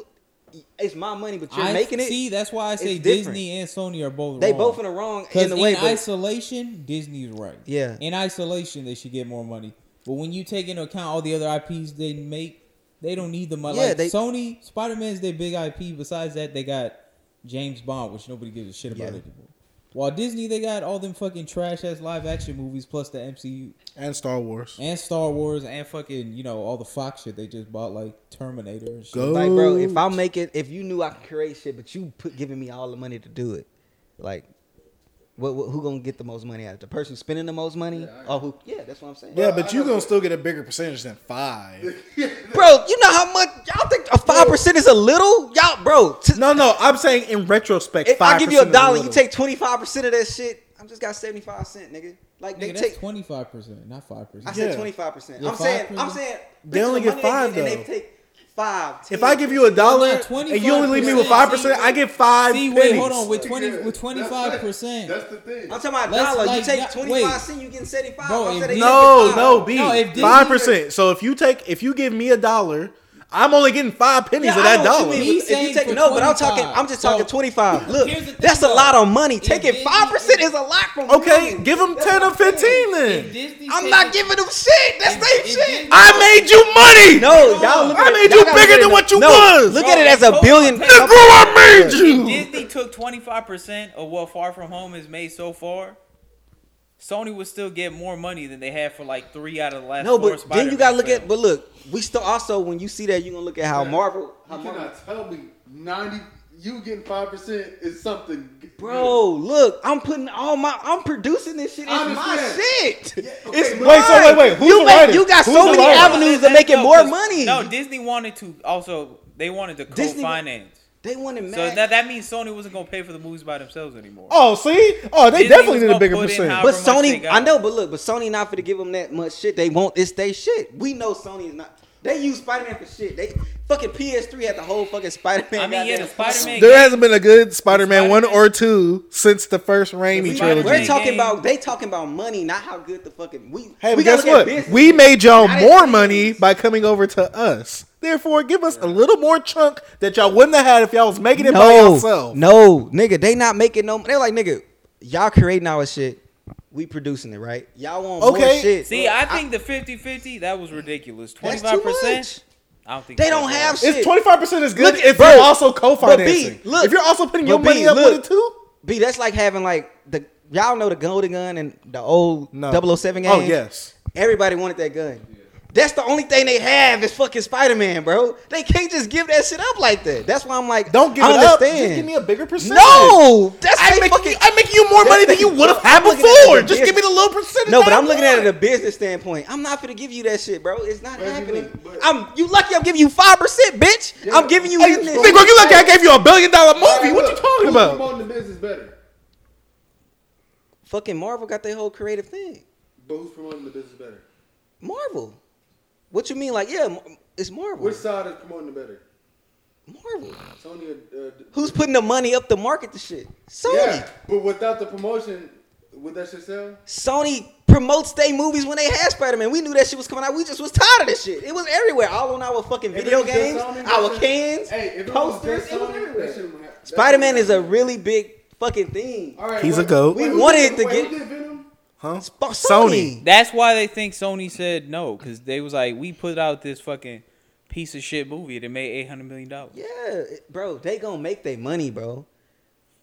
it's my money, but you're I making it. See, that's why I say it's different. Disney and Sony are both they wrong. both in the wrong 'Cause in the way. but isolation, Disney's right. Yeah. In isolation, they should get more money. But when you take into account all the other IPs they make, they don't need the money. Yeah, like they- Sony, Spider Man's their big IP. Besides that, they got James Bond, which nobody gives a shit about Yeah. anymore. While Disney, they got all them fucking trash ass live action movies plus the MCU And Star Wars. and Star Wars and fucking you know all the Fox shit they just bought like Terminator and shit. Go. Like, bro, if I make it, if you knew I could create shit, but you put giving me all the money to do it, like, what, what who gonna get the most money out of it? the person spending the most money, or who? Yeah, that's what I'm saying. Yeah, but you gonna still get a bigger percentage than five. Bro, you know how much y'all think a five percent is a little, y'all, bro. t- No, no, I'm saying in retrospect. if I give you a 5% is dollar, you little. take twenty five percent of that shit. I I just got seventy five cent, nigga. Like Nigga, they that's take. twenty five percent, not five I percent. Yeah. said twenty five percent. Yeah, I'm saying. I'm 5%. saying. They only get the money five, give, And though. they take five. If I give you a dollar Yeah, and you only leave me with 25%. five percent, I get five See, pennies. wait, hold on. With twenty, Yeah, with that's- twenty five percent. That's the thing. I'm talking about Let's, dollar. like, you take not- twenty five wait. cent, you getting seventy five. Bro, I if said they you- take No, five. no, B. No, if Disney- Five percent. So if you take, if you give me a dollar, I'm only getting five pennies Yeah, of I that know what you dollar. mean. Me If you saying take- for no, but I'm talking. 25. I'm just So- talking 25. Look, Here's the thing, that's a though. lot of money. If Taking Disney- five percent is a lot from Okay, women. give them That's ten what or I'm saying. fifteen If then. Disney I'm take not it- giving them shit. That's If- their if shit. Disney- I made you money. No, y'all look I at made it. you y'all gotta look at bigger than it- what you no, was. Look at it as a billion. Nigga, I made you. Disney took 25% of what Far From Home has made so far. Sony would still get more money than they had for like three out of the last No, four but then you gotta look at. Spider-Man But look, we still also when you see that, you are gonna look at how Yeah. Marvel. How You Marvel cannot tell me ninety. You getting five percent is something, good. Bro, look, I'm putting all my, I'm producing this shit. It's I my understand. shit. okay, It's but- mine. Wait, so wait, wait, who's you, the make- writer? you got Who's so the many writer? avenues of That's making dope, more 'cause- money. No, Disney wanted to also. They wanted to Disney- co-finance. they wanted mad. So that, that means Sony wasn't gonna pay for the movies by themselves anymore. Oh, see? Oh, they Disney definitely was did a gonna bigger put in percent. how- but however much they Sony, got. I know, but look, but Sony not for to give them that much shit. They want this, they shit. We know Sony is not. They use Spider Man for shit. They fucking PS3 had the whole fucking Spider Man. I mean, yeah, the Spider-Man. There hasn't been a good Spider-Man Spider-Man- one or two since the first Raimi Spider-Man- trilogy. We're Spider-Man talking game. about they talking about money, not how good the fucking we. Hey, we gotta but guess look at what? business. We made y'all Not more at money things. by coming over to us. Therefore, give us a little more chunk that y'all wouldn't have had if y'all was making it by yourself. No, nigga, they not making no. They're like, nigga, y'all creating our shit. We producing it, right? Y'all want Okay. more shit. See, I think the 50-50, that was ridiculous. That's Twenty too five much. percent. I don't think They so. don't have shit. It's twenty five percent is good Look at- if bro, you're also co-financing. but B, look, if you're also putting your but B, money up look. with it too. B, that's like having like the y'all know the golden gun and the old No. 007 game. Oh yes. Everybody wanted that gun. That's the only thing they have is fucking Spider Man, bro. They can't just give that shit up like that. That's why I'm like, Don't give I it up. understand. Just give me a bigger percentage. no, that's I'm they making, fucking, you, I'm making you more that's money than they- you would have had I'm looking at it as a before. Just give me business. the little percentage. No, but that I I'm looking at it want. a business standpoint. I'm not gonna give you that shit, bro. It's not But you happening. look- but- I'm you lucky I'm giving you five percent, bitch. Yeah. I'm giving you Hey, this. Big Rock, you lucky I gave you a billion dollar movie. What you Look, talking who's about? promoting the business better? Fucking Marvel got their whole creative thing. But who's promoting the business better? Marvel. What you mean? Like, yeah, Mar- it's Marvel. Which side is promoting the better? Marvel. Sony. Or, uh, d- Who's putting the money up to market the shit? Sony. Yeah, but without the promotion, would that shit sell? Sony promotes they movies when they had Spider Man. We knew that shit was coming out. We just was tired of this shit. It was everywhere, all on our fucking If it video was just games, Sony, that our shit- cans, Hey, if it was posters. just It was Sony, that shit everywhere. would hap- that Spider Man shit is a would happen. really big fucking thing. All right, He's a wait, goat. wait, We who wanted did- to wait, get- Who did Venom? Huh? Sp- Sony. Sony. That's why they think Sony said no, because they was like, we put out this fucking piece of shit movie that made eight hundred million dollars. Yeah, it- bro, they gonna make their money, bro.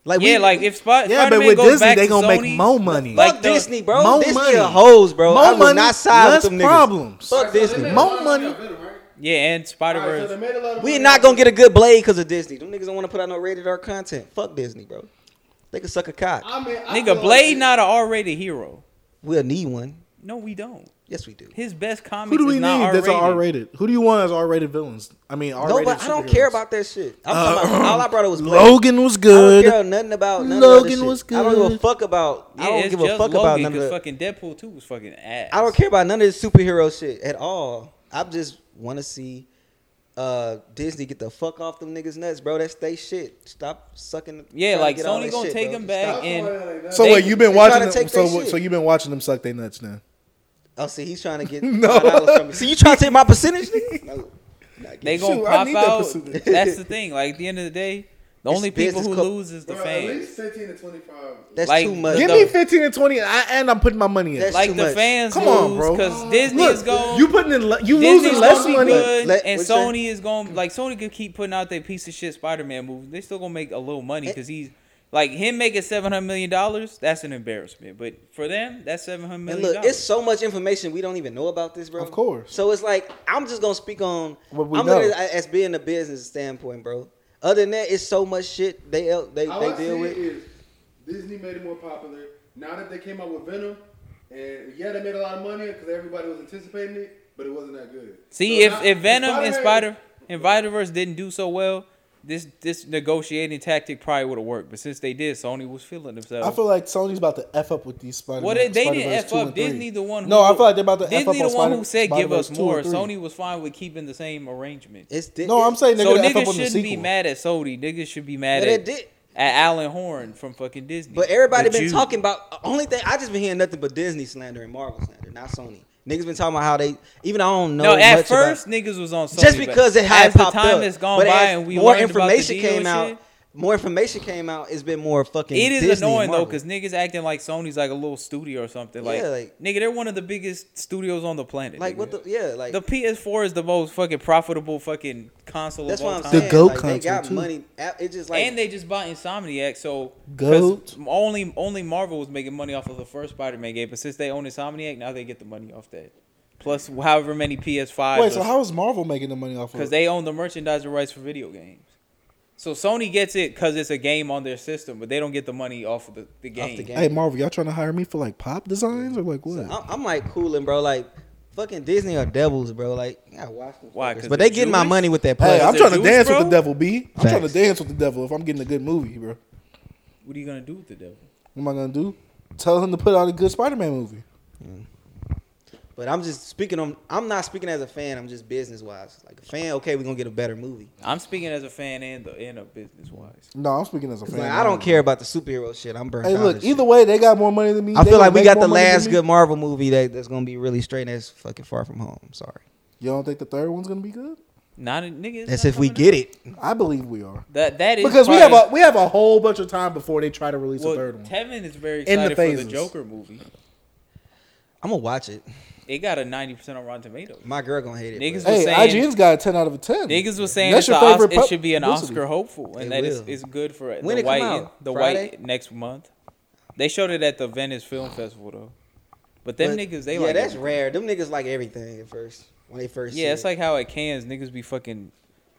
Like Yeah, we, like if Sp- Yeah, but Spider-Man with goes Disney, back they to gonna Sony, make more money. fuck like the- Disney, bro. Mo' Disney money. a hoes, bro. Mo' I will money, not side less with them niggas. problems. Fuck All right, so Disney. they made a Mo' lot of money. off Venom, right? yeah, and Spider All right, so Verse. they made a lot of We money not off gonna get a good blade because of Disney. Them niggas don't want to put out no rated R content. Fuck Disney, bro. They can suck a cock. I mean, I feel Nigga, like- Blade not an R-rated hero. We'll need one. No, we don't. Yes, we do. His best comics Who do we is need not R-rated. that's an R-rated? Who do you want as R-rated villains? I mean, R-rated No, but I don't care superheroes. about that shit. I'm talking about, all I brought up was Blade. Uh, Logan was I don't good. care nothing about none of that Logan shit. was I don't give a good. fuck about. Yeah, I don't it's give a just fuck Logan, about none of 'cause that. fucking Deadpool 2 was fucking ass. I don't care about none of this superhero shit at all. I just want to see uh, Disney get the fuck off them niggas nuts, bro. That's they shit. Stop sucking. Yeah, trying to like get all Sony that gonna shit, take bro. him back Stop and somebody like that. So They- wait, you've been they try to watching them, take so their what- so shit. you've been watching them suck their nuts now. Oh, see, he's trying to get No. no. from me. See, you trying to take my percentage? nigga? no. they Shoot, gonna I pop need that out. percentage. That's the thing. Like at the end of the day, the It's only people business who co- lose is the Bro, at fans. least fifteen to twenty-five. That's Like, too much. Give no. me fifteen and twenty, and, I, and I'm putting my money in. That's- Like too the much. fans Come on, bro. because Disney Look, is going. you putting in, le- you Disney's losing less gonna be money. good, Let- and what you say? Sony is going like Sony could keep putting out their piece of shit Spider Man movie. They still gonna make a little money because he's like him making seven hundred million dollars. That's an embarrassment, but for them, that's seven hundred And million. look, dollars. it's so much information we don't even know about this, bro. Of course. So it's like I'm just gonna speak on. What we I'm looking know. at it as being a business standpoint, bro. Other than that, it's so much shit they el- they, How they I see deal with. it is Disney made it more popular. Now that they came out with Venom, and yeah, they made a lot of money because everybody was anticipating it, but it wasn't that good. See So if now- if Venom and Spider-Man- Spider and Spider Verse didn't do so well, this this negotiating tactic probably would have worked, but since they did, Sony was feeling themselves. I feel like Sony's about to f up with these Spider. well, they, they didn't f up. Disney, the one. Who, No, I feel like they're about to f up Disney, on the one Spider- who said give Spider-Verse us 2 and more. 3. Sony was fine with keeping the same arrangement. It's di- No, I'm saying they're so gonna f up on niggas the shouldn't be sequel. mad at Sony. Niggas should be but mad it at, did. at Alan Horn from fucking Disney. But everybody The been Jew. talking about only thing I just been hearing nothing but Disney slander and Marvel slander, not Sony. Niggas been talking about how they even I don't know. No, at much about- first niggas was on Sony. just but because it had as the popped time up. has gone but by as and we more learned about the information deal came and out, shit, more information came out. It's been more fucking. It is Disney annoying Marvel. though, because niggas acting like Sony's like a little studio or something. Like, Yeah, like- nigga, they're one of the biggest studios on the planet. like what nigga. the yeah like the PS4 is the most fucking profitable fucking console that's of all what I'm time. saying. The GOAT like, they got concept, too. money. App- It just like and they just bought Insomniac, so 'cause Goat. only only Marvel was making money off of the first Spider-Man game, but since they own Insomniac, now they get the money off that. Plus, however many PS5. Wait, so how is Marvel making the money off of because it? they own the merchandising rights for video games. So Sony gets it because it's a game on their system, but they don't get the money off of the, the game. off the game. hey Marvel, y'all trying to hire me for like pop designs or like what? I'm, I'm like cooling, bro. Like fucking Disney are devils, bro. Like I watch them. Why? fuckers. 'Cause But they're they getting my Jewish? money with that Hey, play. I'm they're trying to Jews, dance bro? with the devil, B. I'm trying Facts. to dance with the devil if I'm getting a good movie, bro. What are you gonna do with the devil? What am I gonna do? Tell him to put out a good Spider-Man movie. but I'm just speaking. On, I'm not speaking as a fan. I'm just business wise. Like a fan, okay, we're gonna get a better movie. I'm speaking as a fan and the and a business wise. No, I'm speaking as a fan. Like, I don't care about the superhero shit. I'm burnt Hey, out. look, and shit. either way, they got more money than me. I They feel gonna like we make got more the money than last me. good Marvel movie that, that's gonna be really straight and that's fucking far from home. I'm sorry. You don't think the third one's gonna be good? Not a nigga. it's That's not if we coming out. get it. I believe we are that. That is because we have probably- a we have a whole bunch of time before they try to release well, a third one. Tevin is very In the excited for the phases. Joker movie. I'm gonna watch it. It got a 90 percent on Rotten Tomatoes. My girl gonna hate it. Niggas bro. was Hey, saying- IGN's got a ten out of a ten. Niggas was saying That's it's your a Os- favorite it pub- should be an publicity. Oscar hopeful, and It that is will. it's good for When the it come white out? the Friday? white next month. They showed it at the Venice Film Festival though. But them But- niggas, they yeah, like that's it. rare. Them niggas like everything at first when they first. see Yeah, it's it. like how at Cannes niggas be fucking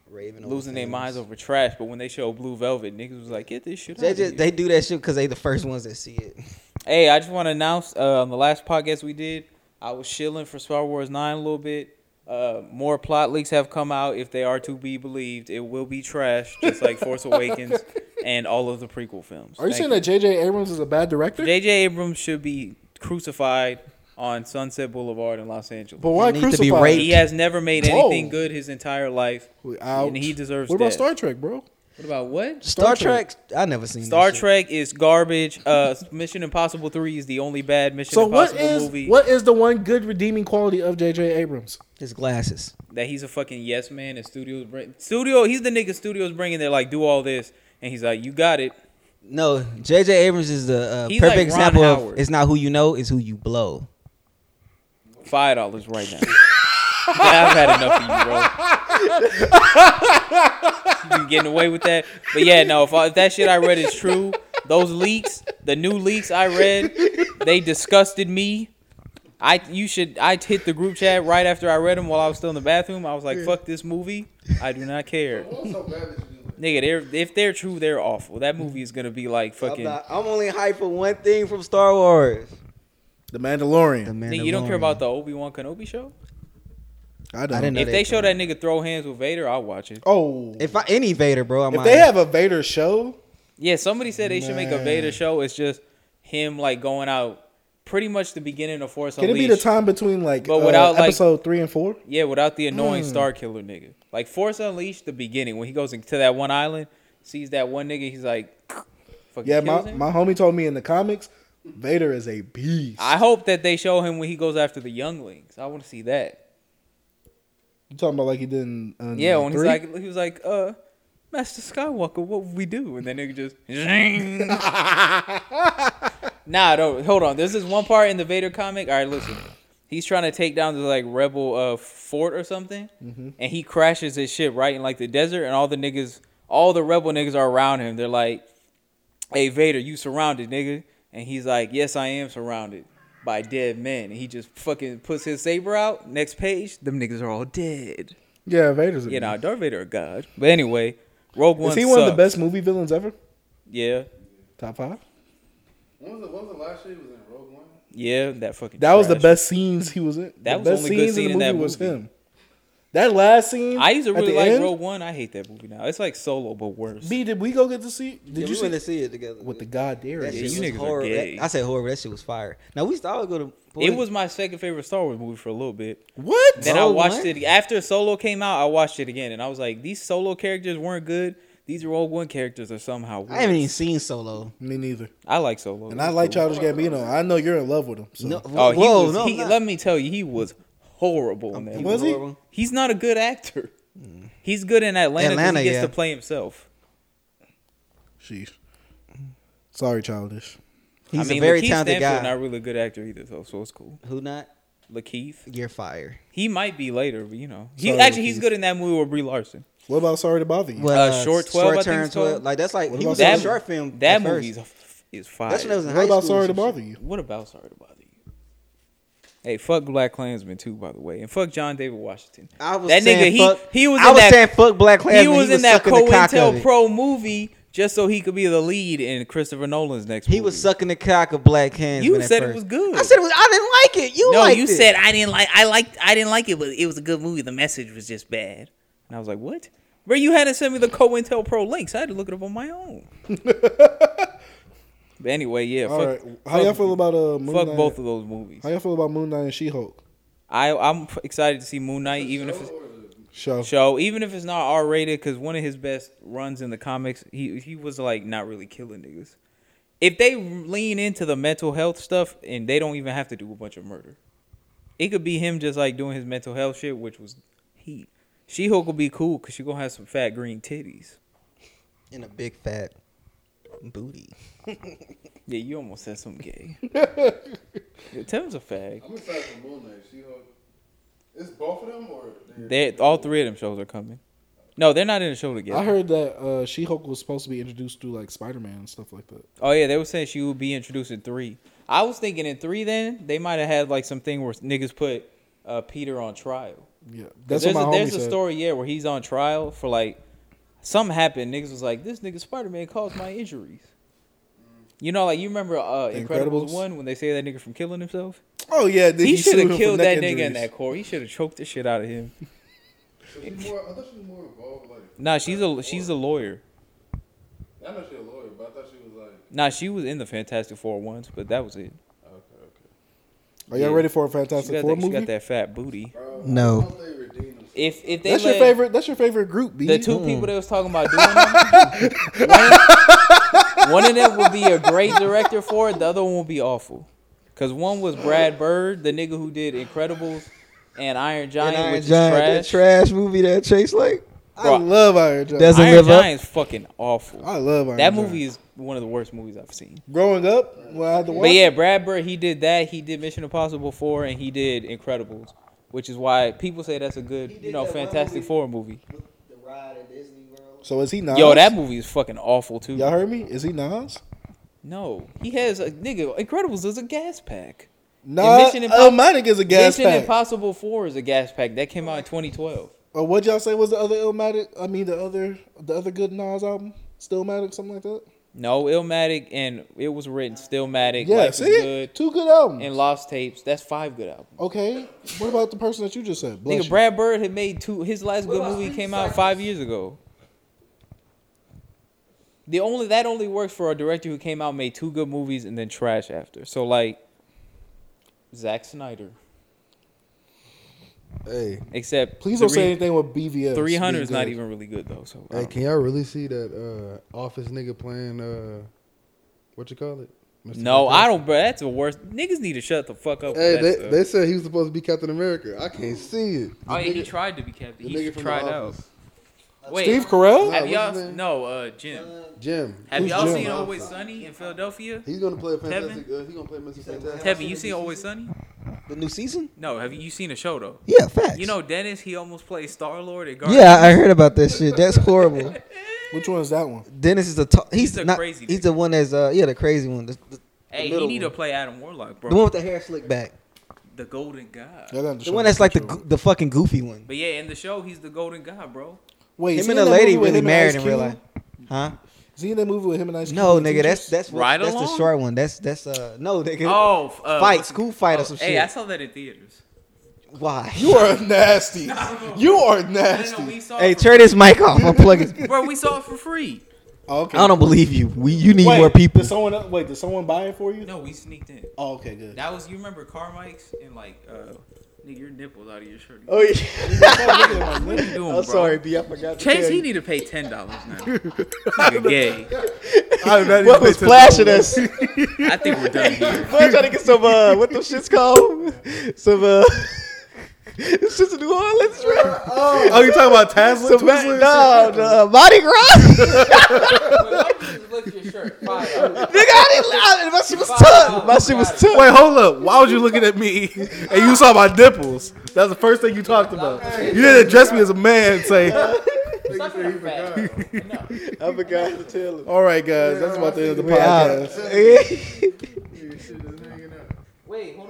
Raven over losing their things. minds over trash, but when they show Blue Velvet, niggas was like, get this shit out They of just here. they do that shit because they the first ones that see it. Hey, I just want to announce uh, on the last podcast we did, I was shilling for Star Wars 9 a little bit. Uh, more plot leaks have come out. If they are to be believed, it will be trash, just like Force Awakens and all of the prequel films. Are you Thank saying that J.J. Abrams is a bad director? J.J. Abrams should be crucified on Sunset Boulevard in Los Angeles? but why He need to be crucify? him? raped. he has never made anything Whoa. good his entire life, Ouch. and he deserves What about death. Star Trek, bro? What about what? Star, Star Trek, I never seen Star that shit. Trek is garbage. Uh, Mission Impossible Three is the only bad Mission So what Impossible is movie. what is the one good redeeming quality of J.J. Abrams? His glasses. that he's a fucking yes man and studios bring studio he's the nigga studios bringing there like do all this and he's like you got it No, J.J. Abrams is the uh, He like perfect Ron example of Howard. it's not who you know, it's who you blow. five dollars right now Yeah, I've had enough of you bro you been getting away with that but yeah no if, I, if that shit I read is true those leaks the new leaks I read they disgusted me I you should I hit the group chat right after I read them while I was still in the bathroom I was like fuck this movie I do not care What's so bad that you do that? Nigga, they're if they're true, they're awful. That movie is gonna be like I'm, fucking. not- I'm only hyped for one thing from Star Wars. The The Mandalorian. Nigga, you don't care Mandalorian. about the Obi Wan Kenobi show? I don't. I didn't know if they show that nigga throw hands with Vader, I'll watch it. Oh, if, If I any Vader, bro, I'm they have a Vader show, Yeah, somebody said they should make a Man. Vader show. It's just him like going out, pretty much the beginning of Force can it be Unleashed. the time between like But uh, without, like- episode three and four? yeah, without the Hmm. annoying Star Killer nigga. Like Force Unleashed, the beginning when he goes into that one island, sees that one nigga, he's like, fucking Yeah, kills my, him. my homie told me in the comics, Vader is a beast. I hope that they show him when he goes after the younglings. I want to see that. you talking about like he did in, in Yeah, like, when three? he's like, he was like, uh, Master Skywalker, what would we do? And then nigga just, zing. nah, don't hold on. There's this one part in the Vader comic. All right, listen, he's trying to take down this like rebel uh fort or something, Mm-hmm. and he crashes his ship right in like the desert, and all the niggas, all the rebel niggas are around him. They're like, hey Vader, you surrounded, nigga. And he's like, yes, I am surrounded by dead men. And he just fucking puts his saber out. Next page, them niggas are all dead. yeah, Vader's a Yeah, beast. nah, Darth Vader a god. But anyway, Rogue One. Is he one of the sucked. best movie villains ever? Yeah, Top five. When was the, when was the last year he was in Rogue One? yeah, that fucking. That was the trash. best scenes he was in. That the was best only good scenes scene in in the movie that was movie. him. That last scene. I used to at really the like end, Rogue One. I hate that movie now. It's like Solo, but worse. B, did we go get to see? Did Yeah, you we see went to see it together. with the god dare? That it shit is. you was niggas are horrible. gay. I said horrible. That shit was fire. Now we used to always go to. it was my second favorite Star Wars movie for a little bit. What? Then I Rogue watched One? it after Solo came out. I watched it again, and I was like, these Solo characters weren't good. These Rogue One characters are somehow. Worse. I haven't even seen Solo. Me neither. I like Solo. And I like Childish Gambino. I know you're in love with him. So. No, Oh, he whoa, was, no, he, I'm not. let me tell you, he was horrible in that. was movie. Um, he? Hmm. horrible. He's not a good actor. He's good in Atlanta. 'cause Atlanta, he gets yeah. to play himself. Sheesh. Sorry, Childish. He's I mean, a very Lakeith talented Stanfield guy. Not really a good actor either, though. So it's cool. Who not? Lakeith, You're fire. he might be later, but you know, he Sorry, actually he's Lakeith. good in that movie with Brie Larson. What about Sorry to Bother You? Well, Uh, Short 12, I think Term it's called. Like that's like What he about was that in Oh, a mo- short film. That at first. movie is fire. That's when I was in high What about school. Sorry or to some shit. Bother You? What about Sorry to Bother You? Hey, fuck Black Klansman too, by the way, and fuck John David Washington. I was that saying nigga, he fuck, he was I in was that saying fuck Black Ah, Klansman. he was in that sucking the cock of it. COINTELPRO movie just so he could be the lead in Christopher Nolan's next movie. He was sucking the cock of Black Hands. You when at said it first. was good. I said it was, I didn't like it. You No, liked you it. said I didn't like. I liked. I didn't like it, but it was a good movie. The message was just bad. And I was like, what? Bro, you hadn't sent me the COINTELPRO links. I had to look it up on my own. but anyway, yeah, All fuck, right. How y'all feel about uh, Moon fuck Knight? both of those movies. How y'all feel about Moon Knight and She Hulk? I, I'm f- excited to see Moon Knight, even if it's Show. show, even if it's not R rated, because one of his best runs in the comics, he he was like not really killing niggas. If they lean into the mental health stuff and they don't even have to do a bunch of murder, it could be him just like doing his mental health shit, which was he. She Hulk will be cool because she gonna have some fat green titties. in a big fat booty. Yeah, you almost said something gay. yeah, Tim's a fag. I'm excited for Moon Knight. She Hulk. It's both of them or They all three of them shows are coming. No, they're not in the show together. I heard that uh, She Hulk was supposed to be introduced through like Spider Man and stuff like that. Oh yeah, they were saying she would be introduced in three. I was thinking in three, then they might have had like something where niggas put uh, Peter on trial. Yeah, 'Cause that's what my there's a, homie there's a said. story, yeah, where he's on trial for like something happened. Niggas was like, "This nigga Spider Man caused my injuries." You know, like you remember uh, The Incredibles Incredibles? one when they say that nigga from killing himself. Oh yeah, did He, he should sue him have for killed neck that nigga in injuries? that court. He should have choked the shit out of him. She's more, I thought she was more involved. Like, Nah, she's a she's a lawyer. I know she's a lawyer, but I thought she was like. Nah, she was in the Fantastic Four once, but that was it. Okay, okay. Are y'all Yeah. ready for a She Fantastic got, Four that, she movie? got that fat booty. Bro, No. I hope they redeem themselves. If if they That's let, your favorite. That's your favorite group. B. The 2 people that was talking about doing them, one, one of them will be a great director for it. The other one will be awful. Cause one was Brad Bird, the nigga who did Incredibles and Iron Giant, Iron which Giant, is that trash. trash movie that Chase like I love Iron Giant. doesn't Iron live up. Giant's fucking awful. I love Iron that Giant. movie is one of the worst movies I've seen. Growing up, when I had to watch. But yeah, Brad Bird, he did that. He did Mission Impossible four, and he did Incredibles, which is why people say that's a good, did you know, that one Fantastic movie. Four movie. The ride at Disney World. So is he Nas? Yo, that movie is fucking awful too. Y'all heard me? Is he Nas? No, he has a nigga. Incredibles is a gas pack. Nah, Mission oh, my nigga's a gas Mission pack. Impossible Four is a gas pack that came out in 2012. Or what Uh, y'all say was the other Illmatic? I mean, the other the other good Nas album, Stillmatic, something like that. No, Illmatic and it was written Stillmatic. Yeah, Life is see, good two good albums. and Lost Tapes. That's five good albums. okay, what about the person that you just said? Bless Nigga, you. Brad Bird had made two. His last good movie came out five years ago. The only that only works for a director who came out and made two good movies and then trash after. So like, Zack Snyder. Hey, Except Please don't three- say anything with BVS. 300 is not BVS. even really good though. So I hey, don't can y'all really see that uh, office nigga playing uh, what you call it? Mr. No, Fantastic? I don't, bro. That's the worst. Niggas need to shut the fuck up. Hey, with that they, stuff. they said he was supposed to be Captain America. I can't see it. oh, yeah, The he nigga- tried to be captain. the He nigga from tried The out. Office. Wait, Steve Carell. Nah, have what's y'all? his name? No, uh, Jim. Jim. Have Who's y'all Jim? seen Always Sunny in Philadelphia? He's gonna play a fantastic. Uh, he's gonna play Mr. Fantastic. Kevin, you seen Always Sunny? The new season? No, have you, you seen the show though? Yeah, facts. You know Dennis, he almost played Star Lord at Guardians. Yeah, I heard about that shit. That's horrible. Which one is that one? Dennis is a t- he's, the not crazy he's the one that's uh yeah the crazy one the, the, Hey, middle you need one. to play Adam Warlock, bro. the one with the hair slicked back The Golden God. Y'all got to the show one me. that's like the Show me. goo- the fucking goofy one But yeah, in the show, he's the Golden God, bro. Wait, is him and he in the that lady movie with really him and married Ice in real Cube? life huh Is he in that movie with him and Ice? no Cube and nigga that's teachers? that's what, Ride that's the Along? short one that's that's uh no nigga Oh, f- uh, Fight, what's- School Fight or oh, some hey, shit. I saw that in theaters. Why? You are nasty. You are nasty. Hey, turn this mic off. Unplug it. Bro, we saw it for free. Okay. I don't believe you. We you need Wait, more people. Did someone el- wait? Did someone buy it for you? No, we sneaked in. Oh, okay, good. That was you remember car mics and like uh nigga your nipples out of your shirt. Oh yeah. What are you doing, I'm bro? sorry, B. I forgot. to Chase, tell he you. need to pay ten dollars now. Nigga gay. What was flashing us? I think we're done here. Boy, I'm trying to get some uh, what those shits called? Some uh, it's just New Orleans, bro. Oh, you talking about Tasla? Some ma- no, no, Mardi Gras. Nigga, I didn't. I, my shit was tough. My shit was tough. Wait, hold up. Why was you looking at me and you saw my nipples? That's the first thing you talked about. You didn't address me as a man and say, I forgot to tell him. all right, guys, that's about the end of the We out. podcast.